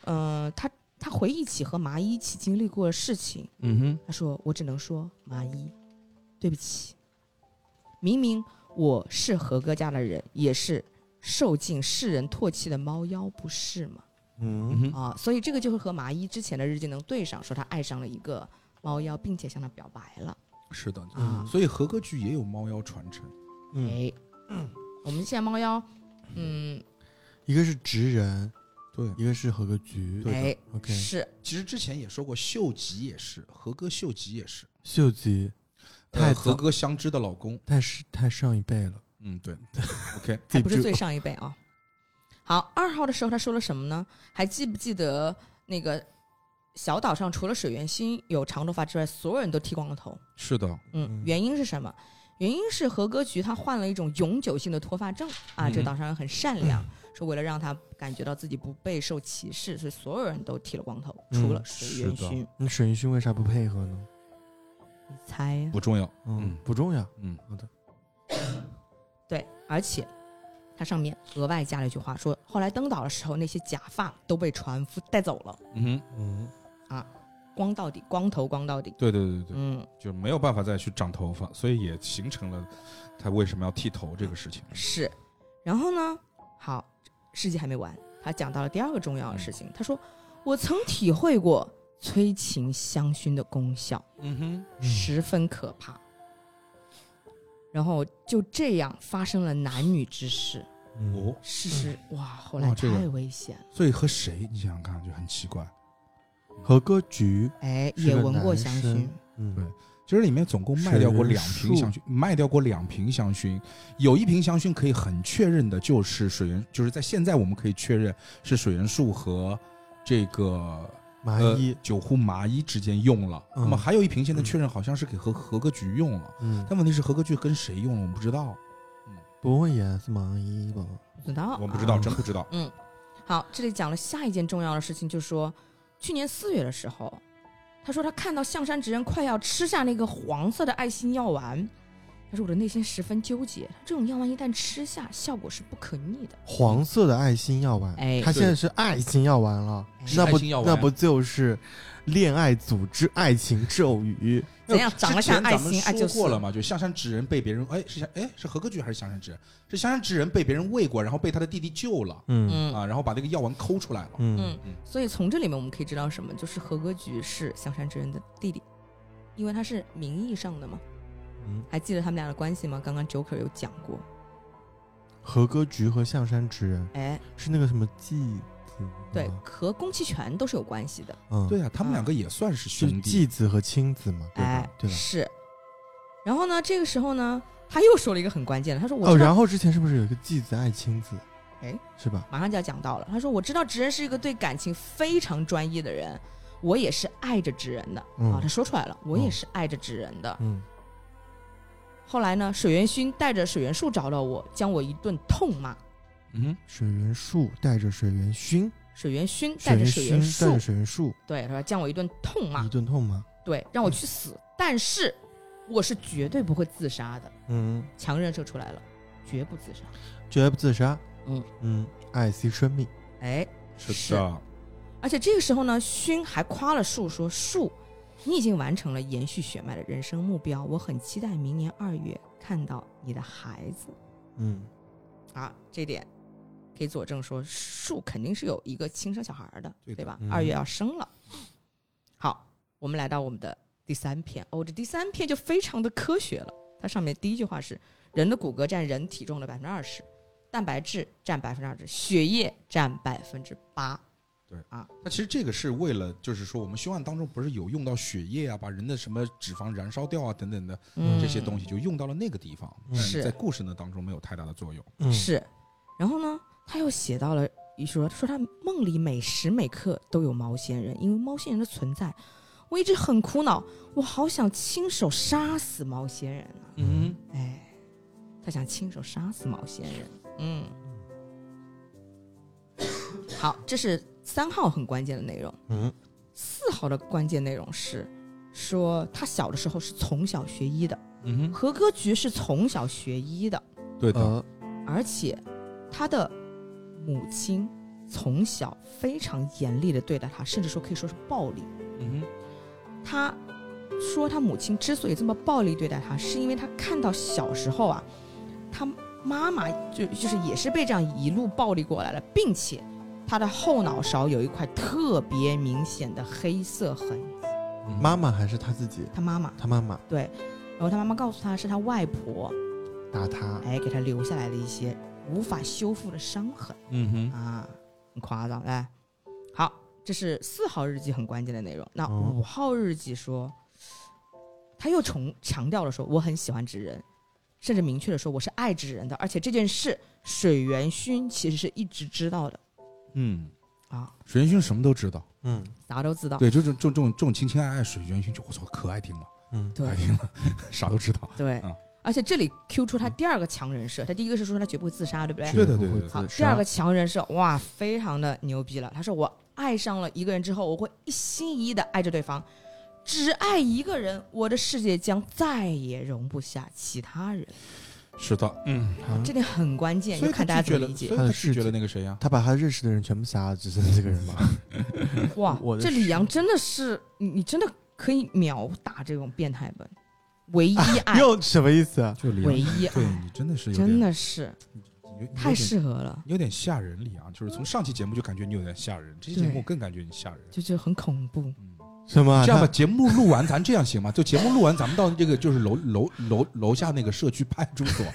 Speaker 5: 嗯、他他回忆起和麻衣一起经历过的事情，
Speaker 2: 嗯哼，
Speaker 5: 他说我只能说麻衣，对不起，明明我是和哥家的人，也是受尽世人唾弃的猫妖，不是吗？
Speaker 2: 嗯
Speaker 3: 嗯
Speaker 2: 哼，
Speaker 3: 哼，
Speaker 5: 啊，所以这个就是和麻衣之前的日记能对上，说他爱上了一个猫妖，并且向他表白了
Speaker 3: 是的。
Speaker 5: 啊。
Speaker 3: 所以和歌剧也有猫妖传承，
Speaker 2: 嗯，
Speaker 5: 哎，我们现在猫妖，嗯，
Speaker 2: 一个是直人，
Speaker 3: 对。
Speaker 2: 一个是合格局，
Speaker 5: 哎，
Speaker 2: ，OK，
Speaker 5: 是
Speaker 3: 其实之前也说过，秀吉也是，和歌秀吉也是，
Speaker 2: 秀吉太
Speaker 3: 呃
Speaker 2: 早
Speaker 3: 和歌相知的老公。
Speaker 2: 太是太上一辈了，
Speaker 3: 嗯， 对，OK，
Speaker 5: 还不是最
Speaker 2: 记住
Speaker 5: 上一辈啊。好，二号的时候他说了什么呢？还记不记得那个小岛上除了水原薰有长头发之外，所有人都剃光了头？
Speaker 3: 是的，
Speaker 5: 嗯
Speaker 2: 嗯，
Speaker 5: 原因是什么？原因是和歌局他患了一种永久性的脱发症啊，
Speaker 3: 嗯
Speaker 5: 这个岛上人很善
Speaker 2: 嗯
Speaker 5: 良，说为了让他感觉到自己不备受歧视，所以所有人都剃了光头，
Speaker 2: 嗯
Speaker 5: 除了水原
Speaker 3: 是的
Speaker 5: 薰。
Speaker 2: 那水云勋为啥不配合呢？
Speaker 5: 你猜呀、
Speaker 3: 不重要。
Speaker 2: 嗯
Speaker 3: 嗯，
Speaker 2: 不重要，
Speaker 3: 嗯，
Speaker 2: 好的，
Speaker 5: 对，而且他上面额外加了一句话，说后来登岛的时候，那些假发都被船夫带走了，
Speaker 3: 嗯哼，
Speaker 2: 嗯，
Speaker 5: 光到底，光头光到底。
Speaker 3: 对对对对，
Speaker 5: 嗯，
Speaker 3: 就没有办法再去长头发，所以也形成了他为什么要剃头这个事情。
Speaker 5: 是。然后呢，好，事迹还没完，他讲到了第二个重要的事
Speaker 3: 嗯
Speaker 5: 情。他说：“我曾体会过催情香薰的功效，
Speaker 3: 嗯哼，
Speaker 5: 十分可怕。然后就这样发生了男女之事，
Speaker 2: 嗯，
Speaker 3: 哦，
Speaker 5: 事实哇，后来
Speaker 3: 哇这个
Speaker 5: 太危险了。
Speaker 3: 所以和谁？你想想看，就很奇怪。
Speaker 2: 合格局，
Speaker 5: 哎，
Speaker 2: 是个
Speaker 5: 也闻过
Speaker 2: 男
Speaker 5: 香
Speaker 2: 生
Speaker 5: 薰，
Speaker 3: 对
Speaker 2: 嗯，
Speaker 3: 其实里面总共卖掉过两瓶香薰，卖掉过两瓶香薰，有一瓶香薰可以很确认的就是水源，就是在现在我们可以确认是水源树和这个
Speaker 2: 麻
Speaker 3: 呃
Speaker 2: 衣，
Speaker 3: 九户麻衣之间用了。
Speaker 2: 嗯
Speaker 3: 那么还有一瓶现在确认好像是给和和歌局用了，
Speaker 2: 嗯，
Speaker 3: 但问题是和歌局跟谁用了我们不知道，
Speaker 2: 不会也是麻衣吧？
Speaker 5: 不知道，
Speaker 3: 我不知道，
Speaker 5: 啊
Speaker 3: 真不知道。
Speaker 5: 好，这里讲了下一件重要的事情，就是说，去年四月的时候，他说他看到象山直人快要吃下那个黄色的爱心药丸，他说我的内心十分纠结，这种药丸一旦吃下，效果是不可逆的。
Speaker 2: 黄色的爱心药丸，
Speaker 5: 哎
Speaker 2: 他现在是爱心药丸了
Speaker 5: 哎，
Speaker 2: 那
Speaker 3: 是
Speaker 2: 不
Speaker 3: 爱心药丸
Speaker 2: 那不就是恋爱组织爱情咒语？
Speaker 5: 怎样长得像
Speaker 3: 之前咱
Speaker 5: 爱
Speaker 3: 们
Speaker 5: 心爱就
Speaker 3: 说
Speaker 5: 死
Speaker 3: 过了嘛，就香山直人被别人哎是香哎是和歌剧还是香山直人？是香山直人被别人喂过，然后被他的弟弟救了
Speaker 2: 嗯
Speaker 5: 嗯
Speaker 3: 啊，然后把那个药丸抠出来了。
Speaker 2: 嗯
Speaker 5: 嗯，所以从这里面我们可以知道什么，就是和歌局是象山直人的弟弟，因为他是名义上的嘛。
Speaker 2: 嗯，
Speaker 5: 还记得他们俩的关系吗？刚刚 Joker 有讲过，
Speaker 2: 和歌菊和象山直人
Speaker 5: 哎，
Speaker 2: 是那个什么季子吗，
Speaker 5: 对，和宫崎骏都是有关系的。
Speaker 2: 嗯，
Speaker 3: 对，啊，他们两个也算是
Speaker 2: 是
Speaker 3: 兄弟。
Speaker 2: 季子和亲子嘛，对
Speaker 5: 哎
Speaker 2: 吧？，对吧？
Speaker 5: 是。然后呢，这个时候呢，他又说了一个很关键的，他说我
Speaker 2: 哦，
Speaker 5: 知道、
Speaker 2: 然后之前是不是有一个季子爱亲子？
Speaker 5: 哎，
Speaker 2: 是吧？
Speaker 5: 马上就要讲到了，他说我知道直人是一个对感情非常专一的人，我也是爱着直人的、
Speaker 2: 嗯
Speaker 5: 啊，他说出来了，我也
Speaker 2: 嗯
Speaker 5: 是爱着直人的。
Speaker 2: 嗯
Speaker 5: 后来呢，水原薰带着水原树找到我，将我一顿痛骂。
Speaker 3: 嗯，，
Speaker 2: 水原树带着水原薰，
Speaker 5: 水原薰带着水
Speaker 2: 水
Speaker 5: 啊原
Speaker 2: 薰带
Speaker 5: 树
Speaker 2: 着，水原树
Speaker 5: 对，他说将我一顿痛骂
Speaker 2: 一，顿嗯痛吗？
Speaker 5: 对，让我去死，但是我是绝对不会自杀的，
Speaker 2: 嗯，
Speaker 5: 强人射出来了，绝不自杀。
Speaker 2: 绝不自杀。
Speaker 5: 嗯
Speaker 2: 嗯，爱惜生命。
Speaker 5: 哎，
Speaker 3: 是的，
Speaker 5: 而且这个时候呢，勋还夸了树说：“树，你已经完成了延续血脉的人生目标，我很期待明年二月看到你的孩子
Speaker 2: 嗯
Speaker 5: 啊。”这点可以佐证说，树肯定是有一个亲生小孩的，
Speaker 3: 对的
Speaker 5: 吧
Speaker 2: 嗯？
Speaker 5: 二、月要生了。好，我们来到我们的第三篇哦，这第三篇就非常的科学了。它上面第一句话是：人的骨骼占人体重的百分之二十，蛋白质占百分之二十，血液占百分之八。嗯
Speaker 3: 它其实这个是为了，就是说我们凶案当中不是有用到血液啊，把人的什么脂肪燃烧掉啊等等的
Speaker 2: 嗯
Speaker 3: 这些东西，就用到了那个地方，
Speaker 2: 嗯
Speaker 3: 但
Speaker 5: 是
Speaker 3: 在故事呢当中没有太大的作用。
Speaker 2: 嗯
Speaker 5: 是，然后呢，他又写到了，说说他梦里每时每刻都有猫仙人，因为猫仙人的存在，我一直很苦恼，我好想亲手杀死猫仙人啊！
Speaker 2: 嗯
Speaker 5: 哎，他想亲手杀死猫仙人。嗯，好，这是三号很关键的内容。
Speaker 2: 嗯
Speaker 5: 四号的关键内容是，说他小的时候是从小学医的，
Speaker 3: 嗯，
Speaker 5: 和歌局是从小学医的。
Speaker 3: 对的，
Speaker 2: 呃
Speaker 5: 而且他的母亲从小非常严厉的对待他，甚至说可以说是暴力。
Speaker 3: 嗯
Speaker 5: 他说他母亲之所以这么暴力对待他，是因为他看到小时候啊，他妈妈就就是也是被这样一路暴力过来了，并且他的后脑勺有一块特别明显的黑色痕，
Speaker 3: 嗯哼，
Speaker 2: 妈妈还是他自己，
Speaker 5: 他妈妈。
Speaker 2: 他妈妈
Speaker 5: 然后他妈妈告诉他是他外婆，
Speaker 2: 打他，
Speaker 5: 哎，给他留下来的一些无法修复的伤痕。
Speaker 3: 嗯哼，
Speaker 5: 啊，很夸张。来，好，这是四号日记很关键的内容。那
Speaker 2: 哦
Speaker 5: 五号日记说，他又重强调了说我很喜欢纸人，甚至明确的说我是爱纸人的，而且这件事水原薰其实是一直知道的
Speaker 3: 嗯，
Speaker 5: 啊，
Speaker 3: 水原薰什么都知道，
Speaker 2: 嗯
Speaker 5: 啥都知道。
Speaker 3: 对，就这种这种这种这种情情爱爱，水原薰就我操可爱听了，
Speaker 2: 嗯
Speaker 5: 对
Speaker 3: 可爱听了， 啥都知道。
Speaker 5: 对，
Speaker 3: 哎嗯
Speaker 5: 而且这里 Q 出他第二个强人设，他第一个是说他绝不会自杀，对不对？
Speaker 3: 对的对的
Speaker 2: 不会
Speaker 3: 对的
Speaker 5: 好，
Speaker 2: 自杀
Speaker 5: 第二个强人设，哇，非常的牛逼了。他说我爱上了一个人之后，我会一心一意的爱着对方，只爱一个人，我的世界将再也容不下其他人。
Speaker 3: 是的，嗯，
Speaker 2: 啊
Speaker 5: 这点很关键，
Speaker 3: 所
Speaker 5: 就
Speaker 3: 以
Speaker 5: 看大
Speaker 3: 他
Speaker 5: 家
Speaker 3: 拒绝
Speaker 5: 怎么
Speaker 2: 他
Speaker 3: 了，所以。他
Speaker 5: 理解嗯
Speaker 2: 的
Speaker 3: 拒
Speaker 2: 世
Speaker 3: 绝
Speaker 2: 界
Speaker 3: 了那个谁呀？啊
Speaker 2: 他把他认识的人全部杀了，只剩这个人了。
Speaker 5: 哇
Speaker 2: 我，的
Speaker 5: 这李
Speaker 2: 世
Speaker 5: 阳真的是，你你真的可以秒打这种变态本，唯一 爱，
Speaker 2: 又什么意思啊？
Speaker 3: 就李
Speaker 5: 唯
Speaker 3: 阳，
Speaker 5: 一
Speaker 3: 对
Speaker 5: 爱，
Speaker 3: 你真的是有点
Speaker 5: 真的是
Speaker 3: 你有你有
Speaker 5: 太
Speaker 3: 点
Speaker 5: 适合了，
Speaker 3: 你有点吓人，李阳，就是从上期节目就感觉你有点吓人，这期节目我更感觉你吓人。
Speaker 5: 就就很恐怖。
Speaker 3: 嗯，
Speaker 2: 什么啊？
Speaker 3: 这样吧，
Speaker 2: 他
Speaker 3: 节目录完，咱这样行吗？就节目录完，咱们到这个就是楼楼楼楼下那个社区派出所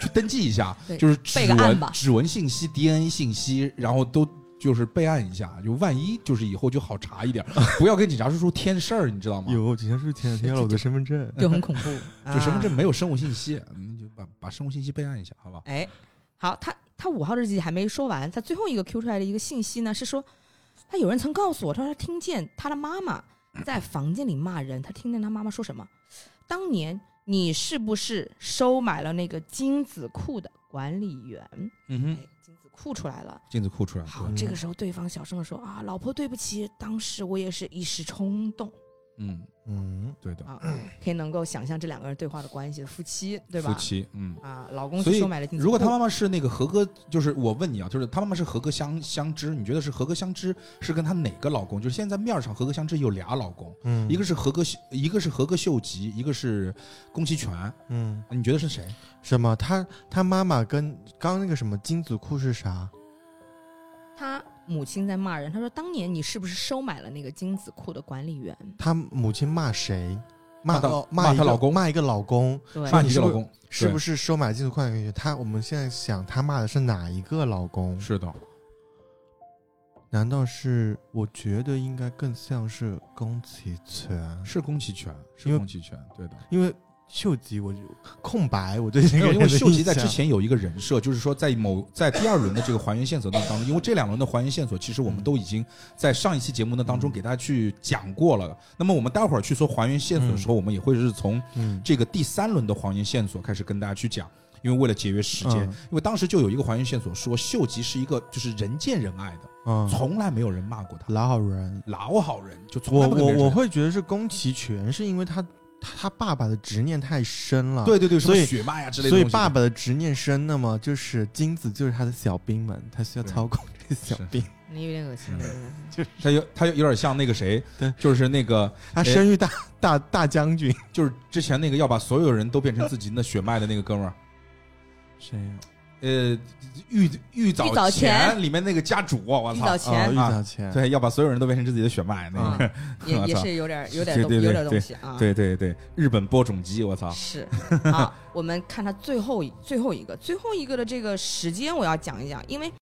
Speaker 3: 去登记一下，
Speaker 5: 对
Speaker 3: 就是指
Speaker 5: 备个案
Speaker 3: 纹
Speaker 5: 吧、
Speaker 3: 指纹信息、DNA 信息，然后都就是备案一下，就万一就是以后就好查一点，不要跟警察叔叔添事儿，你知道吗？，
Speaker 2: 有警察叔叔前两天要了我的身份证，
Speaker 5: 就很恐怖
Speaker 3: 就身份证
Speaker 5: 啊
Speaker 3: 没有生物信息，你就把把生物信息备案一下，好吧？
Speaker 5: 哎，好，他他五号日记还没说完，他最后一个 Q 出来的一个信息呢是说，他有人曾告诉我，他说他听见他的妈妈在房间里骂人，他听见他妈妈说什么？当年你是不是收买了那个金子库的管理员？
Speaker 3: 嗯
Speaker 5: 哎
Speaker 3: 哼，，
Speaker 5: 金子库出来了。
Speaker 3: 镜子库出来，
Speaker 5: 好，
Speaker 3: 对
Speaker 5: 这个时候对方小声的说啊，老婆对不起，当时我也是一时冲动
Speaker 3: 嗯，
Speaker 2: 嗯，
Speaker 3: 对的，
Speaker 5: 啊，可以能够想象这两个人对话的关系，夫妻对吧
Speaker 3: 夫？妻，嗯。
Speaker 5: 啊，老公
Speaker 3: 所
Speaker 5: 是
Speaker 3: 以
Speaker 5: 收买了金子库，
Speaker 3: 如果他妈妈是那个和歌，就是我问你啊，就是他妈妈是和歌相相知，你觉得是和歌相知是跟她哪个老公？就是现在面上和歌相知有俩老公，
Speaker 2: 嗯
Speaker 3: 一个是和歌，一个是和歌秀吉，一个是宫崎骏，
Speaker 2: 嗯
Speaker 3: 你觉得是谁？
Speaker 2: 什么？他他妈妈跟刚刚那个什么金子库是啥？
Speaker 5: 他母亲在骂人，他说：“当年你是不是收买了那个精子库的管理员
Speaker 2: 他母亲骂谁？骂
Speaker 3: 骂到
Speaker 2: 哦
Speaker 3: 骂
Speaker 2: 骂一
Speaker 3: 她
Speaker 2: 个
Speaker 3: 老公
Speaker 2: 骂一个老公，？”
Speaker 5: 对
Speaker 3: 骂
Speaker 2: 你
Speaker 3: 你
Speaker 2: 是
Speaker 3: 的
Speaker 2: 不
Speaker 3: 老
Speaker 2: 是
Speaker 3: 公
Speaker 2: 是不
Speaker 3: 对
Speaker 2: 是收买金子库的人？他我们现在想，他骂的是哪一个老公？
Speaker 3: 是的，
Speaker 2: 难道是？我觉得应该更像是宫崎骏，
Speaker 3: 是宫崎骏，
Speaker 2: 因
Speaker 3: 是
Speaker 2: 为
Speaker 3: 宫崎骏，对的。
Speaker 2: 因为秀吉我就空白，我对这
Speaker 3: 没
Speaker 2: 个
Speaker 3: 有，
Speaker 2: 人
Speaker 3: 因为
Speaker 2: 的
Speaker 3: 秀吉
Speaker 2: 印
Speaker 3: 在
Speaker 2: 象
Speaker 3: 之前有一个人设，就是说在某在第二轮的这个还原线索那当中，因为这两轮的还原线索其实我们都已经在上一期节目呢当中给大家去讲过了。那么我们待会儿去说还原线索的时候，我们也会是从
Speaker 2: 嗯
Speaker 3: 这个第三轮的还原线索开始跟大家去讲，因为为了节约时间，
Speaker 2: 嗯
Speaker 3: 因为当时就有一个还原线索说秀吉是一个就是人见人爱的，
Speaker 2: 嗯
Speaker 3: 从来没有人骂过他，
Speaker 2: 老好人。
Speaker 3: 老好人，就从
Speaker 2: 我
Speaker 3: 来没有
Speaker 2: 我
Speaker 3: 人
Speaker 2: 我会觉得是宫崎骏，是因为他他他爸爸的执念太深了。
Speaker 3: 对对对，什么
Speaker 2: 所以
Speaker 3: 血脉呀啊之类的
Speaker 2: 所以
Speaker 3: 东西，
Speaker 2: 爸爸的执念深，那么就是金子就是他的小兵们，他需要
Speaker 3: 对
Speaker 2: 操控这些小兵，
Speaker 5: 你有点恶心了，真的是
Speaker 3: 他有他有点像那个谁
Speaker 2: 对，
Speaker 3: 就是那个。
Speaker 2: 他生育大大大将军。
Speaker 3: 就是之前那个要把所有人都变成自己那血脉的那个哥们儿，
Speaker 2: 谁呀、
Speaker 3: 呃，玉玉藻
Speaker 5: 玉藻前
Speaker 3: 里面那个家主，我
Speaker 5: 玉藻
Speaker 3: 操，
Speaker 2: 哦，玉
Speaker 5: 前
Speaker 3: 啊
Speaker 2: 藻前。嗯
Speaker 3: 对，要把所有人都变成自己的血脉， 那个，
Speaker 5: 啊也
Speaker 3: 我
Speaker 5: 也
Speaker 3: 操
Speaker 5: 是有点有点
Speaker 3: 对嗯
Speaker 5: 东
Speaker 3: 对对
Speaker 5: 有点东西啊。
Speaker 3: 对对对，日本播种机，我操，
Speaker 5: 是啊好，我们看他最后一最后一个最后一个的这个时间，我要讲一讲，因为